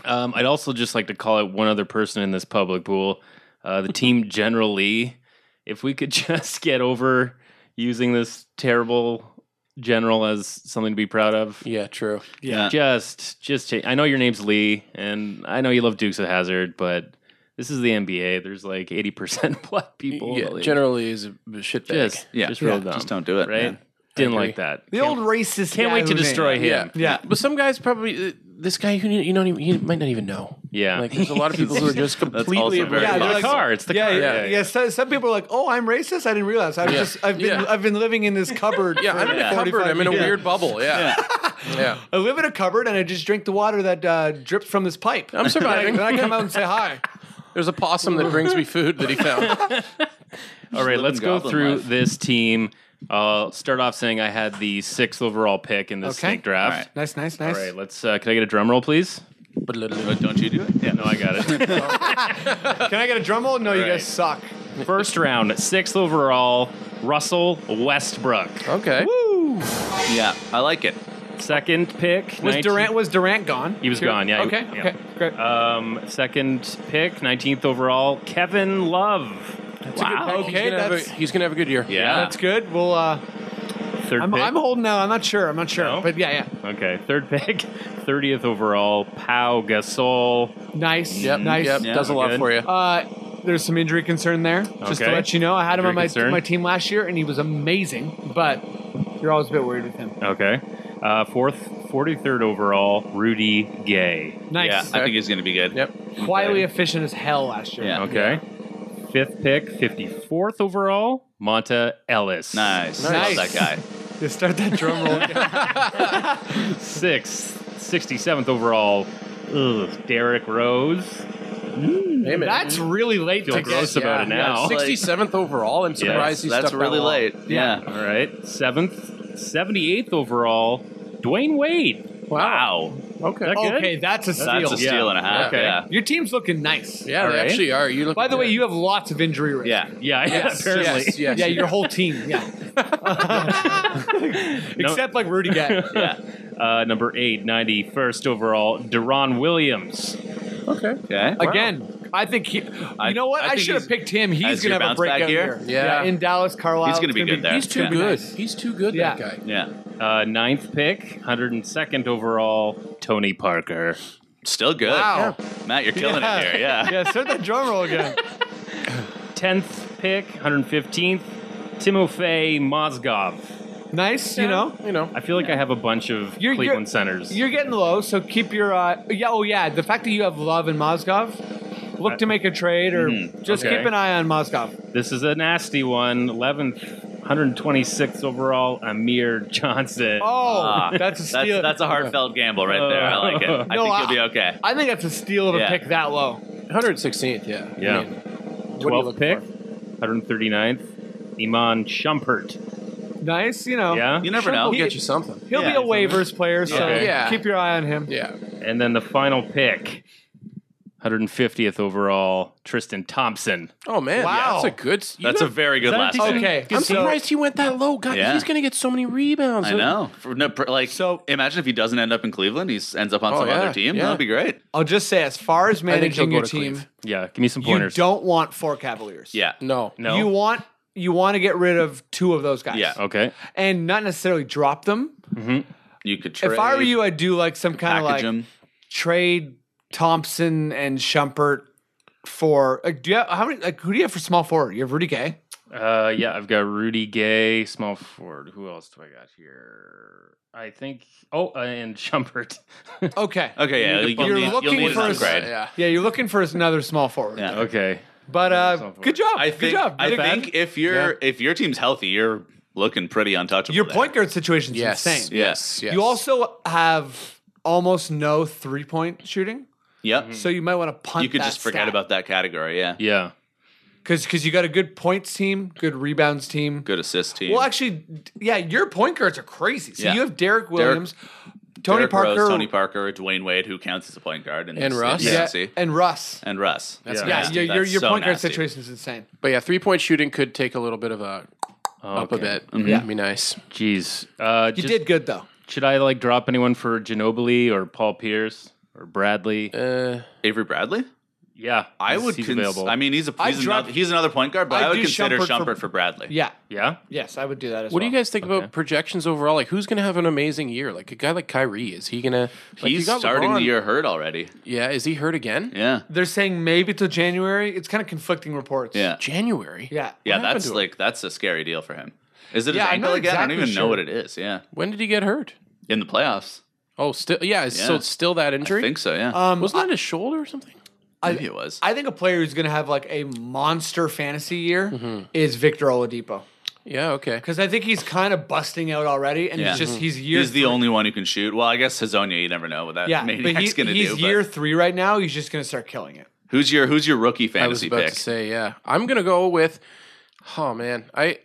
Speaker 1: Um, I'd also just like to call out one other person in this public pool, uh, the team General Lee. If we could just get over using this terrible general as something to be proud of,
Speaker 2: yeah. True.
Speaker 4: yeah.
Speaker 1: just just change. I know your name's Lee, and I know you love Dukes of Hazard, but this is the NBA. There's like eighty percent black people. in the
Speaker 2: Yeah.
Speaker 1: league.
Speaker 2: Generally, is a shit bag.
Speaker 1: just
Speaker 4: Yeah.
Speaker 1: just real
Speaker 4: Yeah.
Speaker 1: dumb.
Speaker 4: Just don't do it,
Speaker 1: Right?
Speaker 4: man.
Speaker 1: Didn't like that.
Speaker 5: the old racist.
Speaker 1: Can't
Speaker 5: guy
Speaker 1: wait
Speaker 5: who
Speaker 1: to
Speaker 5: made it.
Speaker 1: destroy him.
Speaker 2: Yeah.
Speaker 5: Yeah.
Speaker 2: But some guys probably uh, this guy who you you don't even you might not even know.
Speaker 1: Yeah.
Speaker 2: Like there's a lot of people who are just completely
Speaker 4: also very
Speaker 2: oblivious.
Speaker 5: Yeah, they're
Speaker 1: the
Speaker 5: like-
Speaker 1: car. It's the
Speaker 5: Yeah,
Speaker 1: car.
Speaker 5: yeah, yeah. So, some people are like, "Oh, I'm racist. I didn't realize. I've just, I've been,
Speaker 2: Yeah.
Speaker 5: I've been living in this cupboard.
Speaker 2: Yeah,
Speaker 5: for
Speaker 2: I'm in a
Speaker 5: 45
Speaker 2: cupboard. I'm in a
Speaker 5: years.
Speaker 2: weird bubble. Yeah. yeah.
Speaker 5: I live in a cupboard and I just drink the water that uh, drips from this pipe.
Speaker 2: I'm surviving.
Speaker 5: Then I come out and say hi.
Speaker 2: There's a possum that brings me food that he found.
Speaker 1: All right,
Speaker 4: living
Speaker 1: let's go
Speaker 4: goblin
Speaker 1: through
Speaker 4: life.
Speaker 1: this team. I'll start off saying I had the sixth overall pick in this
Speaker 5: Okay.
Speaker 1: snake draft.
Speaker 5: Nice, nice,
Speaker 1: All
Speaker 5: nice.
Speaker 1: right, let's. Uh, can I get a drum roll, please?
Speaker 4: But don't you do it? Yeah.
Speaker 1: No, I got it.
Speaker 5: Can I get a drum roll? No, you guys suck.
Speaker 1: First round, sixth overall, Russell Westbrook.
Speaker 2: Okay.
Speaker 5: Woo!
Speaker 4: Yeah, I like it.
Speaker 1: Second pick.
Speaker 5: Was
Speaker 1: 19
Speaker 5: Durant was Durant gone?
Speaker 1: He was gone, yeah.
Speaker 5: Okay.
Speaker 1: Yeah.
Speaker 5: Okay. Great.
Speaker 2: Uh,
Speaker 1: Um, second pick, 19th overall, Kevin Love.
Speaker 5: wow.
Speaker 2: He's gonna have a- he's gonna have a good year.
Speaker 4: Yeah.
Speaker 5: That's good. Well, uh,
Speaker 1: Third
Speaker 5: I'm,
Speaker 1: pick.
Speaker 5: I'm holding out. I'm not sure. I'm not sure.
Speaker 1: No?
Speaker 5: But yeah, yeah.
Speaker 1: okay, third pick, 30th overall, Pau Gasol.
Speaker 5: Nice.
Speaker 2: Yep.
Speaker 5: Nice.
Speaker 2: Yep.
Speaker 4: Yeah,
Speaker 2: Does a lot
Speaker 1: good.
Speaker 2: for you.
Speaker 5: Uh, there's some injury concern there. Just to
Speaker 1: Okay.
Speaker 5: let you know, I had him
Speaker 1: Injury
Speaker 5: on my
Speaker 1: concern.
Speaker 5: my team last year, and he was amazing. But you're always a bit worried with him.
Speaker 1: Okay. Uh, fourth, 43rd overall, Rudy Gay.
Speaker 5: Nice.
Speaker 4: Yeah, I think he's going to be good.
Speaker 2: Yep.
Speaker 5: Quietly efficient as hell last year.
Speaker 4: Yeah.
Speaker 1: Okay. Fifth pick, 54th overall, Monta Ellis.
Speaker 4: Nice.
Speaker 5: Nice.
Speaker 4: Love that guy.
Speaker 5: Just start that drum roll. again.
Speaker 1: Sixth, 67th overall, ugh, Derek Rose.
Speaker 2: Hey, man.
Speaker 5: That's really late
Speaker 1: Feel
Speaker 5: to get.
Speaker 1: gross about it now.
Speaker 4: yeah,
Speaker 2: 67th overall. I'm surprised he's
Speaker 4: That's really late. Yeah.
Speaker 1: All right. Seventh, 78th overall, Dwayne Wade.
Speaker 4: Wow.
Speaker 1: Okay.
Speaker 5: Okay, that's a steal.
Speaker 4: That's a
Speaker 1: Yeah.
Speaker 4: steal and a half.
Speaker 1: Okay.
Speaker 4: Yeah.
Speaker 5: Your team's looking nice.
Speaker 2: Yeah,
Speaker 1: All
Speaker 2: they
Speaker 1: right.
Speaker 2: actually are. You look.
Speaker 5: By the way, you have lots of injury risk.
Speaker 4: Yeah.
Speaker 1: Yeah,
Speaker 2: Yes,
Speaker 1: apparently.
Speaker 2: yes, yes.
Speaker 5: yeah, your whole team. Yeah. Except like Rudy Gay.
Speaker 4: Yeah.
Speaker 1: Uh, number eight, 91st overall, Deron Williams.
Speaker 2: okay.
Speaker 4: Okay.
Speaker 5: Again, I think he.
Speaker 4: I-
Speaker 5: you know what?
Speaker 4: I
Speaker 5: I,
Speaker 4: think
Speaker 5: should have
Speaker 4: he's-
Speaker 5: picked him.
Speaker 4: as
Speaker 5: He's
Speaker 4: your
Speaker 5: gonna have a
Speaker 4: bounce back
Speaker 5: breakout
Speaker 4: year?
Speaker 5: year.
Speaker 2: Yeah.
Speaker 5: in Dallas, Carlisle.
Speaker 4: He's gonna
Speaker 5: it's
Speaker 4: be good there.
Speaker 2: He's too
Speaker 4: Yeah.
Speaker 2: good. He's too good. That
Speaker 5: Yeah.
Speaker 2: guy.
Speaker 4: Yeah.
Speaker 1: Uh, ninth pick, 102nd overall, Tony Parker.
Speaker 4: Still good.
Speaker 5: Wow.
Speaker 4: Matt, you're killing
Speaker 5: Yeah.
Speaker 4: it here. Yeah.
Speaker 5: Yeah, start that drum roll again.
Speaker 1: 10th pick, 115th, Timofey Mozgov.
Speaker 5: nice, you know.
Speaker 2: You know.
Speaker 1: I feel like I have a bunch of
Speaker 5: You're-
Speaker 1: Cleveland
Speaker 5: you're-
Speaker 1: centers.
Speaker 5: You're getting low, so keep your uh, yeah. Oh yeah, the fact that you have Love and Mozgov,
Speaker 4: Uh,
Speaker 5: look to make a trade or
Speaker 4: mm-hmm.
Speaker 5: just
Speaker 1: Okay.
Speaker 5: keep an eye on Mozgov.
Speaker 1: This is a nasty one. 11th, 126th overall, Amir Johnson.
Speaker 5: Oh,
Speaker 4: Ah,
Speaker 5: that's a
Speaker 4: That's,
Speaker 5: steal.
Speaker 4: that's a heartfelt gamble right there. I like it. I
Speaker 5: No,
Speaker 4: think
Speaker 5: I-
Speaker 4: you'll be okay.
Speaker 5: I think that's a steal of
Speaker 4: Yeah.
Speaker 5: a pick that low.
Speaker 2: 116th. Yeah.
Speaker 1: Yeah.
Speaker 2: I mean, what are you
Speaker 1: 12th
Speaker 2: looking
Speaker 1: pick,
Speaker 2: for?
Speaker 1: 139th, Iman Shumpert.
Speaker 5: Nice, Oh, you know.
Speaker 1: Yeah.
Speaker 4: You never know.
Speaker 2: We'll get you something.
Speaker 5: He'll
Speaker 4: Yeah.
Speaker 5: be a waivers player, so
Speaker 1: Okay.
Speaker 2: Yeah.
Speaker 5: keep your eye on him.
Speaker 2: Yeah.
Speaker 1: And then the final pick, 150th overall, Tristan Thompson.
Speaker 2: Oh man.
Speaker 5: Wow.
Speaker 2: That's a good. you
Speaker 4: That's
Speaker 2: know-
Speaker 4: a very good
Speaker 1: Is that a
Speaker 4: last
Speaker 1: decent-
Speaker 4: pick.
Speaker 5: Okay,
Speaker 2: I'm
Speaker 5: so-
Speaker 2: surprised he went that low. God,
Speaker 4: Yeah.
Speaker 2: he's gonna get so many rebounds.
Speaker 4: I know. For, no, pr- like,
Speaker 5: So-
Speaker 4: imagine if he doesn't end up in Cleveland, he s- ends up on
Speaker 2: Oh,
Speaker 4: some
Speaker 2: yeah,
Speaker 4: other team.
Speaker 2: yeah.
Speaker 4: That'd be great.
Speaker 5: I'll just say, as far as
Speaker 2: I think he'll
Speaker 5: managing
Speaker 2: go
Speaker 5: your
Speaker 2: to
Speaker 5: team,
Speaker 2: Cleve.
Speaker 1: Yeah, give me some
Speaker 5: you
Speaker 1: pointers.
Speaker 5: don't want four Cavaliers.
Speaker 4: Yeah.
Speaker 2: No.
Speaker 1: no.
Speaker 5: You want you want to get rid of two of those guys.
Speaker 4: Yeah.
Speaker 1: okay.
Speaker 5: And not necessarily drop them.
Speaker 4: You could trade.
Speaker 5: If I were you, I'd do like some kind of
Speaker 4: package
Speaker 5: like
Speaker 4: him.
Speaker 5: trade Thompson and Shumpert for like do you have how many like who do you have for small forward? You have Rudy Gay.
Speaker 1: Uh, yeah, I've got Rudy Gay, small forward. Who else do I got here? I think. Oh, uh, and Shumpert.
Speaker 5: Okay.
Speaker 4: Okay, yeah.
Speaker 1: need to
Speaker 4: You'll
Speaker 1: bump
Speaker 5: You're
Speaker 4: need,
Speaker 5: looking
Speaker 4: you'll need
Speaker 5: for
Speaker 4: an
Speaker 5: a-
Speaker 4: upgrade.
Speaker 2: Yeah.
Speaker 5: Yeah, you're looking for another small forward.
Speaker 4: Yeah.
Speaker 1: okay.
Speaker 5: But
Speaker 1: small
Speaker 5: uh
Speaker 1: forward.
Speaker 5: good job.
Speaker 4: I
Speaker 5: good
Speaker 4: think,
Speaker 5: job.
Speaker 4: I
Speaker 5: Not
Speaker 4: think
Speaker 5: bad.
Speaker 4: if you if your team's healthy, you're looking pretty untouchable.
Speaker 5: your
Speaker 4: there.
Speaker 5: point guard situation's
Speaker 2: Yes.
Speaker 5: insane.
Speaker 2: Yes. Yes.
Speaker 5: You also have almost no three point shooting.
Speaker 4: Yep.
Speaker 5: So you might want to punt.
Speaker 4: You could
Speaker 5: Mm-hmm. that
Speaker 4: just forget
Speaker 5: stat.
Speaker 4: about that category. Yeah.
Speaker 1: Yeah.
Speaker 5: because because you got a good points team, good rebounds team.
Speaker 4: Good assist team.
Speaker 5: Well, actually, yeah, your point guards are crazy. So
Speaker 4: Yeah.
Speaker 5: you have Derek Williams, Tony
Speaker 4: Derrick
Speaker 5: Parker,
Speaker 4: Rose, Tony Parker, Dwayne Wade, who counts as a point guard, and,
Speaker 2: And Russ.
Speaker 4: Yeah.
Speaker 5: yeah,
Speaker 4: see?
Speaker 5: and Russ.
Speaker 4: And Russ. That's
Speaker 1: Yeah.
Speaker 5: Yeah,
Speaker 1: nasty.
Speaker 5: your your,
Speaker 4: That's
Speaker 5: your
Speaker 4: so
Speaker 5: point guard
Speaker 4: nasty.
Speaker 5: situation is insane.
Speaker 2: But yeah, three point shooting could take a little bit of a
Speaker 4: Oh,
Speaker 2: up a bit.
Speaker 4: Mm-hmm.
Speaker 2: Yeah. Be nice.
Speaker 1: Jeez. Uh,
Speaker 5: You
Speaker 1: just-
Speaker 5: did good though.
Speaker 1: Should I like drop anyone for Ginobili or Paul Pierce or Bradley?
Speaker 2: Uh,
Speaker 4: Avery Bradley.
Speaker 1: yeah,
Speaker 4: I
Speaker 1: he's-
Speaker 4: would.
Speaker 1: He's
Speaker 4: cons-
Speaker 1: available.
Speaker 4: I mean, he's a
Speaker 5: I'd
Speaker 4: he's,
Speaker 5: drop-
Speaker 4: another, he's another point guard, but
Speaker 5: I'd
Speaker 4: I would
Speaker 5: do
Speaker 4: consider
Speaker 5: Shumpert for-
Speaker 4: Shumpert for Bradley.
Speaker 5: Yeah.
Speaker 1: yeah.
Speaker 5: Yes, I would do that as
Speaker 2: what do
Speaker 5: well.
Speaker 2: you guys think about projections overall? Like, who's going to have an amazing year? Like a guy like Kyrie, is he going to? Like you
Speaker 4: He's
Speaker 2: got
Speaker 4: starting
Speaker 2: LeBron.
Speaker 4: the year hurt already.
Speaker 2: Yeah, is he hurt again?
Speaker 4: Yeah.
Speaker 5: They're saying maybe till January. It's kind of conflicting reports.
Speaker 4: Yeah.
Speaker 2: January.
Speaker 5: Yeah.
Speaker 4: Yeah.
Speaker 2: happened to
Speaker 4: that's
Speaker 2: him?
Speaker 4: like that's a scary deal for him. Is it his
Speaker 5: Yeah, I'm
Speaker 4: ankle
Speaker 5: not
Speaker 4: again? I
Speaker 5: exactly
Speaker 4: don't even
Speaker 5: sure.
Speaker 4: know what it is. Yeah.
Speaker 2: When did he get hurt?
Speaker 4: In the playoffs.
Speaker 2: Oh, still yeah. is- So
Speaker 4: Yeah.
Speaker 2: it's still that injury.
Speaker 4: I think so. Yeah.
Speaker 5: Um,
Speaker 2: Wasn't that his shoulder or something?
Speaker 5: I-
Speaker 4: Maybe it was.
Speaker 5: I think a player who's going to have like a monster fantasy year
Speaker 4: Mm-hmm.
Speaker 5: is Victor Oladipo
Speaker 2: Yeah. Okay.
Speaker 5: because I think he's kind of busting out already, and
Speaker 4: Yeah. Mm-hmm.
Speaker 5: he's just he's years
Speaker 4: He's the only one who can shoot. Well, I guess Hazonia, you never know what that
Speaker 5: yeah, but he,
Speaker 4: maniac's going to
Speaker 5: he's
Speaker 4: do. but-
Speaker 5: year three right now. He's just going to start killing it.
Speaker 4: Who's your Who's your rookie
Speaker 2: I was
Speaker 4: fantasy
Speaker 2: about
Speaker 4: pick?
Speaker 2: to say yeah. I'm going to go with. Oh man, I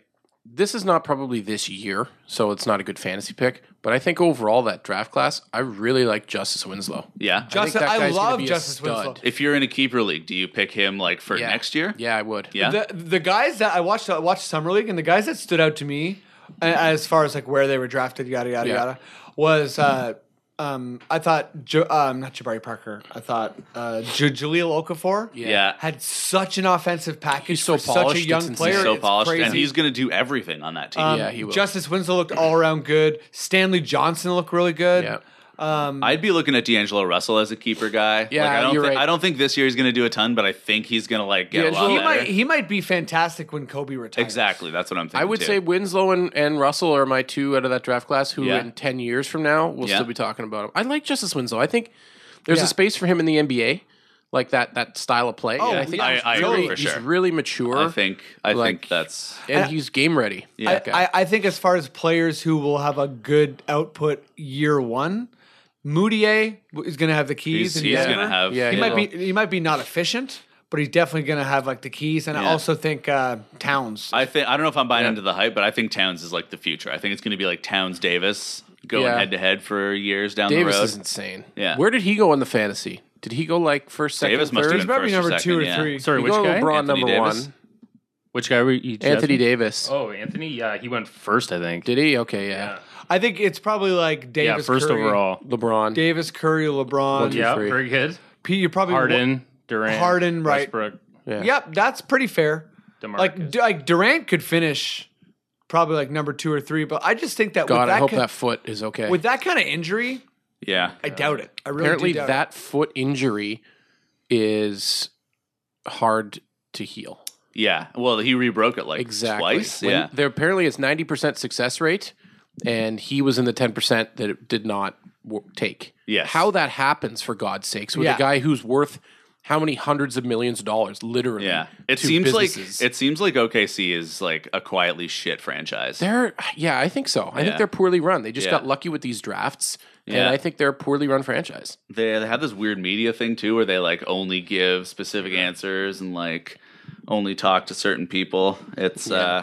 Speaker 2: this is not probably this year, so it's not a good fantasy pick. But I think overall that draft class, I really like Justice Winslow.
Speaker 4: Yeah.
Speaker 2: I think
Speaker 5: Justice,
Speaker 2: that
Speaker 5: I,
Speaker 2: guy's gonna
Speaker 5: love
Speaker 2: be a
Speaker 5: Justice
Speaker 2: stud.
Speaker 5: Winslow.
Speaker 4: If you're in a keeper league, do you pick him like for
Speaker 2: Yeah.
Speaker 4: next year?
Speaker 2: Yeah, I would.
Speaker 4: Yeah.
Speaker 5: The, the guys that I watched, I watched summer league, and the guys that stood out to me, a- as far as like where they were drafted, yada yada
Speaker 2: Yeah.
Speaker 5: yada, was uh, um, I thought jo- um, not Jabari Parker, I thought uh, J- Jaleel Okafor,
Speaker 2: Yeah.
Speaker 4: Yeah.
Speaker 5: had such an offensive package
Speaker 2: He's so
Speaker 5: for
Speaker 2: polished,
Speaker 5: such a
Speaker 2: it's
Speaker 5: young
Speaker 2: insane.
Speaker 5: player,
Speaker 4: so
Speaker 5: it's
Speaker 4: polished,
Speaker 5: crazy.
Speaker 4: and he's going to do everything on that team.
Speaker 5: Um,
Speaker 2: Yeah, he will.
Speaker 5: Justice Winslow looked all around good. Stanley Johnson looked really good.
Speaker 2: Yeah.
Speaker 5: Um,
Speaker 4: I'd be looking at D'Angelo Russell as a keeper guy.
Speaker 2: Yeah,
Speaker 4: I don't
Speaker 2: you're
Speaker 4: thi-
Speaker 2: right.
Speaker 4: I don't think this year he's going to do a ton, but I think he's going to like get a lot
Speaker 5: he
Speaker 4: better.
Speaker 5: might he might be fantastic when Kobe retires.
Speaker 4: exactly, that's what I'm thinking.
Speaker 2: I would
Speaker 4: too.
Speaker 2: say Winslow and, and Russell are my two out of that draft class who
Speaker 4: Yeah.
Speaker 2: in 10 years from now we'll
Speaker 4: Yeah.
Speaker 2: still be talking about him. I like Justice Winslow. I think there's
Speaker 5: Yeah.
Speaker 2: a space for him in the NBA, like that that style of play.
Speaker 5: Oh,
Speaker 2: and I think
Speaker 5: yeah,
Speaker 2: he's,
Speaker 4: I- I agree
Speaker 2: really,
Speaker 4: for
Speaker 2: he's
Speaker 4: sure.
Speaker 2: really mature
Speaker 4: I think I
Speaker 2: Like-
Speaker 4: think that's
Speaker 2: and
Speaker 5: I-
Speaker 2: he's game ready.
Speaker 4: Yeah.
Speaker 2: That guy.
Speaker 5: I, I think as far as players who will have a good output year one, Moutier is going to have the keys.
Speaker 4: he's,
Speaker 5: in
Speaker 4: he's
Speaker 5: Denver.
Speaker 4: going to have.
Speaker 2: Yeah,
Speaker 5: He
Speaker 2: yeah.
Speaker 5: might be he might be not efficient, but he's definitely going to have like the keys. And I
Speaker 4: Yeah.
Speaker 5: also think uh, Towns.
Speaker 4: I think I don't know if I'm buying into the hype, but I think Towns is like the future. I think it's going to be like Towns Davis going
Speaker 2: Yeah.
Speaker 4: head to head for years down
Speaker 2: Davis
Speaker 4: the road.
Speaker 2: is insane.
Speaker 4: Yeah.
Speaker 2: Where did he go in the fantasy? Did he go like first, second,
Speaker 4: Davis must
Speaker 2: third?
Speaker 4: have
Speaker 5: he's
Speaker 4: been
Speaker 5: probably
Speaker 4: first
Speaker 5: number
Speaker 4: or second,
Speaker 5: two or
Speaker 4: yeah.
Speaker 5: three.
Speaker 1: Sorry,
Speaker 2: We
Speaker 1: which
Speaker 2: go
Speaker 1: guy?
Speaker 2: LeBron
Speaker 4: Anthony
Speaker 2: number
Speaker 4: Davis?
Speaker 2: one.
Speaker 1: Which guy were you?
Speaker 2: Anthony
Speaker 1: Jasmine?
Speaker 2: Davis.
Speaker 1: Oh, Anthony. Yeah, he went first, I think.
Speaker 2: Did he? Okay, yeah.
Speaker 1: yeah.
Speaker 5: I think it's probably like
Speaker 1: Yeah,
Speaker 5: Davis.
Speaker 1: first
Speaker 5: Curry,
Speaker 1: overall.
Speaker 2: LeBron.
Speaker 5: Davis Curry, LeBron.
Speaker 2: two,
Speaker 1: Yeah,
Speaker 2: three.
Speaker 1: very good.
Speaker 5: Pete, you're probably
Speaker 1: Harden, Durant,
Speaker 5: Harden, right.
Speaker 1: Westbrook,
Speaker 2: yeah.
Speaker 5: Yep, that's pretty fair.
Speaker 1: DeMarcus.
Speaker 5: Like d- like Durant could finish probably like number two or three, but I just think that with
Speaker 2: God,
Speaker 5: that
Speaker 2: I hope
Speaker 5: ki-
Speaker 2: that foot is okay.
Speaker 5: with that kind of injury,
Speaker 4: Yeah,
Speaker 5: I doubt it. I really uh,
Speaker 2: Apparently,
Speaker 5: do doubt
Speaker 2: that foot injury is hard to heal.
Speaker 4: yeah. Well, he rebroke it like
Speaker 2: Exactly.
Speaker 4: twice.
Speaker 2: When-
Speaker 4: Yeah,
Speaker 2: There apparently it's ninety percent success rate, and he was in the ten percent that it did not w- take.
Speaker 4: Yes.
Speaker 2: How that happens, for God's sakes, with
Speaker 5: Yeah.
Speaker 2: a guy who's worth how many hundreds of millions of dollars, literally.
Speaker 4: yeah. It
Speaker 2: to
Speaker 4: seems
Speaker 2: businesses.
Speaker 4: like it seems like OKC is like a quietly shit franchise.
Speaker 2: They're yeah, I think so. I
Speaker 4: Yeah.
Speaker 2: think they're poorly run. They just
Speaker 4: Yeah.
Speaker 2: got lucky with these drafts, and
Speaker 4: Yeah.
Speaker 2: I think they're a poorly run franchise.
Speaker 4: they they have this weird media thing too where they like only give specific answers and like only talk to certain people it's uh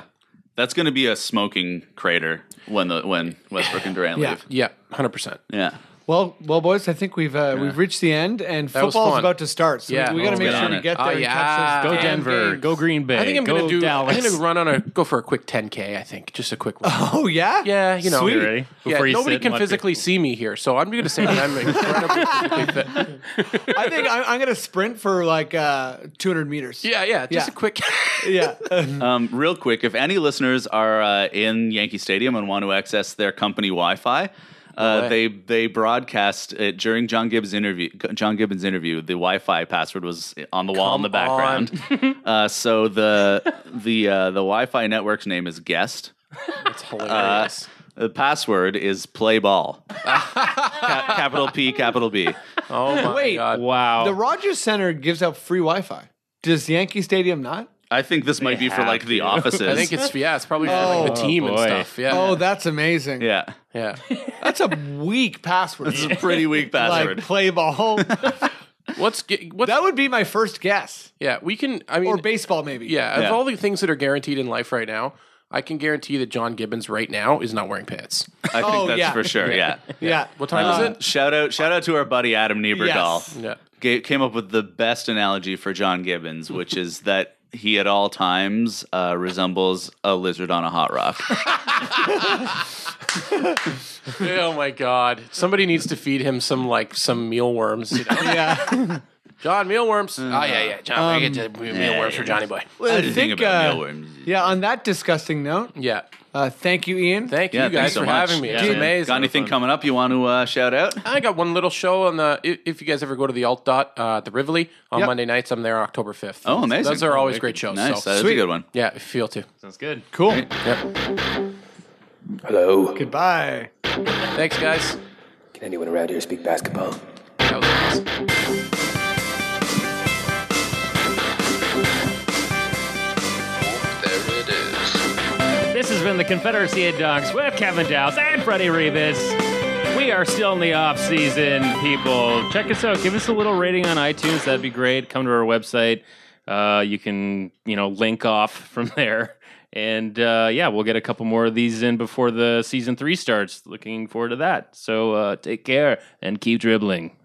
Speaker 4: that's going to be a smoking crater when the when westbrook and durant
Speaker 5: Yeah.
Speaker 4: leave
Speaker 2: Yeah, hundred percent.
Speaker 4: yeah
Speaker 5: it. Well, well, boys, I think we've uh, we've reached the end, and
Speaker 2: That was
Speaker 5: football's
Speaker 2: fun.
Speaker 5: about to start. So
Speaker 2: Yeah.
Speaker 5: we, got to
Speaker 4: Let's
Speaker 5: make
Speaker 4: get
Speaker 5: sure
Speaker 4: on
Speaker 5: we
Speaker 4: it.
Speaker 5: get there.
Speaker 2: Oh,
Speaker 5: and
Speaker 2: yeah.
Speaker 5: catch those
Speaker 1: go
Speaker 5: damn
Speaker 1: Denver,
Speaker 5: games.
Speaker 1: go Green Bay.
Speaker 2: I think I'm gonna
Speaker 1: go
Speaker 2: do.
Speaker 1: Dallas.
Speaker 2: I'm gonna run on a go for a quick 10k. I think just a quick one.
Speaker 5: Oh yeah,
Speaker 2: Yeah, you know.
Speaker 5: Sweet.
Speaker 1: You ready?
Speaker 2: yeah,
Speaker 1: Before you
Speaker 2: nobody
Speaker 1: sit
Speaker 2: can
Speaker 1: and watch it.
Speaker 2: physically see me here, so I'm going to say that I'm incredibly physically fit.
Speaker 5: I think I'm, I'm gonna sprint for like uh, 200 meters.
Speaker 2: Yeah, yeah, just
Speaker 5: Yeah.
Speaker 2: a quick.
Speaker 5: yeah.
Speaker 4: um, real quick if any listeners are uh, in yankee stadium and want to access their company wi-fi uh,
Speaker 2: way.
Speaker 4: they they broadcast it during John Gibbs interview. John Gibbons interview. The Wi-Fi password was on the wall in the
Speaker 2: Come on.
Speaker 4: background. uh, so the the uh, the Wi-Fi network's name is Guest.
Speaker 2: It's hilarious.
Speaker 4: The password is play ball. Ca- capital P, capital B.
Speaker 2: oh my
Speaker 5: Wait,
Speaker 2: god!
Speaker 1: Wow.
Speaker 5: the Rogers Center gives out free Wi-Fi. Does Yankee Stadium not?
Speaker 4: I think this might be for
Speaker 1: have
Speaker 4: like the
Speaker 1: to.
Speaker 4: offices.
Speaker 2: I think it's yeah, it's probably for
Speaker 5: Oh.
Speaker 2: like the team and
Speaker 1: Oh, boy.
Speaker 2: stuff. Yeah.
Speaker 5: Oh, that's amazing.
Speaker 4: yeah.
Speaker 2: yeah.
Speaker 5: That's a weak password.
Speaker 4: It's a pretty weak
Speaker 5: like
Speaker 4: password.
Speaker 5: play ball.
Speaker 2: What's ge- what's
Speaker 5: That would be my first guess.
Speaker 2: yeah? We can. I mean,
Speaker 5: Or baseball, maybe.
Speaker 2: yeah,
Speaker 4: Yeah.
Speaker 2: Of all the things that are guaranteed in life right now, I can guarantee that John Gibbons right now is not wearing pants.
Speaker 4: I think
Speaker 5: Oh,
Speaker 4: that's
Speaker 5: yeah.
Speaker 4: for sure. Yeah.
Speaker 5: Yeah.
Speaker 2: What time is
Speaker 4: Uh,
Speaker 2: it?
Speaker 4: shout out shout out to our buddy Adam Nieberdahl.
Speaker 5: Yes.
Speaker 2: Yeah.
Speaker 4: Ga- came up with the best analogy for John Gibbons, which is that he at all times uh, resembles a lizard on a hot rock.
Speaker 2: oh my god! Somebody needs to feed him some like some mealworms. You know?
Speaker 5: Yeah.
Speaker 2: John mealworms.
Speaker 4: Mm.
Speaker 2: Oh yeah, yeah. John, we
Speaker 4: Um,
Speaker 2: get to mealworms for Johnny boy.
Speaker 5: Well,
Speaker 4: I didn't think about mealworms.
Speaker 5: Yeah, on that disgusting note,
Speaker 2: Yeah.
Speaker 5: uh, thank you, Ian.
Speaker 2: Thank
Speaker 4: Yeah,
Speaker 2: you guys
Speaker 4: thanks so
Speaker 2: for
Speaker 4: much.
Speaker 2: having me.
Speaker 1: Yeah,
Speaker 2: it's
Speaker 1: man.
Speaker 2: amazing.
Speaker 4: Got anything coming up you want to uh, shout out?
Speaker 2: I got one little show on the if- if you guys ever go to the Alt Dot uh, at the Rivoli on
Speaker 5: Yep.
Speaker 2: Monday nights. I'm there October 5th.
Speaker 4: Oh, amazing.
Speaker 2: Those are always great shows.
Speaker 4: Nice.
Speaker 2: Oh, So.
Speaker 4: That's a
Speaker 5: Sweet.
Speaker 4: good one.
Speaker 2: Yeah, if you feel too.
Speaker 1: Sounds good.
Speaker 5: cool.
Speaker 6: Hello.
Speaker 5: Goodbye.
Speaker 2: Thanks, guys.
Speaker 6: Can anyone around here speak basketball?
Speaker 2: That was awesome.
Speaker 3: There it is.
Speaker 7: This has been the Confederacy of Dunks with Kevin Dowse and Freddie Rebus.
Speaker 1: We are still in the off season, people. Check us out. Give us a little rating on iTunes. That'd be great. Come to our website. Uh, you can, you know, link off from there And uh, yeah, we'll get a couple more of these in before the season three starts. Looking forward to that. So uh, take care and keep dribbling.